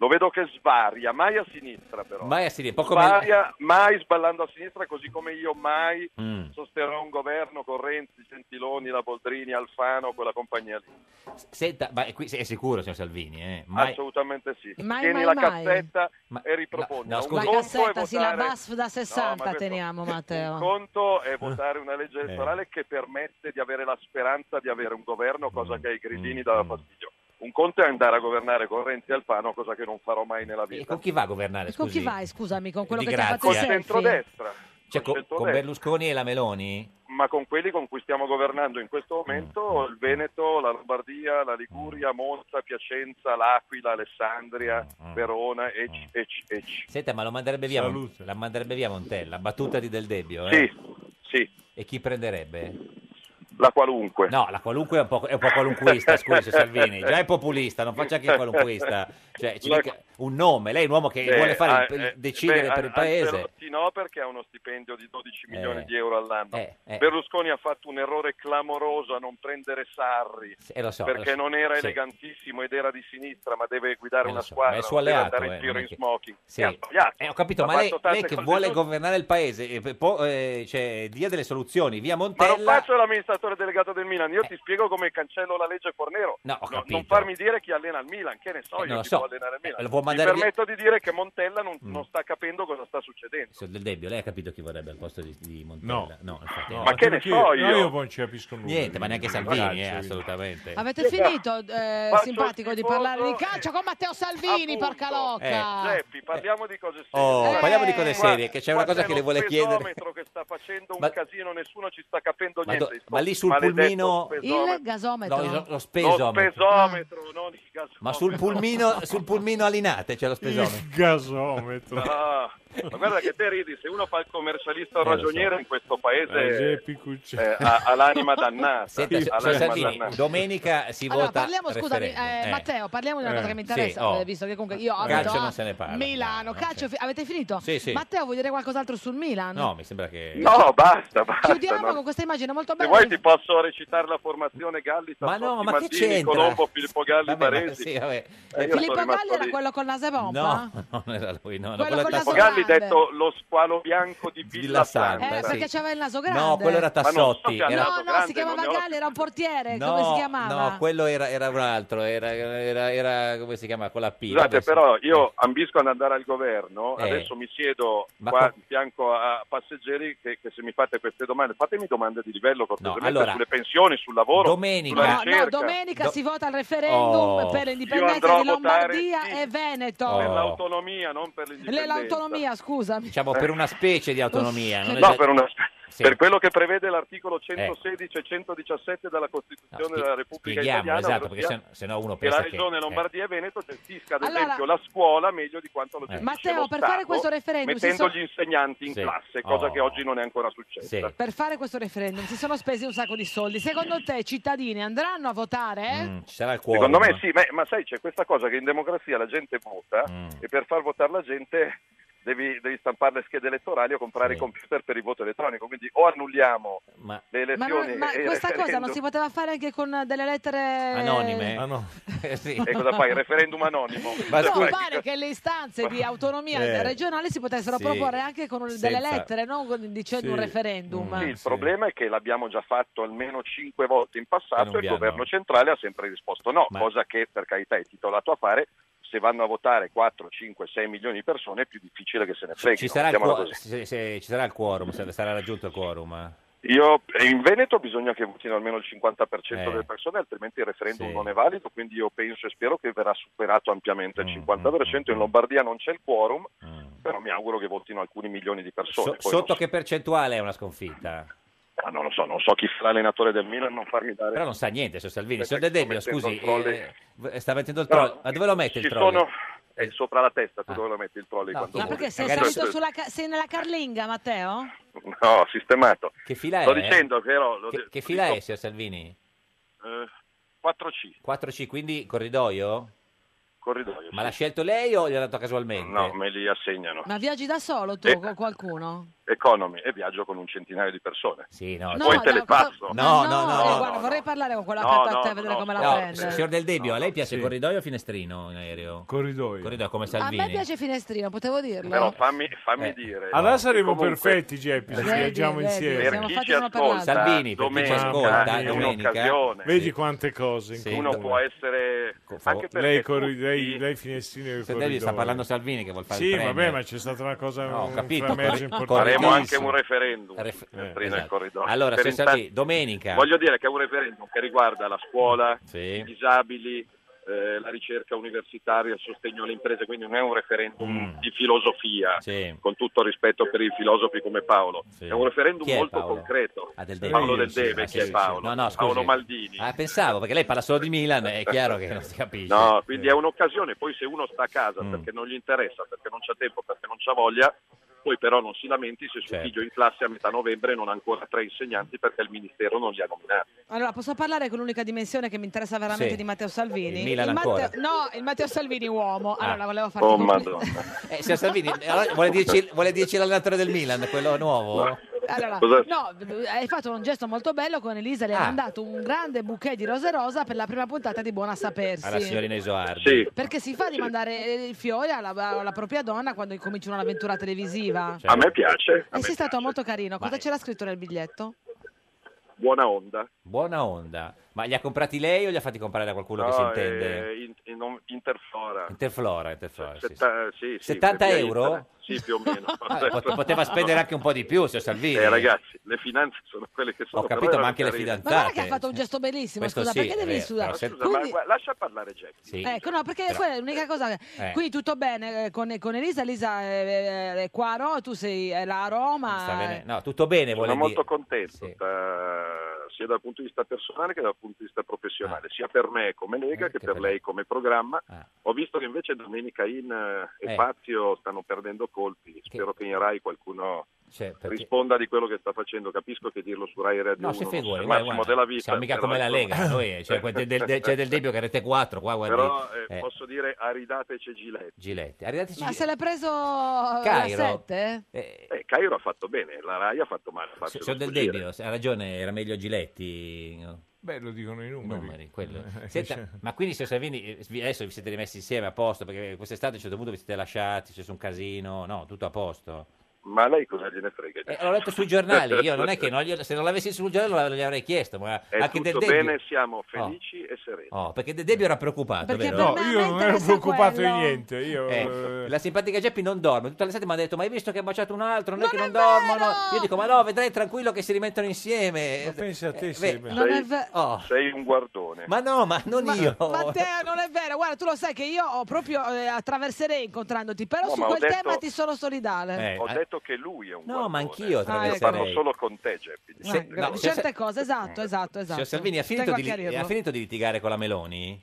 S11: Lo vedo che svaria, mai a sinistra però.
S2: Mai a sinistra, un po' come-
S11: Svaria, mai sballando a sinistra, così come io mai
S2: Mm.
S11: sosterrò un governo con Renzi, Gentiloni, la Boldrini, Alfano, quella compagnia lì.
S2: Senta, ma qui è sicuro, signor Salvini? Eh? Mai...
S11: Assolutamente sì.
S1: Mai,
S11: Tieni
S1: mai,
S11: la
S1: mai.
S11: cassetta e riproponi.
S2: no, scusi.
S1: La
S2: conto
S1: cassetta, sì, la
S11: votare-
S1: BASF da 60
S11: questo-
S1: teniamo, Matteo.
S11: Un conto è votare una legge elettorale che permette di avere la speranza di avere un governo, cosa che ai grillini dava fastidio. Un conto è andare a governare con Renzi e Alfano, cosa che non farò mai nella vita.
S2: Con chi va a governare,
S1: Con chi
S2: scusi?
S1: vai, scusami, con quello
S2: Di
S1: che ti ha fatto
S2: grazia.
S1: il
S2: Col
S1: selfie?
S11: Centrodestra,
S2: Cioè, co- con
S11: centrodestra.
S2: Berlusconi e la Meloni?
S11: ma con quelli con cui stiamo governando in questo momento, il Veneto, la Lombardia, la Liguria, Monza, Piacenza, L'Aquila, Alessandria, Verona, ecc, ecc, ecc.
S2: Senta, ma lo manderebbe via, la manderebbe via Montella, battuta di Del Debbio, eh?
S11: Sì.
S2: E chi prenderebbe?
S11: La qualunque.
S2: No, la qualunque è un po', è un po'
S11: [laughs]
S2: qualunquista, scusi signor Salvini, già è populista, non faccia anche il qualunquista. Cioè, ci
S11: La-
S2: dica un nome, lei è un uomo che
S11: Beh,
S2: vuole fare,
S11: eh,
S2: il-
S11: eh,
S2: decidere
S11: beh,
S2: per il
S11: An-
S2: paese.
S11: Ancelotti no, perché ha uno stipendio di 12 milioni
S2: Eh.
S11: di euro all'anno.
S2: Eh, eh.
S11: Berlusconi ha fatto un errore clamoroso a non prendere Sarri,
S2: Eh, lo so,
S11: perché
S2: lo so.
S11: non era
S2: Sì.
S11: elegantissimo ed era di sinistra, ma deve guidare
S2: Eh, lo
S11: una
S2: so, ma
S11: squadra,
S2: è il suo
S11: non deve
S2: alleato,
S11: andare
S2: eh,
S11: in giro
S2: non è
S11: in
S2: che-
S11: smoking.
S2: Sì.
S11: E ha sbagliato.
S2: Eh, ho capito,
S11: Ha
S2: ma lei,
S11: fatto
S2: lei
S11: tante
S2: che
S11: cose
S2: vuole
S11: giuste.
S2: governare il paese, eh, pe- po- eh, cioè, dia delle soluzioni, via
S11: Ma non
S2: Montella...
S11: faccio l'amministratore delegato del Milan, io ti spiego come cancello la legge Fornero.
S2: Eh. No, ho capito.
S11: non farmi dire chi allena il Milan, che ne so
S2: Eh, non
S11: io
S2: lo
S11: chi
S2: so.
S11: può allenare il Milan.
S2: Eh, lo può
S11: Mi
S2: mandare via-
S11: permetto di dire che Montella non,
S2: Mm.
S11: non sta capendo cosa sta succedendo.
S2: Signor Del Debbio, lei ha capito chi vorrebbe al posto di, di Montella? No, infatti,
S9: No,
S2: eh.
S9: Ma che ne so io? no, io
S11: poi
S9: non ci capisco nulla.
S2: Niente, ma neanche
S9: Io-
S2: Salvini,
S9: Ragazzi,
S2: eh,
S9: io-
S2: assolutamente.
S1: Avete finito, eh,
S11: Faccio
S1: simpatico,
S11: il
S1: di
S11: tifoso
S1: parlare di calcio con Matteo Salvini, porca locca!
S2: Eh.
S11: Zeppi, parliamo
S9: [laughs]
S11: di cose serie.
S2: Oh,
S11: Eh,
S2: parliamo di cose
S11: qua-
S2: serie, che c'è una
S11: qua
S2: cosa che le vuole
S11: lo
S2: chiedere.
S11: spesometro che sta facendo un
S2: Ma-
S11: casino, nessuno ci sta capendo
S2: Ma do-
S11: niente.
S2: ma lì sul
S11: Maledetto
S2: pulmino-
S11: spesometro.
S1: Il gasometro.
S2: No, io- lo
S11: Lo
S2: spesometro.
S11: spesometro, non il gasometro.
S2: Ma sul pulmino, sul pulmino alinate c'è lo spesometro.
S9: gasometro.
S11: Ah, ma guarda che te ridi, se uno fa il commercialista o
S9: Eh, lo
S11: ragioniere in questo paese
S9: Eh, Geppi Cucci-
S11: eh, ha, ha l'anima
S2: [laughs]
S11: dannata.
S2: Senta,
S11: Ha
S2: signor
S11: l'anima
S2: Salvini,
S11: dannata.
S2: domenica si
S1: Allora,
S2: vota
S1: parliamo, scusami,
S2: referendum.
S1: eh,
S2: Eh.
S1: Matteo, parliamo di una
S2: Eh,
S1: cosa che mi
S2: sì,
S1: interessa,
S2: oh.
S1: eh, visto che comunque io abito
S2: Calcio
S1: a
S2: non se ne parla.
S1: Milano. Calcio, fi- avete finito?
S2: Sì, sì.
S1: Matteo, vuoi dire qualcos'altro sul Milan?
S2: No, mi sembra che...
S11: No, basta, basta.
S1: Chiudiamo
S11: no.
S1: con questa immagine molto
S11: Se
S1: bella.
S11: vuoi ti posso recitare la formazione Galli,
S2: Ma no,
S11: Tassotti,
S2: ma che
S11: Mazzini,
S2: c'entra?
S11: Colombo, Filippo Galli,
S2: Vabbè, ma-
S11: Baresi.
S2: sì, vabbè.
S11: Eh, io
S1: Filippo
S11: sono rimasto
S1: Galli era
S11: lì.
S1: quello col naso e pompa?
S2: No, [laughs] non era lui, no, no, quello
S1: Quello col
S2: era
S1: naso
S11: Filippo
S2: Tassotti.
S11: Galli
S1: grande.
S11: detto lo squalo bianco di Villa,
S2: Villa Santa,
S11: Santa.
S1: Eh, perché
S2: sì.
S1: c'aveva il naso grande.
S2: No, quello era
S11: Ma non so
S2: Tassotti.
S11: se ha
S2: era-
S11: naso
S1: No, no,
S11: grande,
S1: si chiamava
S11: non ne ho la
S1: Galli, era un portiere,
S2: No,
S1: come si chiamava?
S2: no, quello era, era un altro, era, era, era- come si chiama, con la P.
S11: Scusate,
S2: adesso.
S11: però io ambisco ad andare al governo,
S2: Eh.
S11: adesso mi siedo
S2: Ma
S11: qua
S2: co-
S11: in fianco a passeggeri che, che se mi fate queste domande, fatemi domande di livello cortesemente
S2: allora,
S11: sulle pensioni, sul lavoro,
S2: domenica-
S11: sulla
S1: No, no,
S11: ricerca.
S1: domenica
S2: Do-
S1: si vota al referendum
S2: Oh.
S1: per
S11: Io andrò
S1: l'indipendenza
S11: a
S1: di
S11: votare
S1: Lombardia
S11: sì.
S1: e Veneto.
S2: Oh.
S11: Per l'autonomia, non per l'indipendenza.
S1: L'autonomia, scusami.
S2: Diciamo per una specie di autonomia. non Ecco.
S11: Eh. No,
S2: es-
S11: per, una-
S2: Sì.
S11: per quello che prevede l'articolo 116 e 117 della Costituzione
S2: spie-
S11: della Repubblica
S2: spieghiamo,
S11: Italiana,
S2: esatto,
S11: ovvero
S2: perché se- se no uno
S11: che la
S2: pensa che-
S11: regione
S2: eh.
S11: Lombardia e Veneto gestisca ad
S1: Allora-
S11: esempio la scuola meglio di quanto lo
S2: Eh.
S11: gestisce
S1: Matteo,
S11: lo
S1: per
S11: Stato,
S1: fare questo referendum si
S11: mettendo
S1: so-
S11: gli insegnanti in
S2: Sì.
S11: classe, cosa
S2: Oh.
S11: che oggi non è ancora successa.
S2: Sì.
S1: Per fare questo referendum si sono spesi un sacco di soldi. Secondo te i cittadini andranno a votare?
S2: Mm, ci sarà il cuore.
S11: Secondo me sì, ma, ma sai c'è questa cosa che in democrazia la gente vota
S2: Mm.
S11: e per far votare la gente devi, devi stampare le schede elettorali o comprare
S2: Sì.
S11: i computer per il voto elettronico, quindi o annulliamo
S2: Ma...
S11: le
S1: Ma,
S11: elezioni
S1: non- ma
S11: e il
S1: questa cosa non
S11: referendum.
S1: si poteva fare anche con eh, delle lettere
S2: Anonime.
S9: Ah, no.
S2: [laughs] Eh, sì.
S11: E cosa fai? Il referendum anonimo. Cioè,
S2: Ma
S1: No,
S2: scusa-
S1: pare che le
S2: [laughs]
S1: istanze di autonomia
S2: Eh.
S1: regionale si potessero
S2: Sì.
S1: proporre anche con delle
S2: Senza-
S1: lettere, non con- dicendo
S9: Sì.
S1: un
S2: Mm.
S1: referendum.
S11: Sì, il problema è che l'abbiamo già fatto almeno cinque volte in
S2: E non
S11: passato e
S2: vi
S11: il
S2: hanno-
S11: governo centrale ha sempre risposto no,
S2: Ma-
S11: cosa che per carità è titolato a fare. Se vanno a votare 4, 5, 6 milioni di persone è più difficile che se ne freghino.
S2: Ci sarà, il
S11: mettiamola
S2: cuo-
S11: così.
S2: se- se- ci sarà il quorum, se- sarà raggiunto il quorum.
S11: Io, in Veneto bisogna che votino almeno il 50%
S2: Eh.
S11: delle persone, altrimenti il referendum
S2: Sì.
S11: non è valido, quindi io penso e spero che verrà superato ampiamente il
S2: Mm,
S11: 50%. In Lombardia non c'è il quorum, però mi auguro che votino alcuni milioni di
S2: So-
S11: persone. Poi non
S2: sotto che percentuale è una sconfitta?
S11: so- non lo so, non so chi sarà l'allenatore del Milan, non farmi dare...
S2: Però non sa niente, signor Salvini. Signor De
S11: Aspetta che
S2: Debbio,
S11: sto
S2: scusi,
S11: mettendo il
S2: eh, v- sta mettendo il
S11: No,
S2: troll. Ma dove lo mette il Eh. Ah.
S11: Ci
S2: troll?
S11: sono... È sopra la testa, tu dove lo metti il trolley quando
S1: Ma
S11: muovi?
S1: perché sei salito sulla ca- sei nella carlinga, Matteo?
S11: No, sistemato.
S2: Che fila
S11: Sto
S2: è?
S11: dicendo però... lo
S2: Che,
S11: de-
S2: che fila
S11: dico-
S2: è, signor Salvini?
S11: eh, 4C,
S2: 4C, quindi corridoio?
S11: corridoio.
S2: Ma l'ha scelto lei o gli ha dato casualmente?
S11: No, me li assegnano.
S1: Ma viaggi da solo tu
S11: Eh.
S1: con qualcuno?
S11: Economy e viaggio con un centinaio di persone.
S2: Sì, no.
S11: Poi
S1: no,
S11: te
S1: no,
S11: le passo.
S2: No, no,
S1: Eh,
S2: no, no,
S1: guarda, vorrei parlare con quello
S11: No,
S1: accanto a
S11: no,
S1: te a vedere
S11: no,
S1: come
S2: No,
S1: la prende.
S2: signor Del Debbio, a lei piace corridoio o finestrino in aereo? Corridoio. Corridoio come
S1: A
S2: Salvini. Eh.
S1: me piace Finestrino, potevo dirlo.
S11: Però fammi, fammi dire.
S9: Allora
S11: no,
S9: saremo
S11: che comunque- eh,
S9: perfetti, Geppi, se
S1: Vedi,
S9: viaggiamo
S1: vedi,
S9: insieme.
S1: siamo
S11: chi
S1: fatti
S11: ci
S1: una
S11: ascolta
S1: parlata.
S2: Salvini, per chi ci
S11: domenica
S2: ascolta,
S11: è
S2: domenica.
S11: un'occasione.
S9: Vedi quante cose. in
S11: Uno
S9: comune.
S11: può essere anche perché
S9: lei,
S11: tu-
S9: corri- lei, lei finestrino e
S2: Se
S9: corridoio.
S2: devi, sta parlando Salvini che vuol fare
S9: Sì,
S2: il premio.
S9: vabbè, ma c'è stata una cosa
S2: No, ho
S9: un
S2: capito.
S9: frammeggio
S2: Corri-
S9: importante.
S11: faremo anche
S2: Corridissimo.
S11: un referendum.
S2: Ref-
S11: Trino
S2: eh,
S11: nel
S2: esatto.
S11: corridoio.
S2: Allora,
S11: Per
S2: signor
S11: intanto-
S2: Salvini, domenica.
S11: Voglio dire che è un referendum che riguarda la scuola, i
S2: Sì.
S11: disabili, eh, la ricerca universitaria, il sostegno alle imprese, quindi non è un referendum di filosofia,
S2: Mm. Sì.
S11: con tutto rispetto per i filosofi come Paolo.
S2: Sì.
S11: È un referendum
S2: Chi è
S11: molto
S2: Paolo?
S11: concreto.
S2: Ah, del Deve.
S11: Paolo del
S2: Sì,
S11: Deve,
S2: ah,
S11: chi
S2: sì,
S11: è
S2: sì.
S11: Paolo?
S2: No, no, scusi.
S11: Paolo Maldini.
S2: Ah, pensavo, perché lei parla solo di Milan,
S11: [laughs]
S2: è chiaro che non si capisce.
S11: No, quindi
S2: eh.
S11: è un'occasione, poi se uno sta a casa
S2: Mm.
S11: perché non gli interessa, perché non c'ha tempo, perché non c'ha voglia, poi però non si lamenti se suo
S2: Certo.
S11: figlio in classe a metà novembre non ha ancora tre insegnanti perché il ministero non li ha nominati.
S1: Allora, posso parlare con l'unica dimensione che mi interessa veramente
S2: Sì.
S1: di Matteo Salvini?
S2: Il Milan
S1: Matteo,
S2: ancora. Ah.
S1: no, il Matteo Salvini uomo. Allora, volevo farti
S11: Oh
S1: compl-
S11: madonna.
S2: Eh, signor Salvini, allora, vuole, dirci, vuole dirci l'allenatore del Milan, quello nuovo?
S1: Allora,
S2: Cosa-
S1: no, hai fatto un gesto molto bello con Elisa, le hai
S2: Ah.
S1: mandato un grande bouquet di rose rosa per la prima puntata di Buona Sapersi.
S2: Alla Ah, signorina Isoardi.
S1: Perché si fa di mandare eh, i fiori alla, alla propria donna quando incominciano un'avventura televisiva.
S2: Cioè,
S11: A me piace, a
S1: E
S11: me
S1: sei stato molto carino. Cosa c'era scritto nel biglietto?
S11: buona onda.
S2: Buona onda. Ma li ha comprati lei o li ha fatti comprare da qualcuno che
S11: No,
S2: si intende?
S11: eh, cioè, in- in- non- Interflora.
S2: Interflora, Interflora, sì, sì.
S11: Setta- sì, sì,
S2: 70
S11: via
S2: euro?
S11: Internet. Sì, più o meno.
S2: [laughs] Ah, pot- Poteva spendere anche un po' di più, signor Salvini.
S11: Eh ragazzi, le finanze [laughs] sono quelle che sono.
S2: Ho
S11: però
S2: capito, ma
S11: erano
S2: anche le
S11: carine.
S1: Ma guarda che ha
S2: Date,
S1: fatto un gesto bellissimo,
S2: questo
S1: scusa,
S2: sì,
S1: perché
S2: è
S1: devi
S2: vero,
S1: sudare?
S2: però se-
S11: Scusa, ma
S1: Quindi-
S11: gua- lascia parlare Jeff.
S2: Sì.
S1: Ecco, no, perché
S2: Però-
S1: quella è l'unica cosa.
S2: Eh.
S1: Qui tutto bene eh, con, con Elisa. Elisa eh, eh, è qua a Roma, tu sei eh, là a Roma.
S2: Sta bene? No, tutto bene, vuole
S11: Sono
S2: dire.
S11: molto contento, da- sia dal punto di vista personale che dal punto di vista professionale,
S2: Ah.
S11: sia per me come Lega
S2: Eh,
S11: che per lei come programma. Ho visto che invece Domenica In eh, e
S2: Eh.
S11: Fazio stanno perdendo colpi, spero che in Rai qualcuno
S2: Cioè, perché-
S11: risponda di quello che sta facendo, capisco che dirlo su Rai Radio
S2: No,
S11: 1
S2: si
S11: non sia
S2: figuri,
S11: il
S2: guarda,
S11: massimo
S2: guarda,
S11: della vita.
S2: siamo mica
S11: però,
S2: come la
S11: insomma.
S2: Lega, noi, cioè, quel- del, del-
S11: [laughs]
S2: c'è del Debbio che è rete 4, qua guardi.
S11: Però eh,
S2: Eh,
S11: posso dire Aridate c'è Giletti.
S2: Giletti, arrivati
S1: Ma se l'ha preso eh,
S2: Cairo.
S1: la 7?
S11: Eh, Cairo ha fatto bene, la Rai ha fatto male. farcelo
S2: Sono del
S11: sfuggire.
S2: Debbio, ha ragione, era meglio Giletti. no?
S9: Beh, lo dicono i
S2: I
S9: numeri.
S2: numeri, quello.
S9: Eh,
S11: [laughs]
S2: Senta,
S9: cioè,
S2: ma quindi, signor Salvini, eh, vi- adesso vi siete rimessi insieme a posto, perché quest'estate a un certo punto vi siete lasciati, c'è stato un casino, no, tutto a posto.
S11: Ma lei cosa gliene frega?
S2: Eh, l'ho letto sui giornali, io non
S11: [laughs]
S2: è che non gli- se non l'avessi sul giornale non gli avrei chiesto, ma
S11: È
S2: anche del
S11: tutto
S2: Debbio.
S11: bene, siamo
S2: Ah.
S11: felici e sereni.
S2: Oh, perché De Debbio era preoccupato,
S11: Perché
S2: vero? Eh,
S11: per me No, io a me non ero interessa preoccupato di quello. niente, io- eh.
S2: la simpatica Geppi non dorme. Tutta l'estate mi ha detto: Ma hai visto che ha baciato un altro? Non, è che non dormono. Io dico: Ma no, vedrai tranquillo che si rimettono insieme. Eh, Ma pensi a te, Ah.
S11: sei, sei un guardone.
S2: Ma no, ma non io.
S1: Matteo, non è vero, guarda, tu lo sai che io ho proprio eh, attraverserei incontrandoti, però
S11: No,
S1: su
S11: ma ho
S1: quel
S11: detto-
S1: tema ti sono
S2: Eh,
S1: solidale.
S11: Ho detto che lui è un
S2: No, ma anch'io
S11: guardone.
S2: attraverserei.
S11: parlo solo con te, Geppi.
S2: Se-
S1: Eh, gra-
S2: no, se-
S1: certe cose, esatto, esatto, esatto.
S2: Signor Salvini ha finito,
S1: Tengo a
S2: di,
S1: chiarirlo.
S2: ha finito di litigare con la Meloni?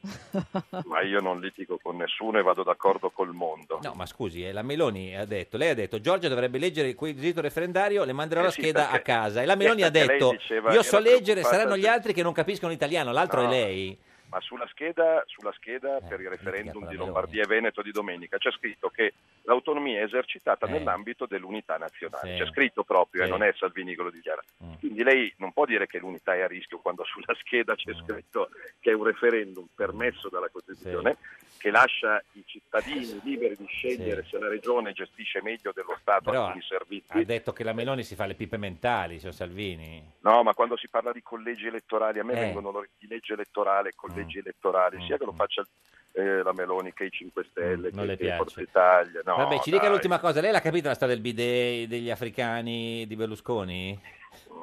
S11: Ma io non litigo con nessuno e vado d'accordo col mondo.
S2: No, ma scusi, eh, la Meloni ha detto: Lei ha detto, Giorgia dovrebbe leggere il quesito referendario, le manderò
S11: Eh
S2: la
S11: sì,
S2: scheda
S11: perché-
S2: a casa. E la Meloni ha
S11: perché lei
S2: detto:
S11: diceva
S2: Io
S11: che
S2: so
S11: era
S2: leggere,
S11: preoccupata
S2: saranno gli
S11: del-
S2: altri che non capiscono l'italiano, l'altro
S11: No.
S2: è lei.
S11: Ah,
S2: Eh,
S11: Ma sulla scheda, sulla scheda per il referendum di Lombardia e Veneto di domenica c'è scritto che l'autonomia è esercitata nell'ambito dell'unità nazionale.
S2: Eh. Sì.
S11: C'è scritto proprio, e
S2: Sì. Mm.
S11: non è Salvini che lo dichiara. Quindi lei non può dire che l'unità è a rischio quando [laughs] sulla scheda c'è
S2: Mm.
S11: scritto che è un referendum permesso dalla Costituzione che lascia i cittadini liberi di scegliere se la regione gestisce meglio dello Stato
S2: Però
S11: alcuni servizi.
S2: Ha detto che la Meloni si fa le pippe mentali, signor Salvini.
S11: No, ma quando si parla di collegi elettorali, a me
S2: Eh. Mm.
S11: vengono loro- di legge elettorale, collegi elettorali, sia che lo faccia eh, la Meloni che i 5 Stelle,
S2: Mm, non le
S11: che, che
S2: piace.
S11: Forza Italia. No,
S2: Vabbè, ci dica
S11: dai.
S2: l'ultima cosa: lei l'ha capita la storia del bidet degli africani di Berlusconi?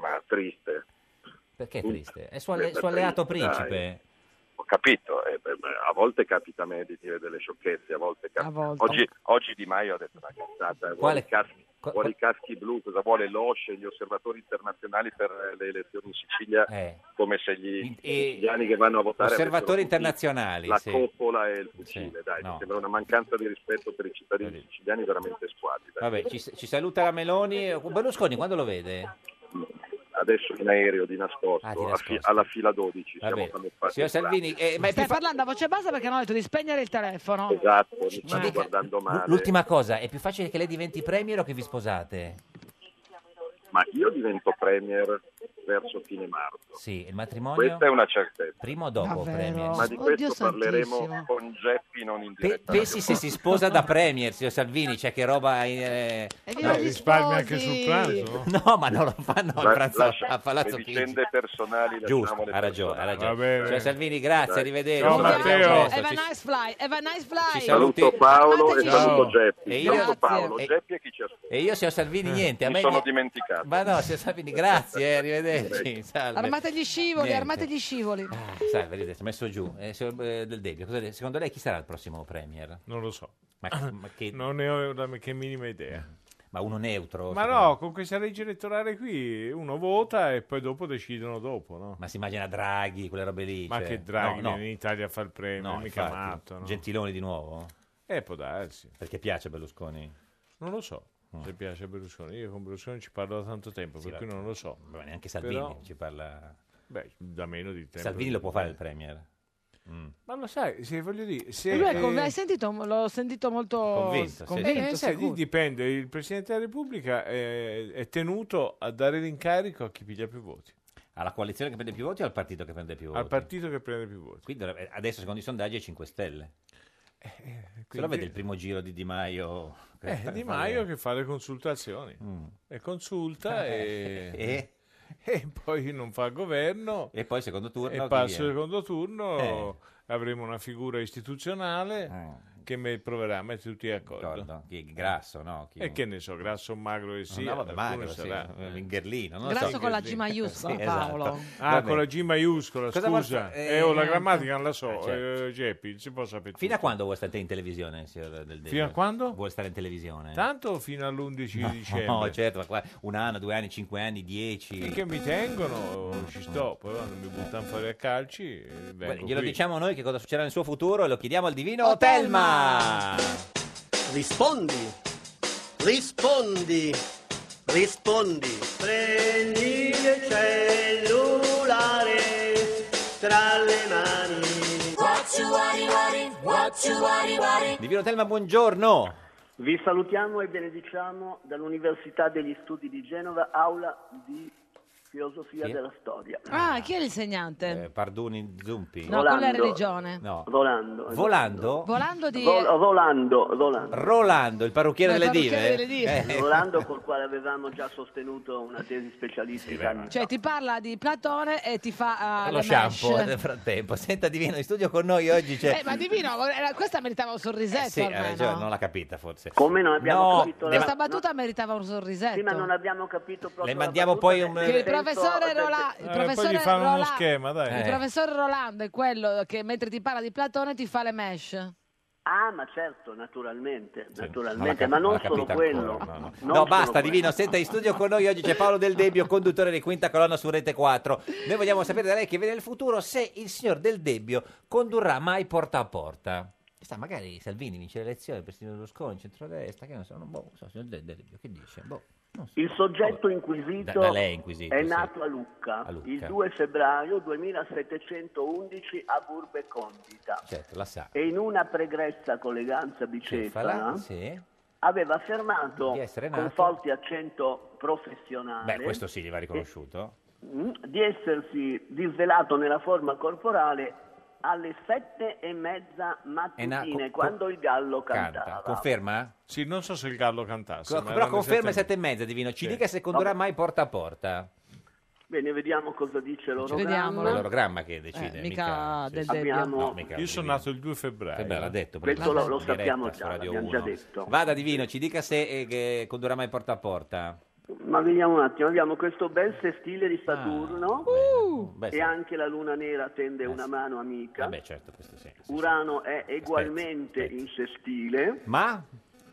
S11: Ma triste.
S2: Perché è
S11: Mm.
S2: triste? È suo,
S11: Eh,
S2: alle-
S11: beh,
S2: suo alleato
S11: triste, dai.
S2: principe.
S11: Ho capito, eh, beh, beh, a volte capita a me di dire delle sciocchezze, a volte capita.
S2: A volte.
S11: Oggi, oggi Di Maio ha detto una cazzata.
S2: Quale-
S11: eh, vuole il cazzo- vuole i caschi blu, cosa vuole l'OSCE, gli osservatori internazionali per le elezioni in Sicilia,
S2: Eh.
S11: come se gli siciliani che vanno a votare
S2: Osservatori
S11: avessero tutti
S2: internazionali,
S11: la
S2: sì.
S11: coppola e il fucile, dai, mi sembra una mancanza di rispetto per i cittadini siciliani veramente squadrida.
S2: Vabbè, ci, ci saluta la Meloni. Berlusconi quando lo vede?
S11: Adesso in aereo di nascosto,
S2: Ah, di
S11: a
S2: nascosto.
S11: fi- alla fila 12,
S2: Va
S11: siamo
S2: bene.
S11: quando parte
S2: Signor
S11: il brano.
S2: Salvini, eh, ma è
S1: Stai
S2: più fa-
S1: parlando a voce bassa perché hanno detto di spegnere il telefono.
S11: Esatto, mi stanno
S1: dica-
S11: guardando male.
S2: l'ultima cosa, è più facile che lei diventi premier o che vi sposate?
S11: Ma io divento premier verso fine marzo.
S2: Sì, il matrimonio?
S11: Questa è una certezza.
S2: Prima o dopo premier?
S11: Ma di questo parleremo con Geppi non in
S2: Pe-
S11: diretta.
S2: pensi se si sposa da premier, signor Salvini, cioè che roba... eh,
S11: viva gli risparmia anche sposi! sul pranzo,
S2: No? ma non lo fanno al
S11: La-
S2: pranzo
S11: lascia-
S2: a Palazzo
S11: le
S2: Chigi.
S11: vicende personali
S2: Giusto,
S11: lasciamole
S2: ha ragione, ha
S11: personali.
S2: ragione. Signor Salvini, grazie,
S11: Dai.
S2: arrivederci.
S11: Ciao,
S2: Ci vediamo
S11: Matteo.
S2: presto,
S1: Have a
S2: ci-
S1: nice fly, have a nice
S2: ci
S1: fly.
S2: saluti.
S11: Saluto Paolo e
S2: Ciao.
S11: saluto Geppi.
S2: E io-
S11: Saluto Paolo,
S2: Grazie.
S11: Geppi e chi ci ascolta.
S2: E io, signor Salvini, niente. A
S11: Mi
S2: me
S11: sono dimenticato.
S2: Ma no, signor Salvini, grazie, eh, arrivederci. Salve.
S1: Armate gli scivoli,
S2: Niente. Eh,
S1: armate gli scivoli.
S2: Salve, arrivederci, messo giù. Eh, signor, eh, del Debbio, cosa- secondo lei chi sarà il prossimo premier?
S9: Non lo so. [clears throat]
S2: Ma, ma che...
S9: Non ne ho la che minima idea.
S2: Ma uno neutro?
S9: Ma
S2: secondo-
S9: no, con questa legge elettorale qui uno vota e poi dopo decidono dopo, no?
S2: Ma si immagina Draghi, quelle robe lì.
S9: Ma
S2: cioè-
S9: che Draghi
S2: No, no.
S9: viene in Italia a far premio,
S2: No,
S9: mica
S2: infatti.
S9: matto, no?
S2: Gentiloni di nuovo?
S9: Eh, può darsi.
S2: Perché piace Berlusconi? Mm.
S9: Non lo so se piace Berlusconi. Io con Berlusconi ci parlo da tanto tempo,
S2: Sì,
S9: per cui
S2: vabbè.
S9: non lo so.
S2: Ma neanche Salvini
S9: Però-
S2: ci parla...
S9: Beh, da meno di tempo.
S2: Salvini lo può fare il premier? Mm.
S9: Ma lo sai, se voglio dire... Se,
S1: E lui è
S9: eh,
S1: con- hai sentito? L'ho sentito molto
S9: eh,
S1: convinto,
S9: eh, sai,
S1: sicuro.
S9: dipende, il Presidente della Repubblica eh, è, tenuto a dare l'incarico a chi piglia più voti.
S2: Alla coalizione che prende più voti o al partito che prende più voti?
S9: Al partito che prende più voti. Eh,
S2: Quindi dovrebbe- eh, adesso secondo i sondaggi è 5 Stelle. Se lo
S9: quindi-
S2: vede il primo giro di Di Maio...
S9: Eh, Di Maio che fa le consultazioni. E consulta e...
S2: Eh. [laughs] E?
S9: e poi non fa governo.
S2: E poi secondo turno...
S9: e
S2: chi
S9: passa il
S2: viene?
S9: secondo turno
S2: Eh.
S9: avremo una figura istituzionale che me- proverà a mettere tutti d'accordo.
S2: Chi- grasso, no? Chi-
S9: E che ne so, grasso o magro che sia.
S2: no, vabbè,
S9: qualcuno
S2: magro, sì.
S9: sarà.
S2: Eh, Mingherlino, non lo
S1: Grasso
S2: so.
S1: con la G
S2: [laughs]
S1: maiuscola,
S2: Sì, esatto.
S1: Paolo.
S9: Ah,
S2: Vabbè.
S9: con la G maiuscola,
S2: Cosa vuol
S9: scusa.
S2: fare?
S9: Eh, oh, la
S2: Eh,
S9: grammatica non la so,
S2: Ah, certo.
S9: eh, Geppi, non si può sapere
S2: Fino a
S9: tutto.
S2: quando vuoi stare in televisione, signor Del Debbio?
S9: Fino a quando?
S2: Vuoi stare in televisione?
S9: Tanto fino all'11 dicembre.
S2: Eh. [laughs] No, certo, ma qua un anno, due anni, cinque anni,
S9: E
S2: dieci.
S9: che mi tengono, ci sto, poi quando mi buttano fuori a calci, eh,
S2: Guarda,
S9: vengo
S2: glielo
S9: qui.
S2: diciamo noi che cosa succederà nel suo futuro e lo chiediamo al divino Telma.
S14: Oh, Rispondi, rispondi, rispondi. Prendi il cellulare tra le mani.
S2: Divino Telma, buongiorno.
S14: Vi salutiamo e benediciamo dall'Università degli Studi di Genova, aula di filosofia
S2: Sì.
S14: della storia.
S1: Ah, chi è l'insegnante?
S2: Eh, Pardoni Zumpi.
S1: No, quella è religione.
S2: No.
S14: Volando.
S2: Volando?
S1: Volando di...
S14: Vol- volando, volando.
S2: Rolando, il parrucchiere
S1: No, il
S2: delle dive.
S1: Eh, parrucchiere delle dive.
S2: Eh.
S14: Volando col quale avevamo già sostenuto una tesi specialistica. anni
S1: Cioè ti parla di Platone e ti fa ah,
S2: Lo
S1: le
S2: shampoo eh,
S1: mesh.
S2: nel frattempo. Senta Divino, in studio con noi oggi c'è...
S14: Cioè
S1: Eh, ma divino, eh, questa meritava un sorrisetto
S2: Sì, ha
S1: almeno.
S2: ragione, non l'ha capita forse.
S14: Come non abbiamo
S2: No,
S14: capito la-
S2: ne-
S1: Questa battuta meritava un sorrisetto.
S14: Prima non abbiamo capito proprio.
S2: Le mandiamo poi un...
S1: Che il professore Rola- il
S9: Eh, poi
S1: professore
S9: gli fanno uno
S1: Rola-
S9: schema, dai.
S2: Eh.
S1: Il professor Rolando è quello che mentre ti parla di Platone ti fa le mesh.
S14: Ah, ma certo, naturalmente,
S2: l'ha
S14: naturalmente,
S2: cap-
S14: ma
S2: non
S14: non
S2: l'ha
S14: solo
S2: capito
S14: quello.
S2: ancora, no,
S14: Non
S2: no,
S14: solo
S2: basta,
S14: quello.
S2: Divino. Senta, in studio con noi oggi c'è Paolo Del Debbio, conduttore di Quinta Colonna su Rete 4. Noi vogliamo sapere da lei che vede nel futuro se il signor Del Debbio condurrà mai porta a porta. Chissà, magari Salvini vince le elezioni, il presidente Berlusconi, centrodestra, che non so, non, boh, non so, signor Del Del Debbio, che dice? Boh.
S14: Il soggetto inquisito,
S2: Da- da lei inquisito,
S14: è
S2: sì.
S14: nato a, Lucca,
S2: A Lucca.
S14: il 2 febbraio 2711 a Burbe Condita
S2: Certo, la sa.
S14: e in una pregressa colleganza
S2: Cefala,
S14: bicefala
S2: sì.
S14: aveva affermato
S2: Di essere
S14: con
S2: nato-
S14: forte accento professionale
S2: Beh, questo sì, gli va riconosciuto.
S14: Mm, di essersi disvelato nella forma corporale alle sette e mezza mattutine
S2: È na- co- co-
S14: quando il gallo
S2: canta.
S14: cantava.
S2: Conferma?
S9: Sì, non so se il gallo cantasse.
S2: Co-
S9: ma
S2: però
S9: erano
S2: conferma
S9: esattamente-
S2: 7 e mezza, Divino. Ci
S9: Sì.
S2: dica se condurrà mai porta a porta.
S14: Bene, vediamo cosa dice
S2: Vediamolo.
S14: l'orogramma.
S2: È l'orogramma che decide.
S14: Eh,
S1: mica del
S2: sì.
S14: Debbio. Abbiamo-
S9: Io sono nato il 2 febbraio.
S2: Febbraio, l'ha detto.
S14: Questo
S2: prima,
S14: lo- lo
S2: in diretta
S14: sappiamo
S2: su
S14: già,
S2: Radio
S14: l'abbiamo già
S2: 1.
S14: detto.
S2: Vada Divino, ci dica se eh, che condurrà mai porta a porta.
S14: Ma vediamo un attimo, abbiamo questo bel sestile di Saturno
S2: Ah, Beh,
S14: e
S2: sì. Eh,
S14: anche la luna nera tende una mano amica.
S2: Vabbè, certo, questo sì.
S14: Urano è ugualmente in sestile.
S2: Ma?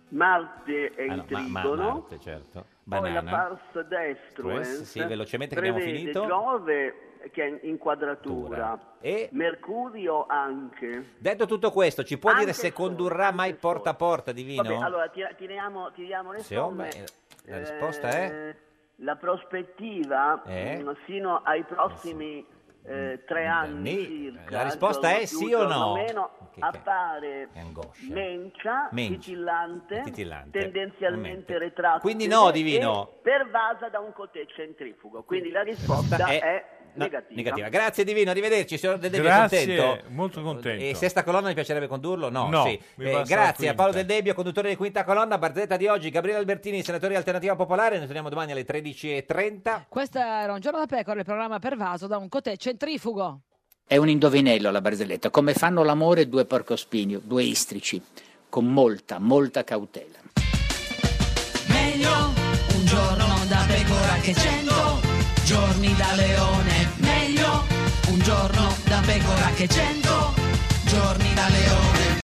S14: Marte è
S2: Ah,
S14: in
S2: no, ma- ma-
S14: trigono,
S2: Marte, certo.
S14: poi la
S2: Banana.
S14: pars destruens
S2: Sì, velocemente che abbiamo
S14: prevede
S2: finito.
S14: Giove che è in quadratura
S2: e
S14: Mercurio anche.
S2: Detto tutto questo, ci può dire
S14: Anche
S2: se condurrà mai porta a porta, Divino?
S14: Vabbè, allora tira- tiriamo, tiriamo le
S2: Se ho-
S14: somme.
S2: eh, la risposta è?
S14: Eh, La prospettiva
S2: Eh?
S14: mh, fino ai prossimi eh, tre anni
S2: Ni-
S14: circa.
S2: Mm, la risposta è
S14: giorno
S2: sì
S14: più,
S2: o
S14: giorno
S2: no?
S14: meno,
S2: Che- che-
S14: appare
S2: Che angoscia.
S14: mencia,
S2: Mencia,
S14: titillante,
S2: titillante,
S14: tendenzialmente retratta.
S2: Quindi no, Divino.
S14: pervasa da un cotè centrifugo. Quindi la risposta
S2: È-
S14: è,
S2: No,
S14: negativa.
S2: negativa. Grazie Divino, arrivederci. Signor Del Debbio,
S9: Grazie,
S2: contento.
S9: molto contento.
S2: E sesta colonna mi piacerebbe condurlo? No,
S9: No,
S2: sì.
S9: mi
S2: Eh,
S9: basta la
S2: grazie a
S9: quinta.
S2: Paolo Del Debbio, conduttore di quinta colonna, barzetta di oggi, Gabriele Albertini, senatore di Alternativa Popolare. Noi torniamo domani alle 13.30.
S1: Questo era un giorno da pecora, il programma pervaso da un cotè centrifugo.
S15: È un indovinello la barzelletta, come fanno l'amore due porcospini, due istrici, con molta, molta cautela.
S16: Meglio un giorno da pecora che cento giorni da leone. Meglio un giorno da pecora che cento giorni da leone.